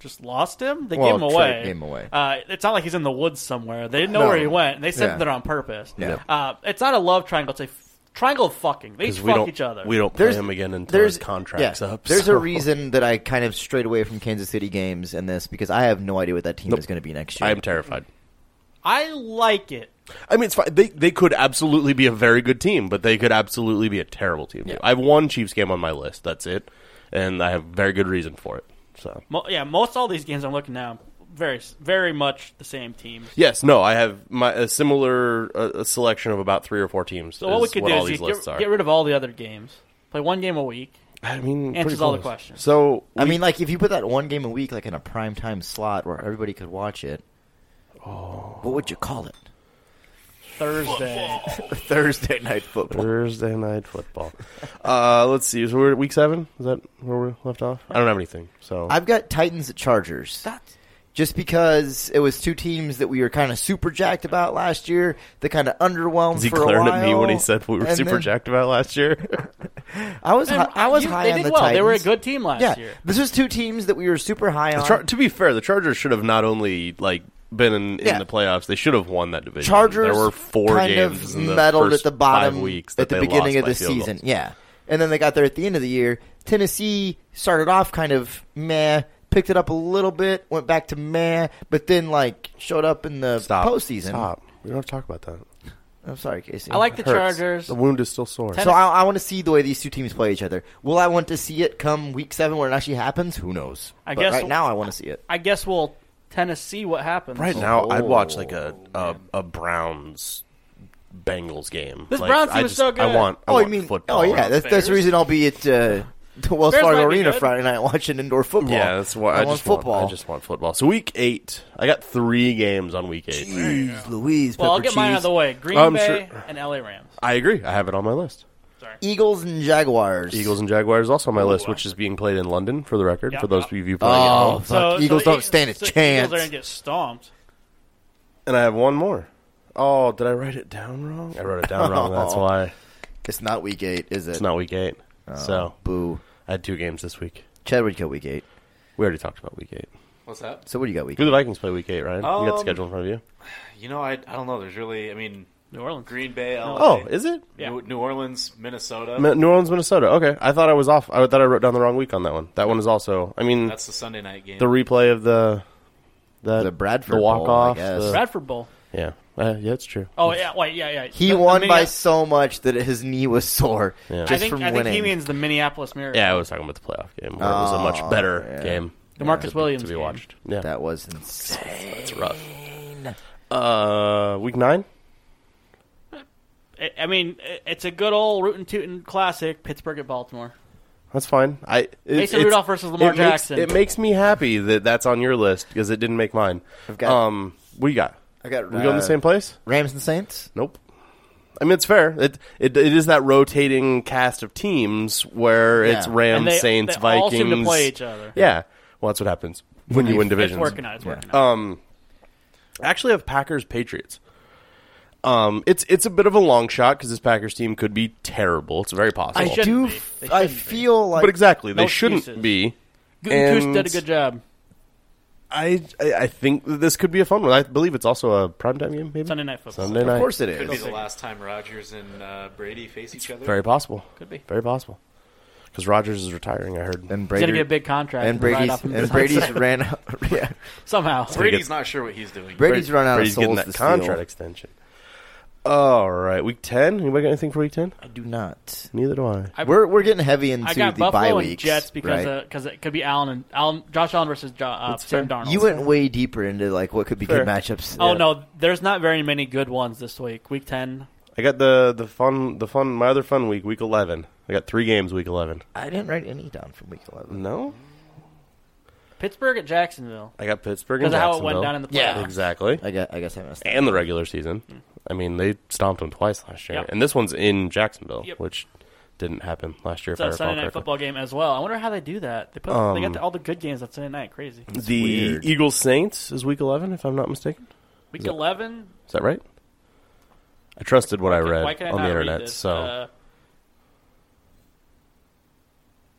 C: Just lost him. They
E: Well,
C: gave him
E: trade
C: away.
E: him away.
C: Uh, it's not like he's in the woods somewhere. They didn't know
E: No.
C: where he went. and They sent
E: Yeah.
C: him there on purpose.
E: Yeah.
C: Uh, it's not a love triangle. It's a f- triangle of fucking. They each
B: we
C: fuck
B: don't,
C: each other.
B: We don't play him again until his contract's
E: yeah,
B: up.
E: There's
B: so-
E: a reason that I kind of strayed away from Kansas City games and this because I have no idea what that team
B: Nope.
E: is going to be next year.
B: I'm terrified.
C: I like it.
B: I mean, it's fine. They they could absolutely be a very good team, but they could absolutely be a terrible team. too. I have one Chiefs game on my list. That's it, and I have very good reason for it. So
C: Mo- yeah, most all these games I'm looking now, very very much the same teams.
B: yes, no, I have my a similar uh, a selection of about three or four teams.
C: So what we could do
B: all
C: is
B: these
C: you
B: lists
C: get,
B: are.
C: get rid of all the other games, play one game a week.
B: I mean,
C: Answers
B: pretty
C: all the
B: close.
C: questions.
B: So
E: I mean, like if you put that one game a week, like in a prime time slot where everybody could watch it,
B: Oh.
E: what would you call it?
C: Thursday.
E: Thursday night football.
B: Thursday night football. uh, let's see. So we're at week seven. Is that where we left off? I don't have anything. So
E: I've got Titans at Chargers. Just because it was two teams that we were kind of super jacked about last year, that kind of underwhelmed
B: is he
E: for a
B: glaring
E: while.
B: at me when he said we were
E: And
B: super
E: then
B: jacked about last year?
E: I was hi- I was
C: You-
E: high
C: they
E: on
C: did
E: the
C: well.
E: Titans.
C: They were a good team last
E: yeah.
C: year.
E: This was two teams that we were super high on.
B: The Char- to be fair, the Chargers should have not only like been in, in
E: Yeah.
B: the playoffs; they should have won that division. there
E: Chargers
B: were four
E: kind
B: games
E: of
B: in the
E: meddled
B: first
E: at the bottom
B: five weeks that
E: at the
B: they
E: beginning of
B: lost
E: the
B: by field
E: season.
B: goals.
E: Yeah, and then they got there at the end of the year. Tennessee started off kind of meh, picked it up a little bit, went back to meh, but then like showed up in the
B: Stop.
E: postseason.
B: Stop. We don't have to talk about that.
E: I'm sorry, Casey.
C: I like the
B: Hurts.
C: Chargers.
B: The wound is still sore.
E: So I, I want to see the way these two teams play each other. Will I want to see it come week seven when it actually happens? Who knows?
C: I
E: But
C: guess-
E: right now I want to see it.
C: I guess we'll Tennessee what happens.
B: right now, I'd watch like
C: Oh.
B: a a, a Browns. Bengals game.
C: This
B: like,
C: Browns
B: I
C: team is
B: just,
C: so good.
B: I want. I
E: oh,
B: want
E: you mean?
B: football.
E: Oh yeah, that's, that's the reason I'll be at uh, the Wells
C: Bears
E: Fargo
C: might be
E: Arena
C: good.
E: Friday night watching indoor football.
B: Yeah, that's why I,
E: I, want
B: just
E: football.
B: want. I just want football. So week eight, I got three games on week eight.
E: Jeez, Louise,
C: Well, I'll
E: pepper
C: get mine out of
E: cheese.
C: the way. Green
B: I'm
C: Bay
B: sure-
C: and LA Rams.
B: I agree. I have it on my list.
E: Eagles and Jaguars.
B: Eagles and Jaguars also on my list, which is being played in London for the record.
C: Yeah.
B: For those of you playing at
E: Oh,
B: home,
E: fuck. Eagles
C: the
E: don't
C: Eagles-
E: stand a
C: so
E: chance.
C: Eagles are gonna get stomped.
B: And I have one more. Oh, did I write it down wrong? I wrote it down wrong. That's
E: Oh.
B: why
E: It's not week eight, is it?
B: it's not week eight. So
E: Boo.
B: I had two games this week.
E: Chad would kill week eight.
B: We already talked about week eight.
F: What's that?
E: So what do you got week
B: Who
E: eight?
B: the Vikings play week eight, right? you got the
F: Um,
B: schedule in front of you.
F: You know, I, I don't know. There's really, I mean,
C: New Orleans.
F: Green Bay, LA,
B: Oh, is it
C: Yeah.
F: New, New Orleans, Minnesota.
B: Mi- New Orleans, Minnesota? Okay, I thought I was off. I thought I wrote down the wrong week on that one. That one is also. I mean,
F: That's the Sunday night game.
B: the replay of the that
E: The Bradford
B: the
E: Bowl, I
B: walk off.
E: guess.
C: Bradford Bowl.
B: Yeah, uh, yeah, it's true.
C: Oh yeah, wait, yeah, yeah.
E: He
C: The- the
E: won by
C: Minneapolis-
E: so much that his knee was sore
B: Yeah.
E: just
C: I think
E: from
C: I think
E: winning.
C: he means the Minneapolis Miracle.
B: Yeah, I was talking about the playoff game. Where it was a much
E: Oh,
B: better
E: yeah.
B: game.
C: The Marcus
B: to be-
C: Williams
B: to be
C: game.
B: watched. Yeah,
E: that was insane.
B: that's rough. Uh, week nine.
C: I- I mean, i- it's a good old rootin' tootin' classic. Pittsburgh at Baltimore.
B: That's fine. I it,
C: Mason
B: it's-
C: Rudolph versus Lamar
B: it makes-
C: Jackson.
B: it makes me happy that that's on your list because it didn't make mine.
E: I've got-
B: um, what you got?
E: I got
B: we go in the
E: uh,
B: same place?
E: Rams and Saints.
B: Nope. I mean, it's fair. It it, it is that rotating cast of teams where
E: Yeah.
B: it's
C: And
B: Rams,
C: they-
B: Saints,
C: they
B: Vikings.
C: all seem to play each other.
B: Yeah. Well, that's what happens when you win divisions.
C: It's working out. It's working out.
B: Um, I actually have Packers Patriots. Um, it's it's a bit of a long shot because this Packers team could be terrible. It's very possible.
E: I
C: shouldn't
E: do.
C: be.
E: f-
C: They
E: I
C: shouldn't be.
E: feel like
B: but exactly, they
C: No
B: shouldn't
C: excuses.
B: be.
C: Gutenkous did a
B: and-
C: good job.
B: I I I think that this could be a fun one. I believe it's also a primetime game, maybe
C: Sunday night football.
B: Sunday night.
E: Of course it
F: Could be
E: is.
F: the last time Rodgers and uh, Brady face each other.
B: very possible.
C: Could be.
B: very possible. Because Rogers is retiring. I heard.
E: And
C: He's
E: Brady
C: gonna get a big contract.
E: and
C: ride
E: Brady's
C: off him
E: and
C: this
E: Brady's
C: outside.
E: ran. yeah,
C: somehow.
F: Brady's not sure what he's doing.
E: Brady's run out
B: Brady's
E: of souls
B: getting that
E: to steal.
B: contract extension. All right, week ten. Anybody got anything for week ten?
E: I do not.
B: Neither do I.
C: I-
E: We're we're getting heavy into
C: I got
E: the bye
C: Buffalo and
E: weeks.
C: Jets because
E: right?
C: because it could be Allen and Allen, Josh Allen versus jo- uh, Sam Darnold.
E: you went way deeper into like what could be
B: Fair.
E: good matchups.
C: oh no, there's not very many good ones this week. Week ten.
B: I got the the fun the fun my other fun week week eleven. I got three games week eleven.
E: I didn't write any down from week eleven.
B: No,
C: Pittsburgh at Jacksonville
B: I got Pittsburgh and
C: because of how it
B: Jacksonville.
C: went down in the playoffs.
E: Yeah.
B: exactly.
E: I got. I guess I missed. that.
B: And the regular season. I mean, they stomped them twice last year,
C: Yep.
B: and this one's in Jacksonville,
C: Yep.
B: which didn't happen last year.
C: It's
B: if I
C: a
B: recall
C: Sunday night
B: correctly.
C: football game as well. I wonder how they do that. They put they
E: Um,
C: got the, all the good games on Sunday night. Crazy.
B: The
E: weird.
B: Eagles Saints is week eleven, if I'm not mistaken.
C: Week eleven.
B: Is that right? I trusted what I read
C: Why can I
B: on
C: not
B: the
C: read
B: internet.
C: this?
B: So
C: Uh,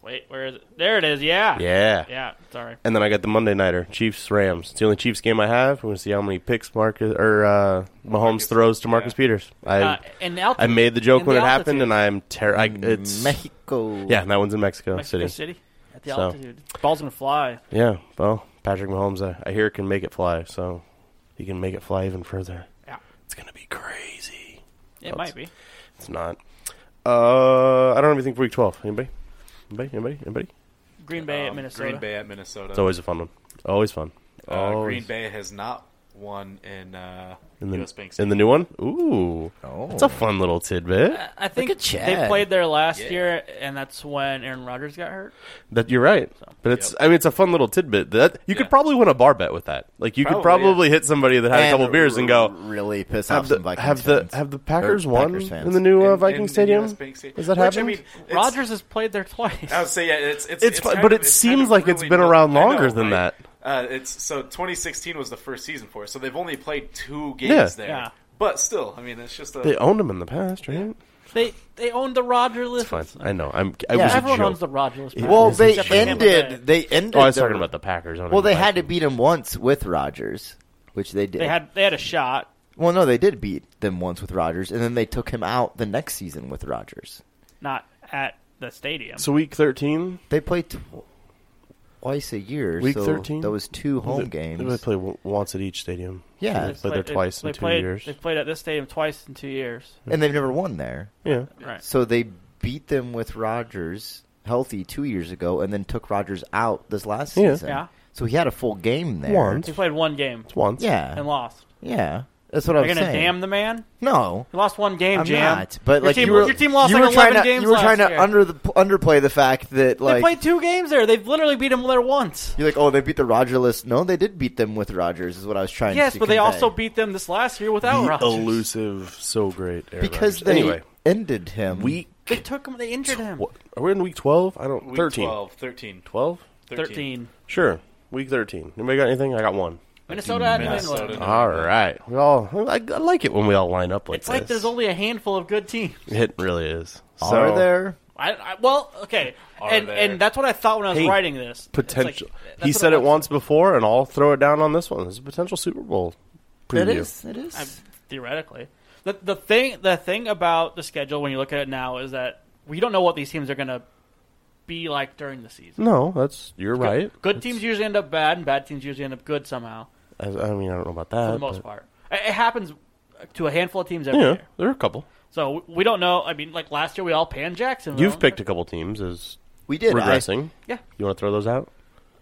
C: wait, where is it? There it is. Yeah.
B: yeah.
C: Yeah. Sorry.
B: And then I got the Monday nighter, Chiefs Rams. It's the only Chiefs game I have. We're gonna see how many picks Marcus or uh, Mahomes throws to Marcus Peters. I
C: Uh, and now
B: I made the joke
C: and
B: when
C: the
B: it happened,
C: altitude.
B: and I'm ter- I, It's
E: Mexico.
B: yeah, and that one's in Mexico,
C: Mexico
B: City.
C: City. At the
B: So.
C: altitude. Ball's gonna fly.
B: Yeah, well, Patrick Mahomes, I, I hear can make it fly, so he can make it fly even further.
C: Yeah.
B: It's gonna be crazy.
C: It might be.
B: It's not. Uh, I don't have anything for week twelve. Anybody? Anybody? Anybody? Anybody?
C: Green Bay at
F: Um,
C: Minnesota.
F: Green Bay at Minnesota.
B: It's always a fun one. Always fun.
F: uh,
B: Always.
F: Green Bay has not won in uh,
B: oh, In the,
F: U.S. Bank
B: in the new one? Ooh.
F: Oh.
B: That's a fun little tidbit.
C: I think
E: at
C: they
E: Chad.
C: played there last
F: Yeah.
C: year, and that's when Aaron Rodgers got hurt.
B: That you're right. But it's I mean it's a fun little tidbit. That you
F: Yeah.
B: could probably win a bar bet with that. Like you could
F: Probably, yeah.
B: probably hit somebody that had a couple beers and
E: r-
B: go
E: really piss off
B: have the
E: some Vikings
B: have the
E: fans.
B: have the Packers
E: Or
B: won
E: Packers fans.
B: in the new uh,
F: In-
B: Viking
F: in the
B: Stadium?
F: US Bank Stadium.
B: Has that
F: Which,
B: happened?
F: I mean, it's-
C: Rodgers has played there twice.
F: I would say yeah, it's it's,
B: It's fu-
F: kind
B: but
F: of-
B: it
F: kind
B: seems
F: of
B: like it's
F: really
B: been
F: new.
B: around
F: I know,
B: longer than
F: right?
B: that.
F: Uh, it's so 2016 was the first season for us, so they've only played two games
B: Yeah.
F: there.
C: Yeah.
F: But still, I mean, it's just a
B: They owned them in the past, right?
C: They they owned the Rodgers list.
B: Fine. I know. I'm I
E: Yeah.
B: was a
C: Everyone
B: joke.
C: owns the Rodgers. list.
E: well, they
C: Except for Tampa Bay.
E: ended. They ended.
B: Oh, I was
E: their-
B: talking about the Packers. I don't
E: Well,
B: know
E: they
B: about
E: had to
B: them.
E: beat him once with Rodgers, which they did.
C: They had they had a shot.
E: Well, no, they did beat them once with Rodgers, and then they took him out the next season with Rodgers.
C: not at the stadium.
B: So week 13,
E: They play tw- twice a year.
B: Week
E: so
B: 13?
E: That was two home
B: They-
E: games.
B: They play w- once at each stadium.
E: yeah,
B: They played there
C: they-
B: twice
C: they
B: in two
C: played,
B: years.
C: They played at this stadium twice in two years.
E: and they've never won there.
B: Yeah.
C: Right.
E: So they beat them with Rodgers healthy two years ago, and then took Rodgers out this last
B: Yeah.
E: season.
C: Yeah.
E: So he had a full game there.
B: Once.
C: They played one game
B: It's once.
E: Yeah.
C: and lost.
E: Yeah. That's what
C: Are
E: I'm
C: you going to
E: saying.
C: damn the man?
E: no.
C: You lost one game,
E: I'm
C: Jam.
E: not. But
C: your
E: like
C: team,
E: you were,
C: your team lost
E: you
C: like
E: were trying
C: 11
E: to,
C: games
E: You were
C: last
E: trying to
C: year.
E: under the underplay the fact that
C: they
E: like
C: played two games there. They've literally beat him there once.
E: you're like, oh, they beat the Rodgerless. No, they did beat them with Rodgers. Is what I was trying.
C: Yes,
E: to
C: but they
E: convey.
C: also beat them this last year without
B: The
C: Rodgers.
B: elusive, so great. Aaron Rodgers.
E: because they
B: anyway,
E: ended him.
B: week.
C: They took him. They injured him.
B: What, are we in week twelve? I don't.
F: week
B: Thirteen.
F: 12, 13,
B: 12?
F: 13.
C: Thirteen.
B: Sure. Week thirteen. Anybody got anything? I got one.
C: Minnesota at New
F: Minnesota.
C: England.
B: All right. We all. I, I like it when we all line up like
C: It's like
B: this.
C: there's only a handful of good teams.
B: It really is. So,
E: are there?
C: I, I well, okay,
F: Are
C: and
F: there-
C: and that's what I thought when I was
B: Hey,
C: writing this. It's like-
B: potential?
C: that's
B: he
C: what
B: said
C: I
B: it
C: was-
B: once before, and I'll throw it down on this one. This is a potential Super Bowl. Preview.
E: It is. It is.
C: I, theoretically, the the thing the thing about the schedule when you look at it now is that we don't know what these teams are going to be like during the season.
B: No, that's you're
C: Good-
B: right.
C: Good, teams usually end up bad, and bad teams usually end up good somehow
B: I, I mean, I don't know about
C: for
B: that.
C: the most
B: but-
C: part. It, it happens to a handful of teams every
B: Yeah,
C: year.
B: there are a couple.
C: So we- we don't know. I mean, like last year, we all panned Jacksonville.
B: You've picked a couple teams as
E: we did. I-
B: regressing.
C: Yeah.
B: You want to throw those out?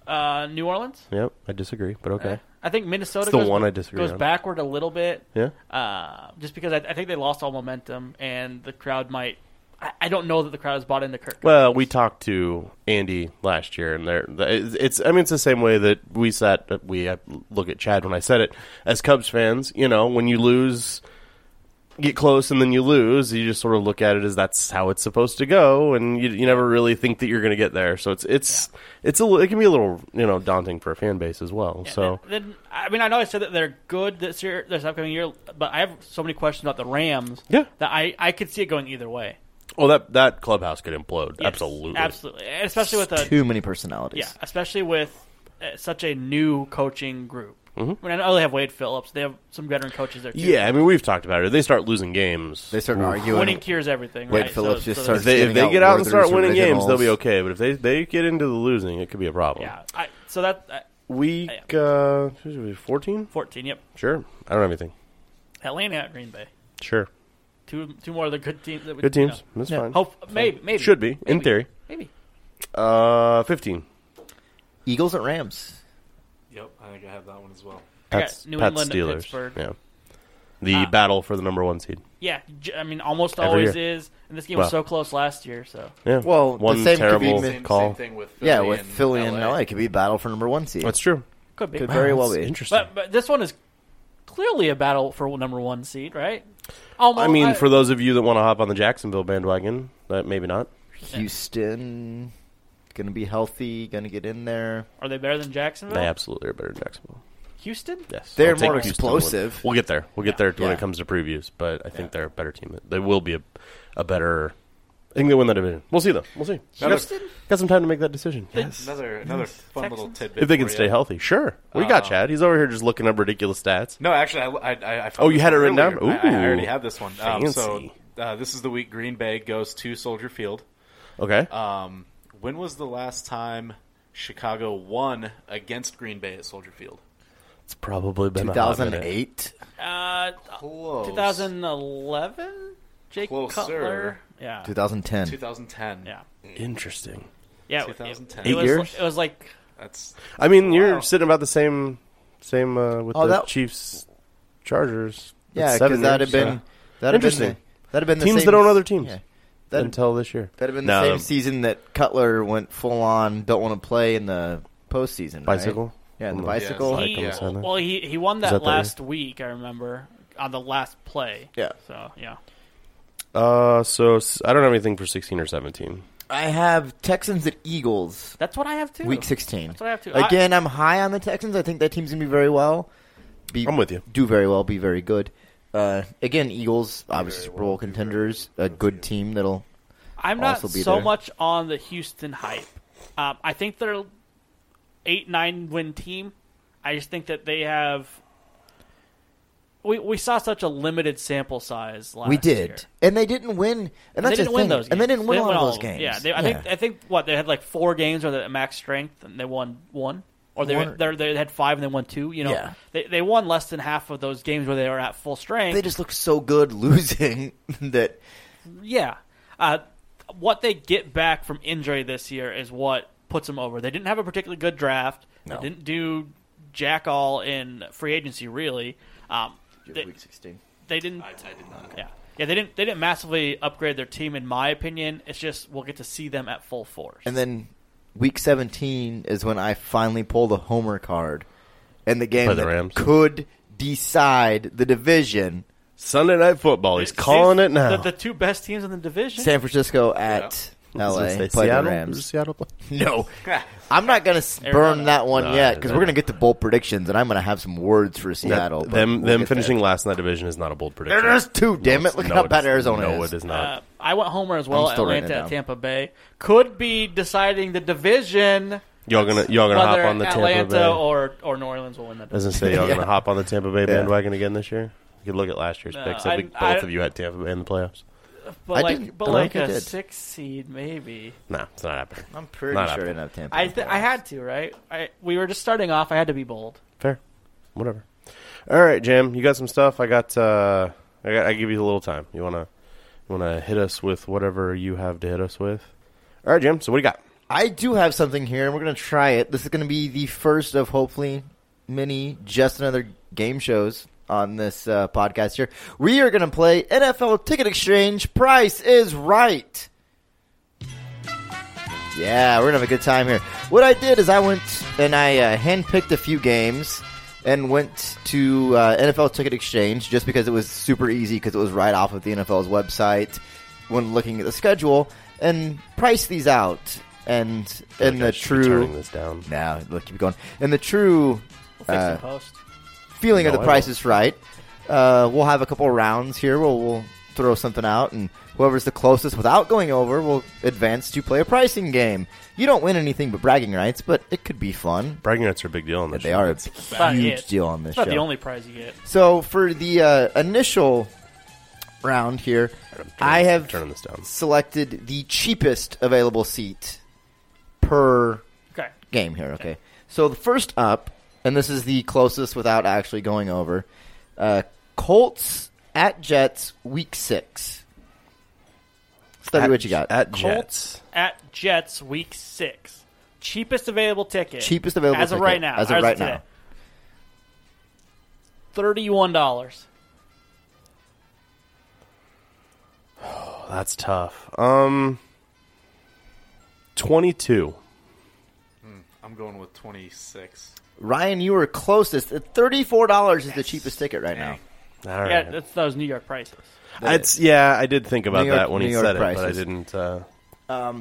C: uh, New Orleans.
B: Yep. I disagree, but okay.
C: I think Minnesota
B: It's the
C: goes,
B: one I disagree
C: goes
B: on.
C: backward a little bit.
B: Yeah.
C: uh, just because I, I think they lost all momentum and the crowd might. I, I don't know that the crowd is bought into Kirk.
B: Well, we talked to Andy last year, and there it's. I mean, it's the same way that we sat. We I look at Chad when I said it as Cubs fans. You know, when you lose, get close, and then you lose. You just sort of look at it as that's how it's supposed to go, and you, you never really think that you're going to get there. So it's it's it's a li- it can be a little you know daunting for a fan base as well. so
C: And then I mean I know I said that they're good this year, this upcoming year, but I have so many questions about the Rams.
B: Yeah.
C: that I I could see it going either way.
B: oh that that clubhouse could implode
C: Yes,
B: absolutely
C: absolutely, And especially with a
E: too many personalities.
C: yeah, especially with uh, such a new coaching group. I mean I know they have Wade Phillips, they have some veteran coaches there too.
B: Mm-hmm. Yeah, I mean we've talked about it. They start losing games.
E: They started arguing.
C: winning cures everything.
E: Wade
C: right?
E: Phillips
C: so,
E: just
C: so
E: started
B: if they, if
E: getting
B: they
E: out
B: get out and
E: Werther's
B: start winning games, they'll be
E: originals.
B: okay. But if they, they get into the losing, it could be a problem.
C: Yeah, I, so that uh,
B: Week uh, fourteen.
C: fourteen. Yep,
B: Sure, I don't have anything.
C: Atlanta at Green Bay.
B: Sure,
C: Two two more of the good teams. That we,
B: Good
C: you
B: teams.
C: know.
B: That's
E: Yeah.
B: fine.
C: Hope maybe maybe
B: Should be, in
C: Maybe.
B: theory.
C: maybe.
B: Uh, 15.
E: Eagles at Rams.
F: Yep, I think I have that one as well.
C: I got
B: Pats,
C: New
B: Pats
C: England at
B: Steelers.
C: Pittsburgh.
B: Yeah. The
C: Ah.
B: battle for the number one seed.
C: Yeah, j- I mean almost
B: Every
C: always
B: year.
C: is, and this game
B: Well.
C: was so close last year. So
B: Yeah.
E: Well, the
B: one
E: same could
B: terrible
E: be mi-
F: Same,
B: call.
F: same thing with Philly
E: Yeah, with
F: and
E: Philly and
F: LA.
E: LA it could be battle for number one seed.
B: That's true.
C: could be.
E: Could very well
B: That's
E: be.
B: interesting.
C: But but this one is clearly a battle for number one seed, right? Almost.
B: I mean, for those of you that want to hop on the Jacksonville bandwagon, that maybe not.
E: Houston gonna be healthy, gonna get in there.
C: are they better than Jacksonville?
B: They absolutely are better than Jacksonville.
C: Houston.
B: Yes,
E: They're
B: I'll take Houston
E: more
B: with-
E: explosive.
B: We'll get there. We'll get there when
E: Yeah.
B: it comes to previews, but I think they're a better team. They will be a, a better. I think they win that division. We'll see though. We'll see.
C: Houston.
B: Got some time to make that decision. Yes.
F: Another another fun little
C: Texans?
F: tidbit.
B: If they
F: for
B: can
F: ya.
B: stay healthy, sure. We got
E: Uh,
B: Chad. He's over here just looking up ridiculous stats.
F: No, actually, I, I, I- I found
B: Oh, you
F: this
B: had it written
F: earlier.
B: down?
F: I, I
B: Ooh.
F: already have this one. Um, so
B: Fancy.
F: uh, this is the week Green Bay goes to Soldier Field.
B: Okay.
E: Uh,
F: Um, when was the last time Chicago won against Green Bay at Soldier Field?
B: it's probably been
E: Two
B: a hot minute.
E: thousand eight.
C: Uh,
F: Close.
C: 2011. Jake
F: Closer.
C: Cutler. Yeah.
E: Two thousand ten.
F: 2010.
C: Yeah.
B: Interesting.
C: Yeah.
F: 2010.
C: It, it
F: Eight
C: was,
E: years?
C: It was like
F: That's
B: I mean, you're
F: Wow.
B: sitting about the same, same uh, with
E: Oh,
B: the
E: that-
B: Chiefs, Chargers.
E: Yeah,
B: That's seven
E: because that'd have
B: years,
E: been that
B: Interesting.
E: That'd have been the
B: Teams
E: same,
B: that own other teams.
E: Yeah.
B: yeah,
E: That'd,
B: until this year.
E: that'd have been
B: No,
E: the same
B: the
E: season that Cutler went full on. Don't want to play in the postseason.
B: bicycle.
E: Right? Yeah, the
B: Mm.
E: bicycle.
B: Like
C: he,
B: on the sideline.
C: well, he he won that,
B: that the-
C: last week. I remember on the last play.
E: Yeah.
C: So yeah.
B: Uh, so s- I don't have anything for sixteen or seventeen.
E: I have Texans at Eagles.
C: That's what I have too.
E: Week 16.
C: That's what I have to-
E: Again, I'm high on the Texans. I think that team's going to be very well. Be,
B: I'm with you.
E: Do very well, be very good. Uh, again, Eagles, obviously Super Bowl contenders, a good team that'll.
C: I'm not
E: also be
C: so
E: there.
C: much on the Houston hype. Um, I think they're eight nine win team. I just think that they have. We we saw such a limited sample size last
E: we
C: year.
E: did. And they didn't win. And
C: They
E: that's
C: didn't
E: the
C: win
E: thing.
C: those. Games.
E: And they didn't win a lot of
C: all
E: those games.
C: Yeah, they, I think I think what they had like four games or the max strength, and they won one, or they
E: One
C: they
E: or-
C: they had five and they won two. You know,
E: Yeah.
C: they they won less than half of those games where they were at full strength.
E: They just look so good losing that.
C: Yeah. Uh, what they get back from injury this year is what puts them over. They didn't have a particularly good draft.
E: No.
C: They didn't do jack all in free agency, really. Um, they,
E: 16.
C: they didn't.
F: uh,
C: Yeah. Yeah, they didn't. They didn't massively upgrade their team, in my opinion. It's just we'll get to see them at full force.
E: And then week 17 is when I finally pull the Homer card. And the game
B: Play the
E: that
B: Rams.
E: could decide the division.
B: Sunday night football. He's
C: It's-
B: calling it
C: it's
B: now.
C: The, the two best teams in the division.
E: San Francisco at
B: I was
E: LA.
B: gonna say
E: Play
B: Seattle?
E: the Rams.
B: Does Seattle play?
E: No, I'm not gonna s- burn
C: Arizona.
E: that one
B: No,
E: yet because we're
B: no.
E: gonna get to bold predictions and I'm gonna have some words for Seattle.
B: That-
E: but
B: them
E: we'll
B: them
E: get
B: finishing
E: there.
B: last in that division is not a bold prediction.
E: It is too. damn
B: No,
E: it!
B: it's-
E: Look at
B: no,
E: how
B: it
E: bad
B: is-
E: Arizona
B: No,
E: is.
B: it is
C: Uh,
B: not.
C: I went Homer as well.
E: I'm still writing
C: Atlanta
E: it
C: at
E: down.
C: Tampa Bay could be deciding the division.
B: y'all gonna y'all gonna hop
C: whether
B: on the
C: Atlanta
B: Tampa Bay.
C: or or New Orleans will win that.
B: I was gonna say y'all
E: Yeah.
B: gonna hop on the Tampa Bay bandwagon again this year. You could look at last year's
C: No,
B: picks. I,
C: I-
B: think both
C: I-
B: of you had Tampa Bay in the playoffs.
C: But
E: I
C: like,
E: didn't.
C: but
E: I
C: like
E: think I
C: a
E: did.
C: six seed, maybe.
B: No, it's not happening.
E: I'm pretty
B: Not
E: sure
B: happening.
E: I didn't have Tampa.
C: I th- I had to, right? I, we were just starting off. I had to be bold.
B: Fair, whatever. All right, Jam, you got some stuff. I got. Uh, I got. I give you a little time. You wanna you wanna hit us with whatever you have to hit us with. All right, Jim. So what do you got?
E: I do have something here, and we're gonna try it. This is gonna be the first of hopefully many just another game shows on this uh, podcast. Here, we are gonna play NFL Ticket Exchange. Price is right. Yeah, we're gonna have a good time here. What I did is I went and I uh, handpicked a few games and went to uh, NFL Ticket Exchange just because it was super easy because it was right off of the NFL's website when looking at the schedule and price these out and in
B: I
E: the
B: should be turning
E: true
B: this down.
E: now look keep going in the true
C: We'll fix
E: Uh,
C: the post.
E: feeling of
B: No,
E: the
B: I
E: price
B: won't.
E: is right. Uh, we'll have a couple rounds here. We'll, we'll throw something out, and whoever's the closest without going over will advance to play a pricing game. You don't win anything but bragging rights, but it could be fun.
B: Bragging rights are a big deal on this.
E: They
B: show.
E: are a
C: But
E: huge
C: it's-
E: deal on this
C: It's not
E: show.
C: the only prize you get.
E: so for the uh, initial round here,
B: I'm turning-
E: I have
B: turning this down.
E: selected the cheapest available seat per
C: Okay.
E: game here. Okay. So the first up, and this is the closest without actually going over, uh, Colts at Jets week six. Stevie,
B: At-
E: what you got?
B: At
C: Colts
B: Jets.
C: at Jets week six. Cheapest available ticket.
E: Cheapest available
C: as of
E: ticket,
C: right now.
E: as of right now.
C: Thirty one dollars.
E: Oh,
B: That's tough. Um, twenty-two.
F: I'm going with 26.
E: Ryan, you were closest. Thirty-four dollars is the cheapest ticket right now.
B: All right.
C: Yeah, that's those New York prices.
B: It's yeah, I did think about
E: New York-
B: that when
E: New
B: he
E: York
B: said it, but I
E: prices.
B: didn't. Uh,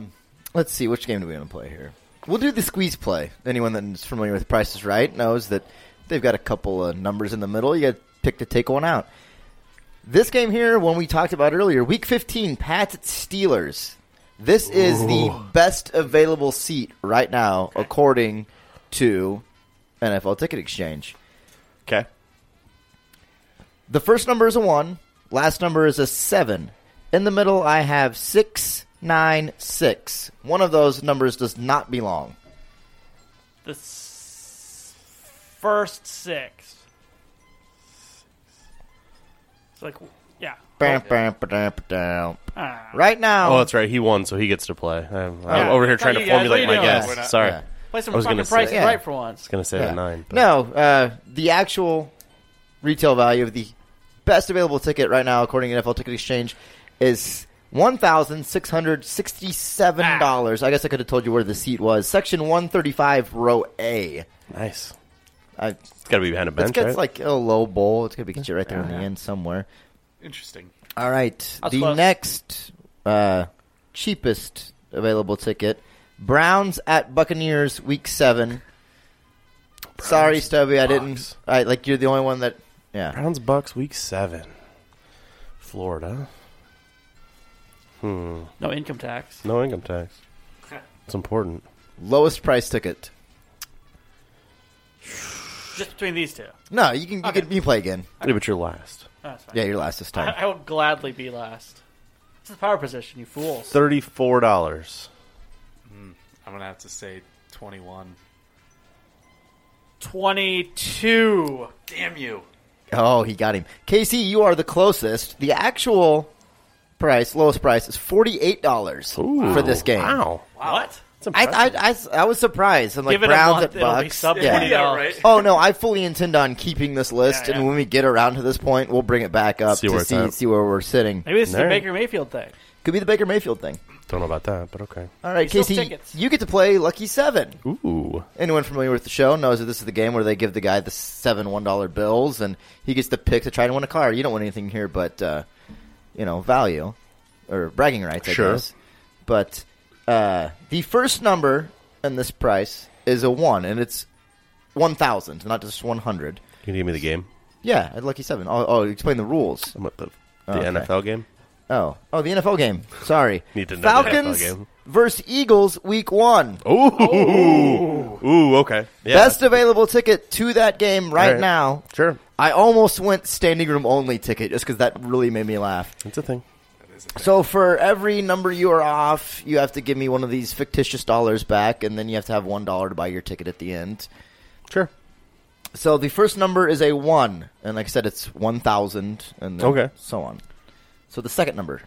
E: Let's see which game do we want to play here. We'll do the squeeze play. Anyone that's familiar with Prices Right knows that they've got a couple of numbers in the middle. You got to pick to take one out. This game here, one we talked about earlier, Week 15, Pats at Steelers. This is the best available seat right now, according to NFL Ticket Exchange.
B: okay.
E: The first number is a one. Last number is a seven. In the middle, I have six, nine, six. One of those numbers does not belong.
C: The s- first six. It's like, yeah.
E: Bam, bam, ba-dam, ba-dam.
C: Ah.
E: Right now,
B: Oh, that's right. He won, so he gets to play. I'm, I'm
C: Yeah.
B: over here
C: It's
B: trying
C: not
B: to
C: you guys.
B: formulate
C: What
B: my
C: are you doing?
B: guess.
E: Yeah.
B: Sorry,
E: Yeah.
C: Play some
B: I was
C: fucking
B: gonna say-
C: prices
E: Yeah.
C: right for once.
B: I was gonna say
E: Yeah.
B: the nine. But
E: No, uh, the actual retail value of the best available ticket right now, according to NFL Ticket Exchange, is one thousand six hundred
B: Ah.
E: sixty-seven dollars. I guess I could have told you where the seat was. Section one thirty-five, row A.
B: nice.
E: I, it's
B: It's got to be behind a bench,
E: got
B: right?
E: like a low bowl. It's gonna be get you right there in the end somewhere.
F: Interesting.
E: All right.
C: That's
E: the
C: close.
E: next uh, cheapest available ticket Browns at Buccaneers week 7. Sorry, Stubby, I didn't
B: Bucks.
E: I like you're the only one that yeah.
B: Browns Bucks week seven, Florida. Hmm.
C: No income tax.
B: No income tax. It's important.
E: Lowest price ticket.
C: Just between these two.
E: No, you can you
C: Okay.
E: can you play again.
B: Yeah, but you're last.
C: That's fine.
E: Yeah, you're last this
C: I,
E: time.
C: I will gladly be last. It's the power position, you fools.
B: Thirty-four dollars.
F: I'm going to have to say 21.
C: 22.
F: Damn you.
E: Oh, he got him. Casey, you are the closest. The actual price, lowest price is $48 for this game.
B: Wow.
C: What?
E: I, I, I, I was surprised. I'm like
C: Give it a
E: Browns
C: month,
E: at
C: it'll be
E: Bucks.
C: sub
E: Yeah.
C: $20.
F: Yeah, right.
E: Oh no, I fully intend on keeping this
C: Yeah,
E: list,
C: yeah.
E: and when we get around to this point, we'll bring it back up
B: See
E: to
B: where it's
E: see,
B: at.
E: see where we're sitting.
C: Maybe this is the
B: Nerd.
C: Baker Mayfield thing.
E: Could be the Baker Mayfield thing.
B: Don't know about that, but okay.
E: All right,
C: He sells
E: Casey,
C: tickets.
E: you get to play Lucky Seven.
B: Ooh.
E: Anyone familiar with the show knows that this is the game where they give the guy the seven one dollar bills, and he gets to pick to try to win a car. You don't win anything here, but uh, you know value or bragging rights, I
B: Sure.
E: guess. But uh, the first number in this price is a one, and it's one thousand, not just one hundred.
B: Can you give me the game?
E: Yeah, at Lucky Seven. I'll, I'll explain the rules.
B: I'm at the,
E: Oh,
B: the
E: okay.
B: NFL game.
E: Oh, oh, the NFL game. Sorry,
B: Need to know the NFL
E: Falcons
B: game.
E: versus Eagles, Week One.
B: Ooh. Ooh. Okay. Yeah.
E: Best available ticket to that game right,
B: Alright.
E: now.
B: Sure.
E: I almost went standing room only ticket just because that really made me laugh.
B: It's a thing.
E: So for every number you are off, you have to give me one of these fictitious dollars back, and then you have to have one dollar to buy your ticket at the end.
B: Sure.
E: So the first number is a one, and like I said, it's one thousand, and then
B: Okay.
E: so on. So the second number,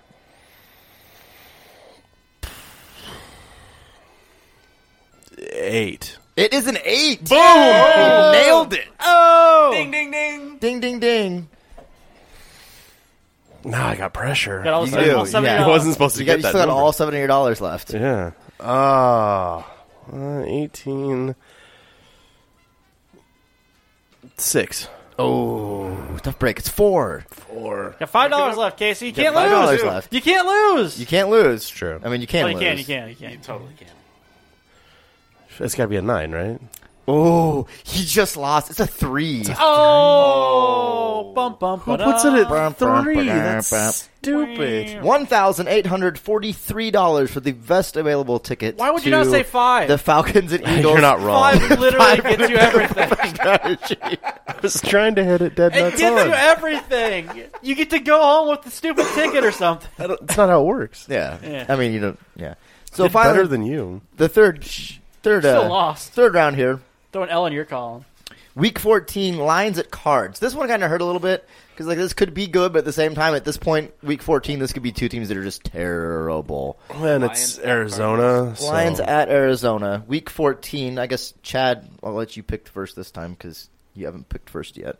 B: Eight.
E: it is an eight. Boom! Nailed it. Oh! Ding ding ding. Ding ding ding.
B: Nah, I got pressure.
C: Got all
E: You
C: seven-
E: do,
C: all seven
E: yeah.
B: I
C: dollars.
B: wasn't supposed to
E: You, got,
B: get
E: you
B: that.
E: still got
B: number.
E: all seven hundred dollars left.
B: Yeah. Ah. Uh, 18. Six.
E: Oh, tough break. It's four.
B: Four.
C: Got five dollars left, Casey. You can't
E: five dollars
C: lose.
E: left.
C: You can't lose.
E: You can't lose. It's
B: true.
E: I mean, you can
C: oh,
E: not
C: you
E: lose.
C: can. You can. You can.
F: Totally can.
B: It's got to be a nine, right?
E: Oh, he just lost. It's a three.
C: Oh, bum bum. Who
B: puts it at-
C: uh,
E: Bum, bum,
B: Three,
E: ba-dum,
B: that's
E: bum.
B: Stupid.
E: One thousand eight hundred forty-three dollars for the best available ticket.
C: Why would you
E: to
C: not say five?
E: The Falcons and Eagles.
B: You're not wrong.
C: Five literally gets you everything.
B: I was trying to hit it dead
C: It
B: nuts
C: gets
B: on.
C: you everything. You get to go home with the stupid ticket or something.
B: I don't- It's not how it works.
E: Yeah.
C: Yeah.
E: I mean, you don't. Yeah. So
B: Did
E: finally,
B: better than you.
E: the third, third,
C: Still
E: uh,
C: lost.
E: third round here.
C: Throw an L in your column.
E: Week 14 lines at cards. This one kind of hurt a little bit because like this could be good, but at the same time, at this point, week 14, this could be two teams that are just terrible.
B: And it's Arizona. so-
E: Lions at Arizona, week 14. I guess Chad, I'll let you pick first this time because you haven't picked first yet.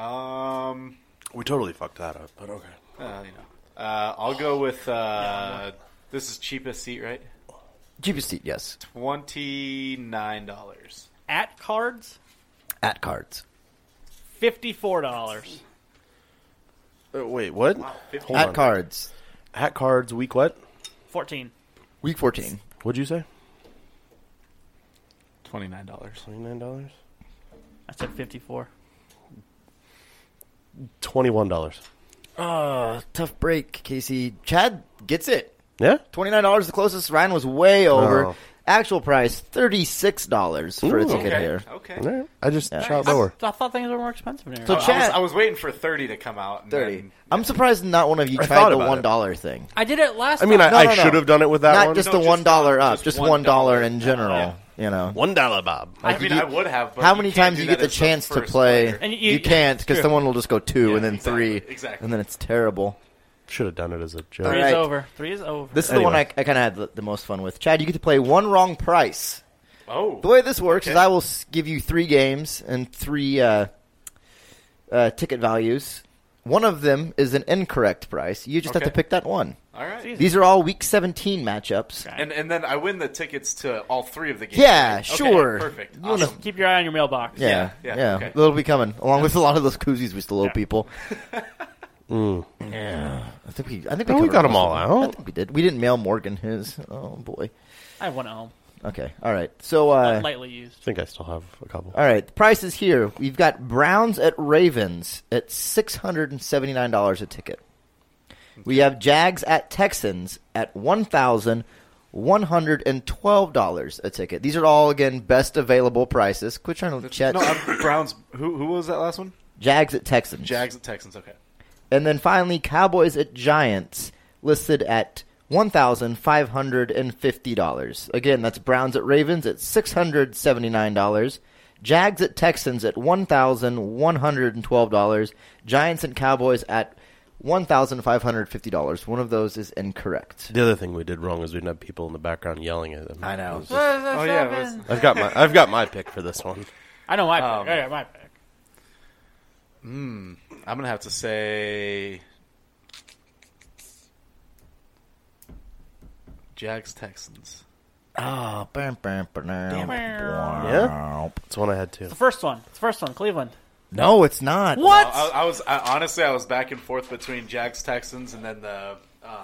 F: Um,
B: We totally fucked that up, but okay.
F: uh, you know, uh, I'll go with uh, this is cheapest seat, right?
E: GPC, yes,
F: Twenty nine dollars.
C: At cards,
E: at cards.
C: fifty-four dollars.
B: Uh, wait, what? Hold
E: at
B: on.
E: cards,
B: Hat cards week what?
C: Fourteen.
E: week 14.
B: What'd you say?
F: Twenty nine dollars.
B: Twenty nine dollars.
C: I said fifty-four.
B: Twenty one dollars.
E: Uh, tough break, Casey. Chad gets it.
B: Yeah.
E: $29 is the closest. Ryan was way over.
B: Oh.
E: Actual price, $36 for a
B: Ooh.
E: ticket here.
F: Okay.
B: All right. I just
E: Yeah.
B: shot
C: I,
B: lower.
C: I thought things were more expensive Oh, in
E: So
C: Arizona.
F: I was,
E: Chad,
F: I was waiting for thirty to come out. and
E: 30.
F: then-
E: I'm surprised not one of you
B: I
E: tried
B: thought
E: the
B: about
E: one
B: it.
E: dollar thing.
C: I did it last.
B: I mean, I,
C: time.
E: No,
B: I
E: no, no.
B: should have done it with that
E: not
B: one.
E: just
F: No,
E: the
F: just
E: one dollar
F: one-
E: up,
F: just
E: just
F: one
E: one dollar
F: dollar.
E: in general.
F: Yeah.
E: You know,
B: one dollar, Bob.
F: I mean, I would have. But
E: how many
F: you can't
E: times
F: do
E: you
F: that
E: get the
F: as
E: chance to
F: first
E: play?
F: player.
C: And you-
E: you, can't because
C: True.
E: someone will just go two
F: Yeah,
E: and then
F: exactly,
E: three,
F: exactly.
E: and then it's terrible.
B: Should have done it as a joke.
C: Three
E: Alright.
C: is over. Three is over.
E: This is the
B: Anyway.
E: one I, I kind of had the, the most fun with. Chad, you get to play one wrong price.
F: Oh,
E: The way this works is
F: Okay.
E: I will s- give you three games and three uh, uh, ticket values. One of them is an incorrect price. You just have
F: Okay.
E: to pick that one.
F: all right.
E: These are all Week 17 matchups.
C: Okay.
F: And and then I win the tickets to all three of the games.
E: Yeah,
F: right? Okay,
E: sure.
F: perfect.
E: You wanna-
F: Awesome.
C: Keep your eye on your mailbox.
E: Yeah, yeah,
F: Yeah, yeah, okay.
E: they'll be coming along with a lot of those koozies we still owe
F: Yeah.
E: people. Yeah, I think we, I think
B: Mm. No, we
E: covered
B: got 'em
E: most
B: all
E: of them. I
B: out.
E: think we did. We didn't mail Morgan his. Oh boy.
C: I have one at home,
E: Okay. All right. So,
C: but
E: uh,
C: lightly used.
B: I think I still have a couple.
E: all right. The price is here. We've got Browns at Ravens at six hundred and seventy nine dollars a ticket. We have Jags at Texans at one thousand one hundred and twelve dollars a ticket. These are all again best available prices. Quit trying to chat.
F: No, I'm, Browns. Who who was that last one?
E: Jags at Texans.
F: Jags at Texans. Okay.
E: And then finally, Cowboys at Giants listed at one thousand five hundred and fifty dollars. Again, that's Browns at Ravens at six hundred seventy nine dollars. Jags at Texans at one thousand one hundred and twelve dollars. Giants and Cowboys at one thousand five hundred fifty dollars. One of those is incorrect.
B: The other thing we did wrong is we didn't have people in the background yelling at them. I know.
F: Oh yeah. it was-
B: I've got my I've got my pick for this one.
C: I know my pick.
F: Um,
C: I got my pick.
F: I'm gonna have to say Jags Texans.
E: Oh,
B: Yeah? It's one I had too.
C: The first one. It's the first one. Cleveland.
E: No, it's not.
C: What?
F: I, I was I, honestly I was back and forth between Jags Texans and then the um,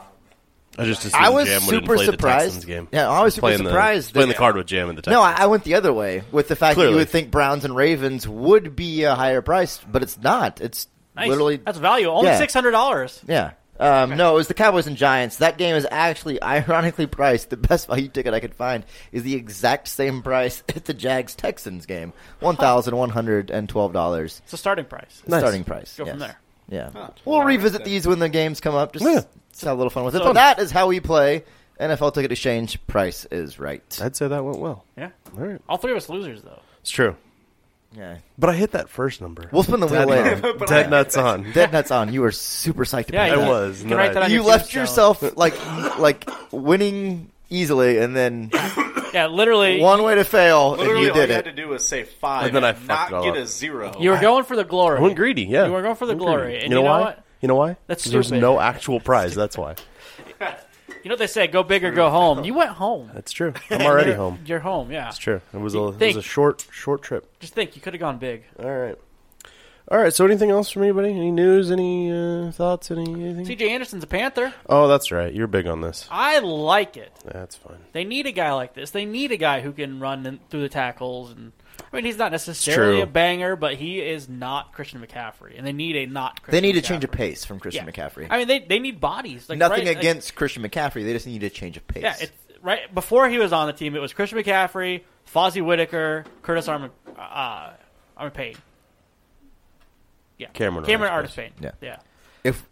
B: I just assumed
E: I was
B: Jam wouldn't
E: super
B: play
E: surprised.
B: the Texans game.
E: Yeah, I was
B: He's
E: super
B: playing
E: surprised
B: The, playing
E: that-
B: the card with Jam and the Texans.
E: No, I, I went the other way with the fact that you
B: Clearly.
E: would think Browns and Ravens would be a higher price, but it's not. It's
C: Nice.
E: literally
C: That's value. Only
E: Yeah.
C: six hundred dollars.
E: yeah. Um, No, it was the Cowboys and Giants. That game is actually ironically priced. The best value ticket I could find is the exact same price at the Jags Texans game one thousand one hundred and twelve dollars
C: It's a starting price.
B: Nice.
E: starting price.
C: Go from
E: yes.
C: there.
E: Yeah,
F: Huh.
E: we'll
F: Wow.
E: revisit these when the games come up. Just,
B: Yeah.
E: just have a little fun with it.
C: So-
E: But that is how we play NFL Ticket Exchange. Price is right.
B: I'd say that went well.
C: Yeah.
B: All right.
C: All three of us losers though.
B: It's true.
E: Yeah,
B: But I hit that first number.
E: we'll spin the wheel
B: Dead,
E: later.
B: nut- dead nuts on.
E: Dead Nuts on. You were super psyched
C: Yeah, you
E: about
B: I
E: that.
C: can-
B: was,
C: You can
B: no,
C: write
B: I-
C: that on
E: You
C: your
E: left
C: tombstone.
E: yourself like like winning easily, and then
C: Yeah, literally.
E: one way to fail, and
F: literally
E: you
F: all
E: did
F: you had to
E: it.
F: do was say five
B: And then I fucked
F: not
B: it all
F: get
B: up.
F: a zero.
C: You were going for the glory.
B: I went greedy, yeah.
C: You were going for
B: I
C: the
B: went
C: glory,
B: greedy.
C: and
B: you know
C: you know
B: why?
C: what?
B: You know why?
C: That's
B: 'Cause There's
C: stupid.
B: no actual prize. That's why.
C: You know what they say? Go big or go home. You went home.
B: That's true. I'm already home.
C: You're home. Yeah.
B: It's true. It was a, it was
C: Think.
B: a short short trip.
C: Just think, you could have gone big.
B: All right. All right. So, anything else from anybody? Any news? Any uh, thoughts? Any anything?
C: C.J. Anderson's a Panther.
B: Oh, that's right. You're big on this.
C: I like it.
B: That's fine.
C: They need a guy like this. They need a guy who can run in, through the tackles. And I mean, he's not necessarily
B: true.
C: a banger, but he is not Christian McCaffrey, and they need a not.
E: They
C: Christian
E: need to
C: McCaffrey.
E: change of pace from Christian
C: Yeah.
E: McCaffrey.
C: I mean, they they need bodies. Like, right-
E: Nothing
C: like,
E: against Christian McCaffrey. They just need a change of pace.
C: yeah, it's right before he was on the team. It was Christian McCaffrey, Fozzie Whittaker, Curtis Arm, uh, Arm Payne. Yeah,
B: Cameron
C: Cameron
B: Artis
C: Artis Payne.
E: Yeah.
C: yeah.
E: if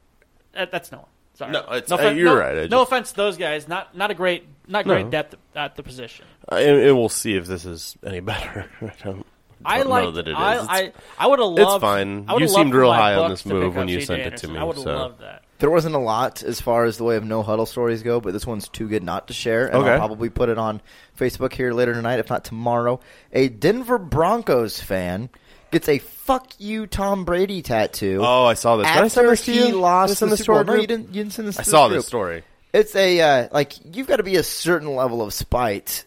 C: That, that's no one. Sorry.
B: No, it's- uh,
C: offen-
B: you're
C: no-
B: right, I
C: no
B: just-
C: offense to those guys. Not not a great not
B: No. Uh,
C: great depth at the position.
B: I, and we'll see if this is any better. I don't.
C: I
B: don't know
C: like.
B: that it is.
C: I, I,
B: It's-
C: I would have loved.
B: fine.
C: I would've
B: You
C: loved
B: seemed
C: for
B: real
C: my
B: high on this
C: Bucks to pick
B: move
C: up
B: when you
C: CJ
B: sent it to
C: Anderson.
B: me,
C: I would have
B: so.
C: loved that.
E: There wasn't a lot as far as the way of no huddle stories go, but this one's too good not to share, and
B: Okay.
E: I'll probably put it on Facebook here later tonight, if not tomorrow. A Denver Broncos fan gets a "fuck you, Tom Brady" tattoo.
B: Oh, I saw this. Did I send
E: After
B: this to
E: he
B: you?
E: lost
B: This in
E: the,
B: the
E: Super Bowl.
B: story
E: No, you
B: group?
E: didn't. You didn't send this.
B: I
E: to
B: saw
E: group.
B: this story.
E: It's a uh, like you've got to be a certain level of spite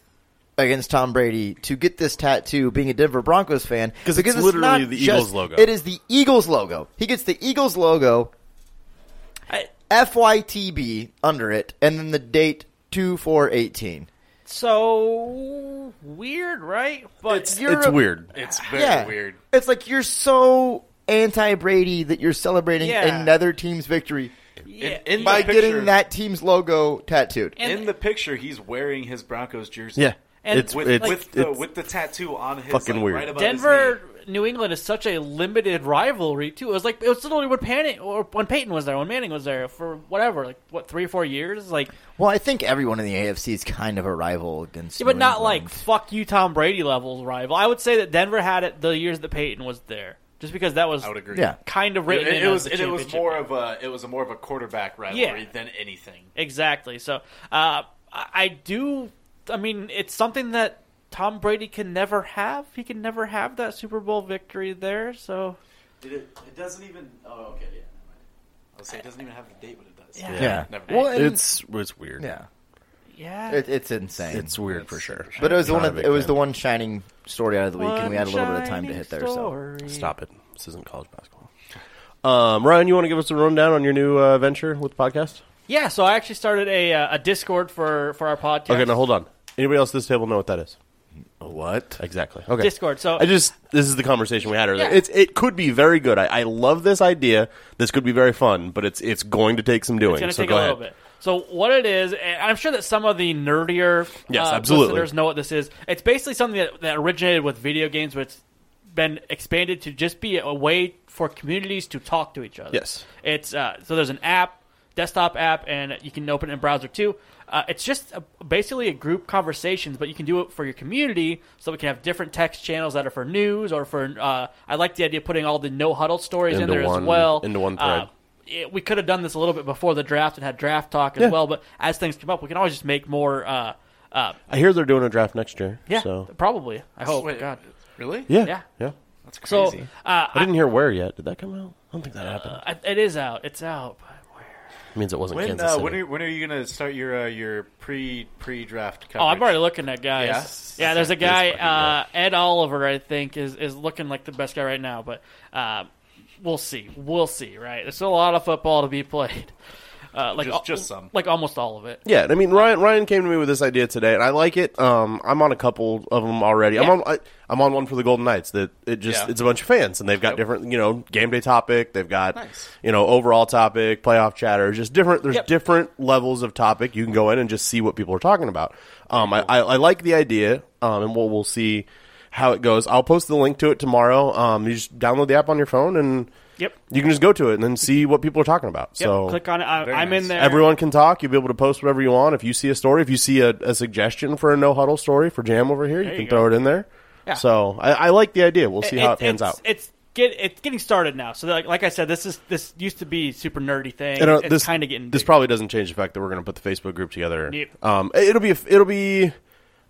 E: against Tom Brady to get this tattoo. Being a Denver Broncos fan,
B: 'Cause it's
E: because
B: literally
E: not
B: the
E: just-
B: Eagles logo.
E: It is the Eagles logo. He gets the Eagles logo, FYTB under it, and then the date two four eighteen.
C: So weird, right? But you're
B: It's
C: a-
B: weird.
F: It's very
E: yeah,
F: weird.
E: It's like you're so anti Brady that you're celebrating
C: Yeah.
E: another team's victory
C: yeah.
F: In, in
E: by
F: the picture,
E: getting that team's logo tattooed.
C: And-
F: in the picture, he's wearing his Broncos jersey.
B: Yeah,
C: And
B: it's
F: with
B: it's,
F: with the
B: it's-
F: with the tattoo on his
B: fucking
F: like,
B: weird.
F: Right above his
C: Denver,
F: knee.
C: New England is such a limited rivalry too. It was like it was literally when Payton or when Peyton was there, when Manning was there for whatever, like what three or four years. Like,
E: Well, I think everyone in the AFC is kind of a rival against,
C: yeah, but
E: New
C: not
E: England.
C: like fuck you, Tom Brady level rival. I would say that Denver had it the years that Peyton was there, just because that was
F: I would agree.
E: yeah.
C: kind of
F: It,
C: written.
F: it
C: in as
F: was
C: the
F: and it was
C: championship
F: more
C: game.
F: of a it was a more of a quarterback rivalry
C: Yeah.
F: than anything.
C: Exactly. So uh, I I do. I mean, it's something that Tom Brady can never have. He can never have that Super Bowl victory there. So
F: Did it? It doesn't even. Oh, okay. Yeah. never mind. I was saying it doesn't even have the date, but it does.
C: Yeah.
E: Yeah.
F: Never mind.
E: Well, and-
B: it's it's weird.
E: yeah.
C: yeah,
E: It, it's insane.
B: it's weird for sure.
E: but it was
B: Not
E: one.
B: a
E: Of,
B: big
E: it was
B: fan.
E: the one shining story out of the week, and we had a little bit of time to hit there. So
B: Stop it. This isn't college basketball. Um, Ryan, you want to give us a rundown on your new uh, venture with the podcast?
C: Yeah, so I actually started a uh, a Discord for for our podcast.
B: Okay, now hold on. Anybody else at this table know what that is?
E: what?
B: Exactly. Okay.
C: Discord. So
B: I just this is the conversation we had earlier.
C: Yeah.
B: It's it could be very good. I, I love this idea. This could be very fun, but it's it's going to take some doing.
C: it's going to
B: so
C: take
B: go
C: a
B: ahead.
C: little bit. So what it is, and I'm sure that some of the nerdier
B: Yes,
C: uh,
B: absolutely.
C: listeners know what this is. It's basically something that, that originated with video games, but it's been expanded to just be a way for communities to talk to each other.
B: Yes.
C: It's uh, so there's an app, desktop app, and you can open it in browser too. Uh, it's just a, basically a group conversations, but you can do it for your community, so we can have different text channels that are for news or for. Uh, I like the idea of putting all the no huddle stories
B: Into
C: in there
B: one-
C: as well
B: into one thread.
C: Uh, it, we could have done this a little bit before the draft and had draft talk as
B: Yeah.
C: well. But as things come up, we can always just make more. Uh, uh,
B: I hear they're doing a draft next year.
C: yeah,
B: So
C: probably. I hope. Oh, God.
F: Really?
B: yeah,
C: Yeah.
B: yeah.
F: That's
C: So
F: crazy.
C: uh,
B: I
C: I
B: didn't hear where yet. Did that come out? I don't think that happened.
C: I, it is out. It's out. but where?
B: It means it wasn't
F: when
B: Kansas
F: uh,
B: City.
F: when are when are you gonna start your uh, your pre pre draft coverage?
C: Oh, I'm already looking at guys.
F: Yeah?
C: Yeah, there's a
B: This
C: guy,
B: fucking guy.
C: uh, Ed Oliver, I think, is, is looking like the best guy right now. But uh, we'll see. We'll see, right? There's still a lot of football to be played. Uh, like
F: Just-
C: al-
F: just some.
C: Like almost all of it.
B: Yeah, and I mean Ryan. Ryan came to me with this idea today, and I like it. Um, I'm on a couple of them already. I'm
C: Yeah.
B: on. I, I'm on one for the Golden Knights. That it just
F: Yeah.
B: it's a bunch of fans, and they've got different, you know, game day topic. They've got you know overall topic, playoff chatter. Just different. There's
C: Yep.
B: different levels of topic. You can go in and just see what people are talking about. Um, I, I, I like the idea. Um, and we'll we'll see how it goes. I'll post the link to it tomorrow. Um, you just download the app on your phone and.
C: Yep.
B: You can just go to it and then see what people are talking about.
C: Yep.
B: So
C: Click on it. I,
F: Very
C: I'm in
F: nice.
C: there.
B: Everyone can talk. You'll be able to post whatever you want. If you see a story, if you see a, a suggestion for a no huddle story for Jam over here, you
C: you
B: can
C: go.
B: throw it in there.
C: Yeah.
B: So I, I like the idea. We'll see how it pans
C: it's,
B: out.
C: It's get it's getting started now. So like, like I said, this is this used to be super nerdy thing.
B: And, uh,
C: it's
B: this
C: kind of getting
B: this
C: bigger.
B: probably doesn't change the fact that we're going to put the Facebook group together.
C: Yep.
B: Um, it- it'll be a f- it'll be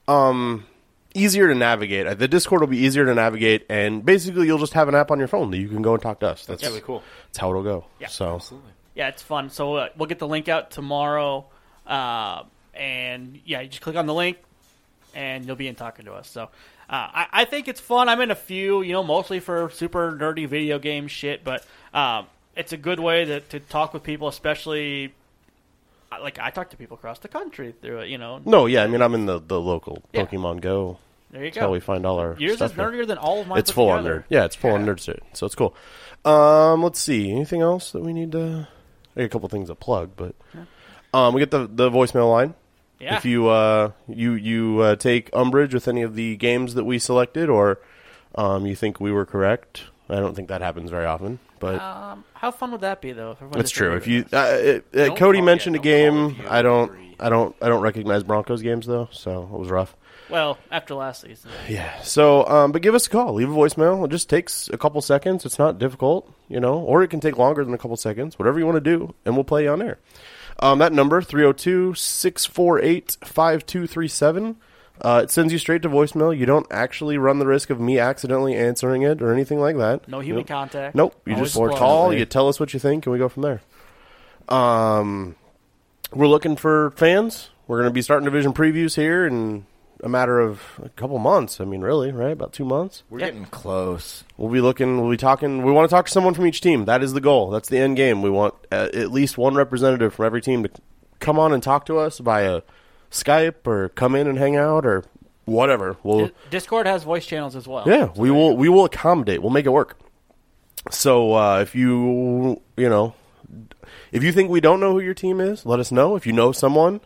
B: um easier to navigate. Uh, The Discord will be easier to navigate, and basically you'll just have an app on your phone that you can go and talk to us. That's,
F: That's really cool.
B: That's how it'll go.
C: Yeah.
B: So
C: yeah, it's fun. So uh, we'll get the link out tomorrow, uh, and yeah, you just click on the link, and you'll be in talking to us. So uh, I, I think it's fun. I'm in a few, you know, mostly for super nerdy video game shit, but um, it's a good way to, to talk with people, especially. I- Like I talk to people across the country through it, you know.
B: no, yeah. I mean, I'm in the the local
C: Yeah.
B: Pokemon Go.
C: There you
B: That's how
C: go.
B: we find all our
C: Yours
B: stuff
C: is
B: here.
C: nerdier than all of mine.
B: it's
C: put
B: full on
C: together.
B: nerd. Yeah, it's full on nerd shit. So it's cool. Um, let's see. Anything else that we need to? I got a couple things to plug, but um, we get the the voicemail line.
C: Yeah.
B: If you uh you you uh, take umbrage with any of the games that we selected, or um, you think we were correct, I don't think that happens very often, but.
C: Um, how fun would that be, though? If everyone
B: That's
C: just
B: true.
C: agreed
B: If
C: with
B: you, uh, uh, uh, Cody
F: call-
B: mentioned
F: yeah,
B: a
F: don't call
B: game.
F: if you
B: I don't,
F: agree.
B: I don't, I don't recognize Broncos games though, so it was rough.
C: Well, after last season,
B: Yeah. So, um, but give us a call. Leave a voicemail. It just takes a couple seconds. It's not difficult, you know, or it can take longer than a couple seconds, whatever you want to do, and we'll play you on air. Um, that number, 302 648 5237. uh, It sends you straight to voicemail. You don't actually run the risk of me accidentally answering it or anything like that.
C: no human
B: Nope.
C: contact.
B: Nope. You
C: Always
B: just or
C: plug.
B: call. You tell us what you think, and we go from there. Um, we're looking for fans. We're going to be starting division previews here in a matter of a couple months. I mean, really, right? About two months.
E: We're getting close.
B: We'll be looking. We'll be talking. We want to talk to someone from each team. That is the goal. That's the end game. We want uh, at least one representative from every team to come on and talk to us via Skype or come in and hang out or whatever. We'll
C: Di- Discord has voice channels as well.
B: yeah, we will we will accommodate. We'll make it work. So uh, if you you know if you think we don't know who your team is, let us know. If you know someone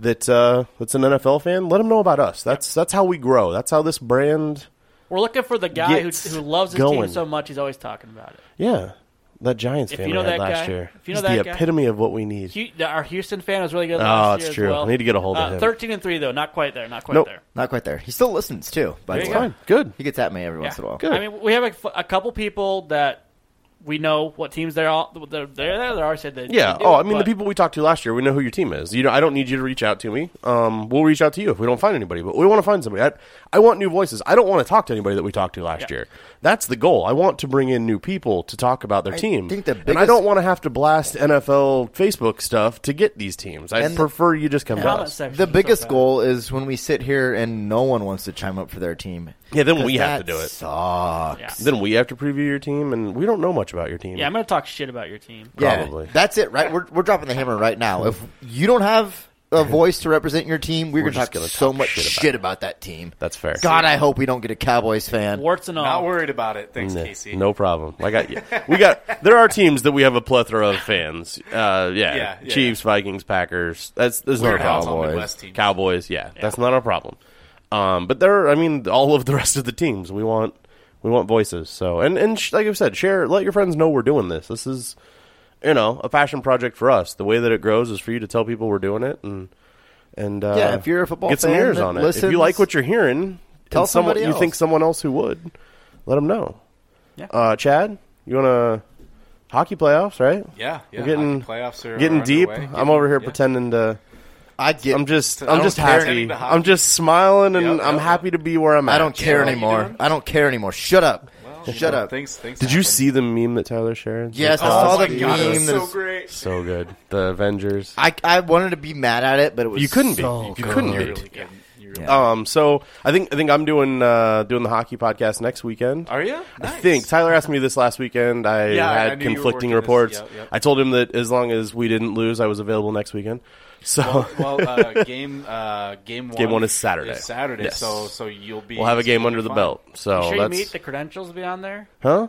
B: that uh, that's an NFL fan, let them know about us. That's that's how we grow. That's how this brand.
C: We're looking for the guy who,
B: Gets
C: who loves his
B: going.
C: team so much he's always talking about it.
B: Yeah, that Giants
C: If
B: fan
C: you know
B: we had
C: that
B: last
C: guy-
B: year.
C: if you know
B: He's the
C: that guy-
B: epitome of what we need.
C: Hu- Our Houston fan was really good.
B: Oh,
C: Last
B: it's
C: year as
B: true.
C: well.
B: I need to get a hold of
C: Uh,
B: him.
C: Thirteen and three though, not quite there. Not quite
B: Nope.
C: there.
E: Not quite there. He still listens too. By
C: There
E: the
C: you
E: way,
C: go.
B: Fine, good.
E: he gets at me every once in a while.
B: Good.
C: I mean, we have a, a couple people that we know what teams they're all they're they're there. They already said they
B: Yeah.
C: they do
B: Oh,
C: it,
B: I mean, the
C: but
B: people we talked to last year, we know who your team is. You know, I don't need you to reach out to me. Um, we'll reach out to you if we don't find anybody. But we want to find somebody. I, I want new voices. I don't want to talk to anybody that we talked to last
C: Yeah.
B: year. That's the goal. I want to bring in new people to talk about their team.
E: think the
B: and I
E: biggest-
B: don't want to have to blast NFL Facebook stuff to get these teams. I
E: And the-
B: prefer you just come to
C: comment
B: us.
C: section
E: The
C: is so
E: biggest
C: bad.
E: goal is when we sit here and no one wants to chime up for their team.
B: Yeah, then we
E: 'Cause
B: have to
E: that
B: do it.
E: Sucks.
C: Yeah.
B: Then we have to preview your team, and we don't know much about your team.
C: Yeah, I'm gonna talk shit about your team.
E: Yeah,
B: Probably.
E: that's it, right? We're, we're dropping the hammer right now. If you don't have a voice to represent your team, we're,
B: We're
E: going
B: just
E: to
B: gonna
E: talk so
B: talk
E: much
B: shit
E: shit
B: about
E: about, that team.
B: That's fair.
E: God, I hope we don't get a Cowboys fan.
C: Warts and all.
F: Not worried about it. Thanks,
B: No,
F: Casey.
B: No problem. Like I, we got there are teams that we have a plethora of fans. Uh, yeah,
F: yeah, yeah.
B: Chiefs, Vikings, Packers. That's there's no
F: Weird how it's all
B: problem.
F: Midwest teams.
B: Cowboys, yeah, that's not a problem. Um, but there, are, I mean, all of the rest of the teams we want, we want voices. So and and sh- like I've said, share, let your friends know we're doing this. This is, you know, a passion project for us. The way that it grows is for you to tell people we're doing it and. And uh,
E: Yeah, if you're a football
B: get some
E: fan
B: ears
E: that
B: on it. if
E: listens,
B: you like what you're hearing,
E: tell
B: and someone
E: somebody
B: you think
E: else.
B: someone else who would, let them know.
C: Yeah.
B: Uh, Chad, you want to hockey playoffs, right?
F: Yeah, yeah.
B: We're getting
F: hockey playoffs are
B: getting
F: are
B: deep.
F: underway.
B: I'm over here
F: yeah.
B: pretending to.
E: I get.
B: I'm just.
F: I
B: I'm
F: don't
B: just
F: care.
B: happy.
F: Pretending to hockey.
B: I'm just smiling, and
F: Yep,
B: I'm
F: yep.
B: happy to be where I'm at.
E: I don't care
F: Yeah, you
E: anymore.
F: doing?
E: I don't care anymore. Shut up.
F: You
E: Shut
F: know,
E: up.
F: Things, things.
B: Did you
F: happen.
B: see the meme that Tyler shared?
E: Yes, I
B: That's
E: saw
F: Oh
E: the
F: my
E: meme.
F: god, it was
E: that
F: so
E: is-
F: great.
B: so good. The Avengers.
E: I, I wanted to be mad at it, but it was
B: You couldn't be.
E: so
B: You
E: good.
B: couldn't
F: You
B: be.
F: really good. You really
B: Um. So I think I think I'm doing uh doing the hockey podcast next weekend.
F: Are you?
B: I think Tyler asked me this last weekend. I
F: Yeah, I- I
B: had
F: knew you were
B: conflicting
F: working
B: reports.
F: this. Yep, yep.
B: I told him that as long as we didn't lose, I was available next weekend. So
F: well, uh, game uh, game one.
B: Game one is Saturday.
F: Saturday.
B: Yes.
F: So so you'll be.
B: we'll have a
F: it's
B: game
F: gonna
B: under
F: be
B: the
F: fun.
B: belt. So
C: You sure you
B: Oh, that's
C: meet the credentials to be on there?
B: huh?
C: I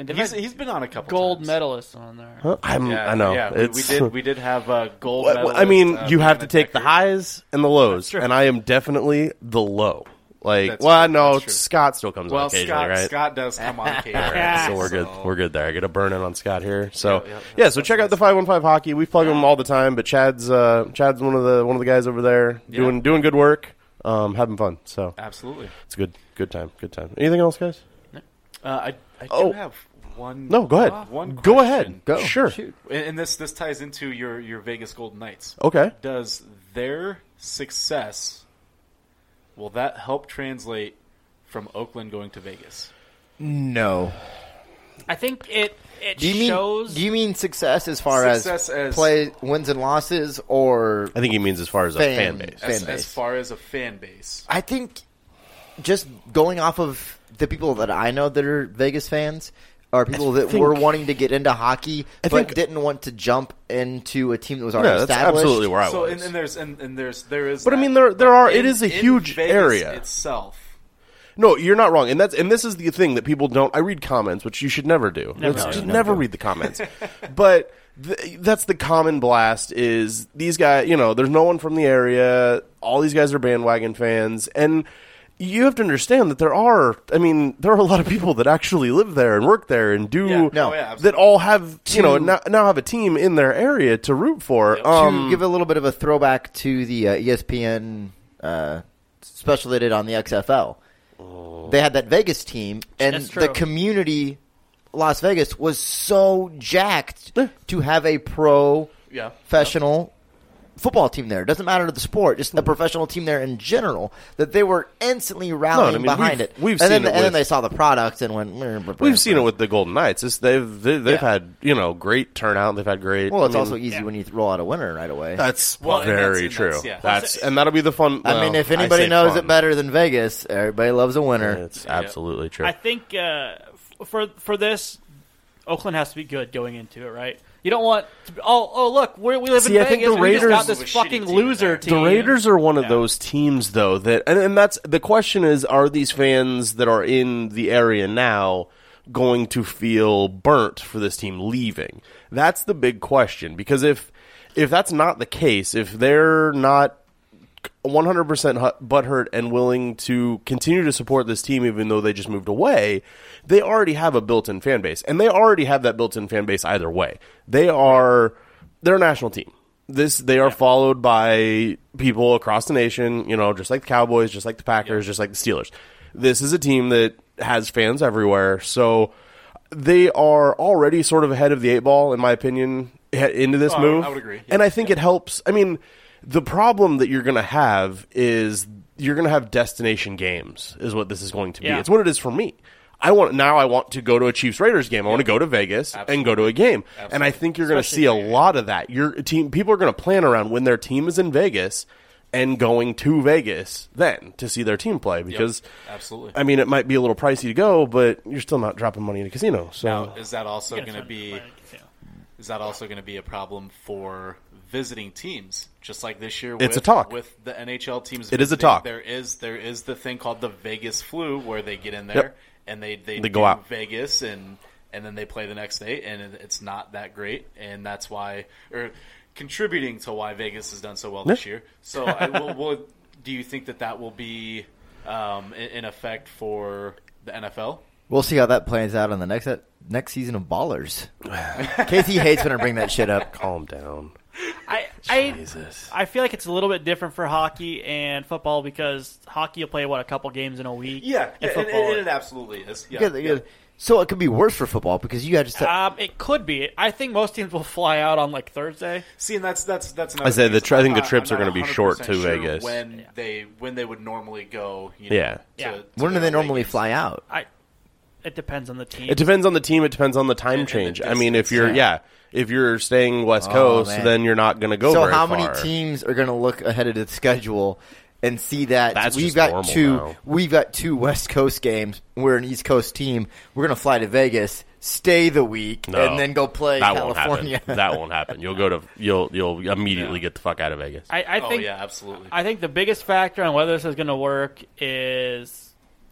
C: mean, they've
F: He's,
C: had
F: he's been on a couple
C: gold
F: times.
C: medalists on there.
B: Huh? I'm,
F: Yeah,
B: Mm, I know.
F: Yeah, we-
B: it's,
F: we did. We did have uh, gold.
B: Well,
F: medalist,
B: I mean,
F: uh,
B: you have to
F: Brianna
B: take the
F: Decker.
B: highs and the lows,
F: true.
B: and I am definitely the low. Like,
F: That's
B: well,
F: true,
B: no,
F: that's true.
B: Scott still comes
F: Well,
B: on occasionally,
F: Scott
B: right?
F: Scott does come on occasion.
B: So we're good. We're good there. I get a burn in on Scott here. So yeah,
F: yeah,
B: so check out the five one five hockey. We plug them all the time, but Chad's uh, Chad's one of the one of the guys over there doing doing good work, um, having fun. So
F: Absolutely.
B: it's good good time, good time. Anything else, guys?
F: Uh, I, I
B: Oh.
F: do have one.
B: No, go ahead.
F: One.
B: go
F: question.
B: ahead.
E: Uh, Go.
B: Sure.
E: Shoot.
F: And, and this this ties into your your Vegas Golden Knights.
B: Okay.
F: Does their success will that help translate from Oakland going to Vegas?
E: No.
C: I think it it
E: Do you mean
C: shows.
E: do you mean success as far
F: Success
E: as,
F: as-
E: play wins and losses or
B: I think he means as far as a fan
E: fan,
B: base.
F: As,
E: fan
F: as
E: base?
F: far as a fan base,
E: I think just going off of the people that I know that are Vegas fans are people that
B: think-
E: were wanting to get into hockey
B: I
E: but
B: think-
E: didn't want to jump into a team that was already
B: Yeah, that's
E: established.
B: absolutely where I
F: so
B: was.
F: and, and there's and, and there's there is.
B: But I
F: that.
B: mean, there there are. it
F: In-
B: is a
F: in
B: huge
F: Vegas
B: area
F: itself.
B: No, you're not wrong, and that's and this is the thing that people don't. I read comments, which you should never do. Let's
C: do.
B: just never read the comments. but th- that's the common blast is these guys. You know, there's no one from the area. All these guys are bandwagon fans, and you have to understand that there are. I mean, there are a lot of people that actually live there and work there and do
F: Yeah. No. Oh, yeah, absolutely.
B: that all have you know
E: To-
B: now, now have a team in their area to root for.
E: To
B: Um,
E: E give a little bit of a throwback to the uh, ESPN uh, special they did on the XFL.
B: Oh.
E: They had that Vegas team, and
C: That's
E: the
C: true.
E: community, Las Vegas, was so jacked to have a pro
C: Yeah.
E: professional football team there. Doesn't matter the sport, just the
B: Mm-hmm.
E: professional team there in general. That they were instantly
B: mean,
E: rallying behind
B: we've-
E: it.
B: we've
E: and
B: seen
E: then,
B: it
E: and then
B: with-
E: they saw the product and went. "Meh, blah, blah,
B: We've seen
E: blah."
B: it with the Golden Knights. It's, they've they, they've
E: Yeah.
B: had you know great turnout. They've had great.
E: Well, it's
B: I mean,
E: also easy
C: yeah.
E: when you roll out a winner right away.
B: that's
F: Well, and that's-
B: very
F: and
B: true.
F: that's-
B: That's,
F: yeah.
B: and that'll be the fun.
E: I
B: well,
E: mean, if anybody
B: say
E: knows
B: fun.
E: it better than Vegas, everybody loves a winner.
B: it's absolutely true.
C: I think uh, f- for for this, Oakland has to be good going into it, right? You don't want to be, oh oh look we we live
B: See,
C: in
B: I
C: Vegas.
B: think the
C: we
B: Raiders-
C: just got
F: With
C: this
F: a
C: fucking
F: shitty team
C: loser
F: in
C: team.
B: The Raiders are one of those teams, though that, and, and that's the question is: Are these fans that are in the area now going to feel burnt for this team leaving? That's the big question because if if that's not the case, if they're not 100% hu- butthurt and willing to continue to support this team even though they just moved away, they already have a built-in fan base. And they already have that built-in fan base either way. They are they're a national team. This they are followed by people across the nation, you know, just like the Cowboys, just like the Packers, just like the Steelers. This is a team that has fans everywhere. So they are already sort of ahead of the eight ball in my opinion he- into this
F: Oh, I would-
B: move.
F: I would agree.
B: And I think it helps. I mean, the problem that you're going to have is you're going to have destination games, is what this is going to be.
C: Yeah.
B: It's what it is for me. I want now. I want to go to a Chiefs Raiders game. I want to go to Vegas and go to a game. And I think you're going to see a lot of that. Your team, people are going to plan around when their team is in Vegas and going to Vegas then to see their team play because
F: Absolutely.
B: I mean, it might be a little pricey to go, but you're still not dropping money in a casino. So
F: Now, is that also
C: Gotta
F: going to
C: find a
F: be
C: plan, yeah.
F: is that also going to be a problem for visiting teams? Just like this year,
B: It's a
F: with,
B: talk.
F: with the NHL teams.
B: It is a
F: visiting,
B: talk.
F: There is there is the thing called the Vegas flu, where they get in there
B: Yep.
F: and they they,
B: They go
F: do
B: out.
F: Vegas and and then they play the next day, and it- it's not that great, and that's why or contributing to why Vegas has done so well this year. So, I, will, will, do you think that that will be um, in, in effect for the NFL?
E: We'll see how that plays out on the next next season of Ballers. Casey hates when I bring that shit up.
B: calm down.
C: I, I
B: Jesus.
C: I feel like it's a little bit different for hockey and football because hockey you'll play what a couple games in a week. and football.
F: it absolutely is.
E: Yeah, yeah. So it could be worse for football because you guys just
B: Ah,
C: um, it could be. I think most teams will fly out on like Thursday.
F: See, and that's that's that's. Another
B: I said
F: thing.
B: the tri- I think
F: I'm
B: the
F: not-
B: trips
F: I'm
B: are
F: not
B: gonna be short
F: 100%
B: to
F: sure
B: Vegas.
F: when they when they would normally go. You know,
B: Yeah.
F: to-
C: Yeah.
F: to
E: when do
F: go
E: they
F: to
E: normally
F: Vegas.
E: fly out?
C: I. It depends on the team.
B: It depends on the team. It depends on the time
F: and the
B: change. I mean, if
F: distance,
B: you're yeah, if you're staying West
E: Oh,
B: Coast,
E: man.
B: then you're not going to go.
E: so
B: very
E: how
B: far.
E: many teams are going to look ahead of the schedule and see that
B: That's
E: we've
B: just
E: got
B: normal
E: two
B: now.
E: we've got two West Coast games. We're an East Coast team. We're going to fly to Vegas, stay the week,
B: No.
E: and then go play
B: That
E: California.
B: won't happen. That won't happen. You'll go to you'll you'll immediately get the fuck out of Vegas.
C: I, I
F: Oh
C: think.
F: yeah, absolutely.
C: I think the biggest factor on whether this is going to work is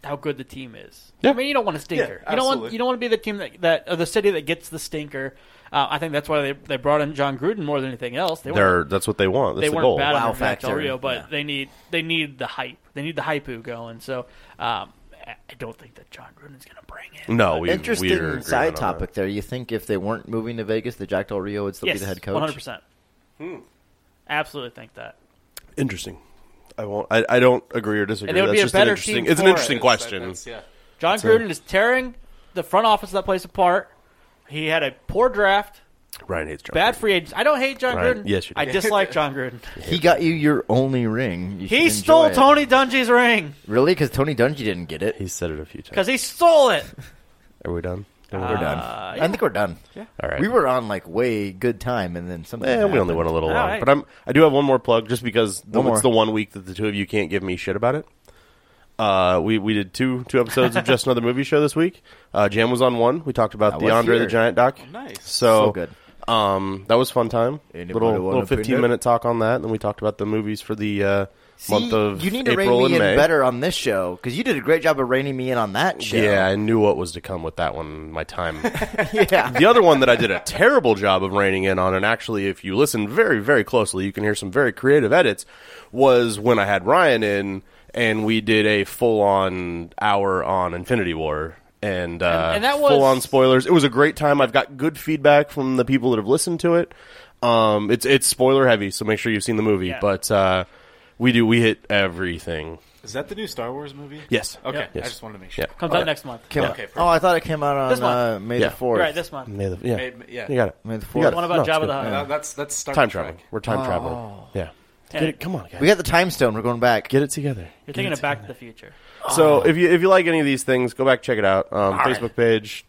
C: how good the team is. I mean, you don't want a stinker.
F: Yeah,
C: you don't want
F: absolutely.
C: you don't want to be the team that, that or the city that gets the stinker. Uh, I think that's why they, they brought in John Gruden more than anything else. They weren't,
B: They're that's what they want. That's
C: they
B: the
C: weren't
B: goal.
C: bad
E: Wow
C: on Del
E: factor,
C: Rio, but
E: yeah.
C: they need they need the hype. They need the hype going. So um, I I don't think that John Gruden's going to bring it.
B: No, we, we are
E: Interesting
B: agreeing on
E: side
B: that.
E: topic there. You think if they weren't moving to Vegas, that Jack Del Rio would still
C: yes,
E: be the head coach?
C: one hundred percent.
F: Hmm.
C: Absolutely think that.
B: Interesting. I won't. I, I don't agree or disagree.
C: And it would
B: That's
C: be a
B: just an
C: better
B: interesting-
C: team
B: It's an
C: for
B: interesting
C: it.
B: question.
F: That's- yeah.
C: John Gruden is tearing the front office of that place apart. He had a poor draft.
B: Ryan hates John
C: Bad
B: Gruden.
C: free agents. I don't hate John
B: Right.
C: Gruden.
B: Yes, you do.
C: I dislike John Gruden.
E: He got you your only ring. You should
C: He
E: enjoy
C: stole
E: it.
C: Tony Dungy's ring
E: Really? Because Tony Dungy didn't get it.
B: He's said it a few times.
C: because he stole it.
B: Are we done?
E: We're
C: Uh,
E: done. I think we're done.
B: Uh, All right.
E: We were on like way good time, and then something.
B: Yeah, Eh, we
E: happened.
B: only went a little
C: All
B: long,
C: right.
B: but I'm I do have one more plug just because the,
E: One more.
B: it's the one week that the two of you can't give me shit about it. Uh, we we did two two episodes of just another movie show this week. Uh, Jam was on one. We talked
E: I
B: about the
E: was
B: Andre
E: here. Oh,
B: the Giant doc.
F: Nice.
B: So,
E: So good.
B: Um, that was fun time.
E: Anybody
B: little
E: wanna
B: little fifteen
E: peanut?
B: minute talk on that, and then we talked about the movies for the uh, month of
E: you need to
B: April
E: rein me
B: and
E: in
B: May.
E: better on this show because you did a great job of reining me in on that show.
B: Yeah, I knew what was to come with that one. My time.
E: yeah.
B: the other one that I did a terrible job of reining in on, and actually, if you listen very, very closely, you can hear some very creative edits, was when I had Ryan in and we did a full on hour on Infinity War. And, uh,
C: And- and that
B: full on
C: was-
B: spoilers. It was a great time. I've got good feedback from the people that have listened to it. Um, it's it's spoiler heavy, so make sure you've seen the movie.
C: Yeah.
B: But uh, we do we hit everything.
F: Is that the new Star Wars movie?
B: Yes.
F: Okay,
C: Yep.
B: Yes.
F: I just wanted to make sure.
B: Yeah.
C: Comes
B: Okay.
C: out next month.
E: Came
B: Yeah.
E: out-
F: Okay, perfect.
E: oh, I thought it came out on
C: This
E: uh,
C: month.
E: May
B: Yeah.
E: the fourth.
C: Right, this month.
B: May the, yeah.
F: May- may- yeah.
B: You got it.
E: May the
B: You got
E: fourth.
B: it.
C: One about
B: No, it's
C: Jabba
B: good.
C: the Hutt.
F: That- that's that's Star
B: Time
F: Trek.
B: travel. We're time
C: Oh.
B: traveling. Yeah. Get it. Come on, guys.
E: we got the time stone. We're going back.
B: Get it together.
C: You're thinking of Back Oh. to the Future.
B: So if you if you like any of these things, go back check it out. Um, Facebook page.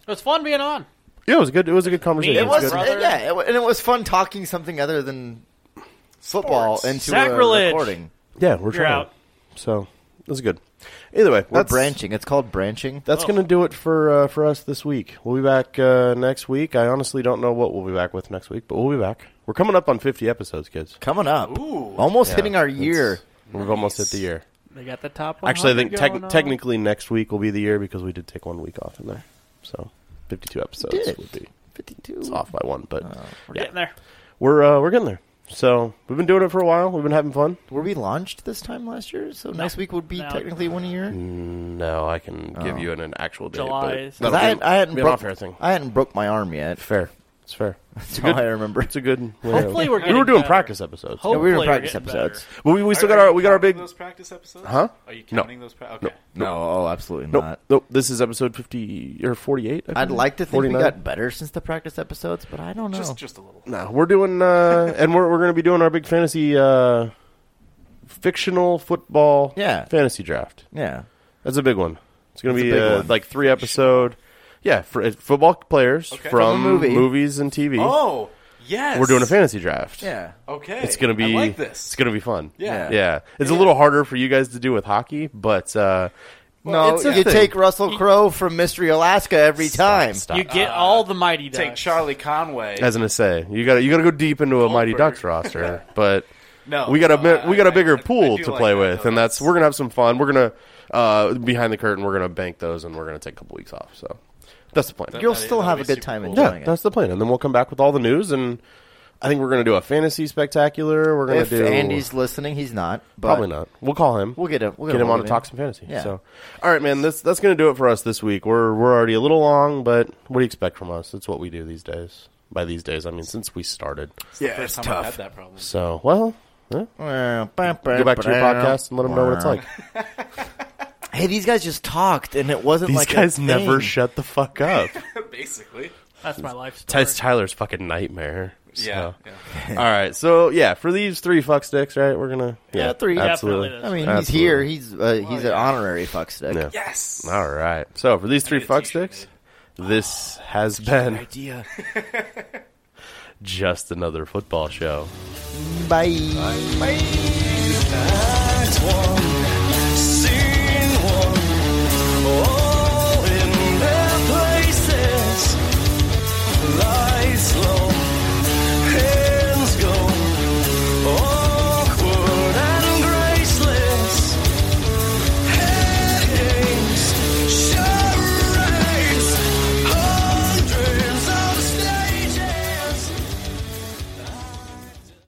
C: It was fun being on.
B: Yeah, it was a good. It was a good conversation.
C: It
E: it was
B: good.
C: brother.
E: it- yeah, it, wa- and it was fun talking something other than football into
C: Sacrilege.
E: a recording.
B: Yeah, we're
C: You're
B: trying.
C: out.
B: So it was good. Either way,
E: We're
B: that's,
E: branching. It's called branching.
C: Oh.
B: That's gonna do it for uh, for us this week. We'll be back uh, next week. I honestly don't know what we'll be back with next week, but we'll be back. We're coming up on 50 episodes, kids.
E: Coming up, almost hitting our year.
B: We've almost hit the year.
C: They got the top one.
B: Actually, I think tec- technically next week will be the year because we did take one week off in there. So 52 episodes
E: Did.
B: would be
E: Fifty-two.
B: it's off by one, but
C: Oh, We're
B: yeah,
C: getting there.
B: we're uh, we're getting there. So we've been doing it for a while. We've been having fun.
E: Were we launched this time last year? So next week would be
C: No.
E: technically one year.
B: Mm. No, I can
E: Oh.
B: give you an, an actual date.
C: July
B: but
C: is-
E: 'Cause
B: that'll
E: I, had,
B: be-
E: I hadn't
B: be an
E: broke,
B: off-air thing.
E: I hadn't broke my arm yet.
B: Fair. It's fair.
E: That's all I remember.
B: It's a good. Way
C: Hopefully
B: to-
C: we're
B: we
C: getting
B: were doing
C: better.
B: practice episodes.
E: Yeah, we were in
C: Hopefully
E: practice
C: getting
E: episodes.
C: better.
B: But we, we still
F: Are-
B: got
F: are
B: our
F: you
B: we got our
F: counting
B: big.
F: those practice episodes.
B: Huh?
F: Are you
B: No.
F: counting those? Pra- okay.
E: No, oh, absolutely
B: Nope,
E: not.
B: nope. This is episode fifty or forty-eight. I
E: I'd
B: believe?
E: like to think
B: 49?
E: we got better since the practice episodes, but I don't know.
F: Just just a little.
B: No, we're doing, uh, and we're we're going to be doing our big fantasy, uh, fictional football,
E: Yeah.
B: fantasy draft.
E: yeah.
B: That's a big one. It's going to
E: That's
B: be
E: a big
B: uh,
E: one.
B: like three episode. Yeah, for uh, football players
F: Okay.
B: from
E: From a movie.
B: movies and TV.
F: Oh yes.
B: We're doing a fantasy draft.
E: Yeah.
F: Okay.
B: It's gonna be
F: I like
B: It's
F: this.
B: gonna be fun.
F: Yeah.
B: yeah. It's a little harder for you guys to do with hockey, but uh,
E: No,
B: it's a
E: you
B: thing.
E: take Russell Crowe from Mystery Alaska every time.
B: stop.
C: You get all the mighty ducks.
F: Take Charlie Conway.
B: as an essay, you got to you got to go deep into a Mighty
F: Goldberg.
B: Ducks roster, but
F: No,
B: we got a
F: no,
B: bit-
F: I-
B: we got a
F: I-
B: bigger
F: I- I
B: pool
F: do
B: to
F: like
B: play
F: that,
B: with,
F: though.
B: and that's we're gonna have some fun. We're gonna uh, behind the curtain, we're gonna bank those, and we're gonna take a couple weeks off. So that's the plan.
E: You'll
F: That'd-
E: still
F: that'd
E: have
F: be
E: a good
F: super
E: time
F: cool.
E: enjoying
B: yeah,
E: it.
B: that's the plan, and then we'll come back with all the news, and I think we're gonna do a fantasy spectacular. We're gonna
E: If
B: do
E: Andy's listening, he's not. But
B: probably not. We'll call him.
E: We'll get him. We'll
B: get him on
E: hold
B: to talk some fantasy.
E: Yeah.
B: So, all right, man, that's that's gonna do it for us this week. We're we're already a little long, but what do you expect from us? It's what we do these days. By these days, I mean since we started.
F: yeah, first time I had that problem.
B: So, well, yeah,
E: Go
B: go back to your podcast and let them know what it's like.
E: Hey, these guys just talked, and it wasn't like a thing.
B: shut the fuck up.
F: Basically.
C: That's my life story.
B: That's Tyler's fucking nightmare. So.
F: Yeah. yeah.
B: All right. So yeah, for these three fuck sticks, right? We're gonna yeah,
E: Yeah, three.
B: absolutely.
C: Definitely
E: I mean, he's
B: Absolutely.
E: here. He's uh, he's an honorary fuck stick.
B: Yeah.
F: Yes.
B: All right. So for these three
F: need a
B: fuck
F: t-shirt
B: sticks, this has been
E: Idea.
B: just another football show.
E: Bye.
G: That's one.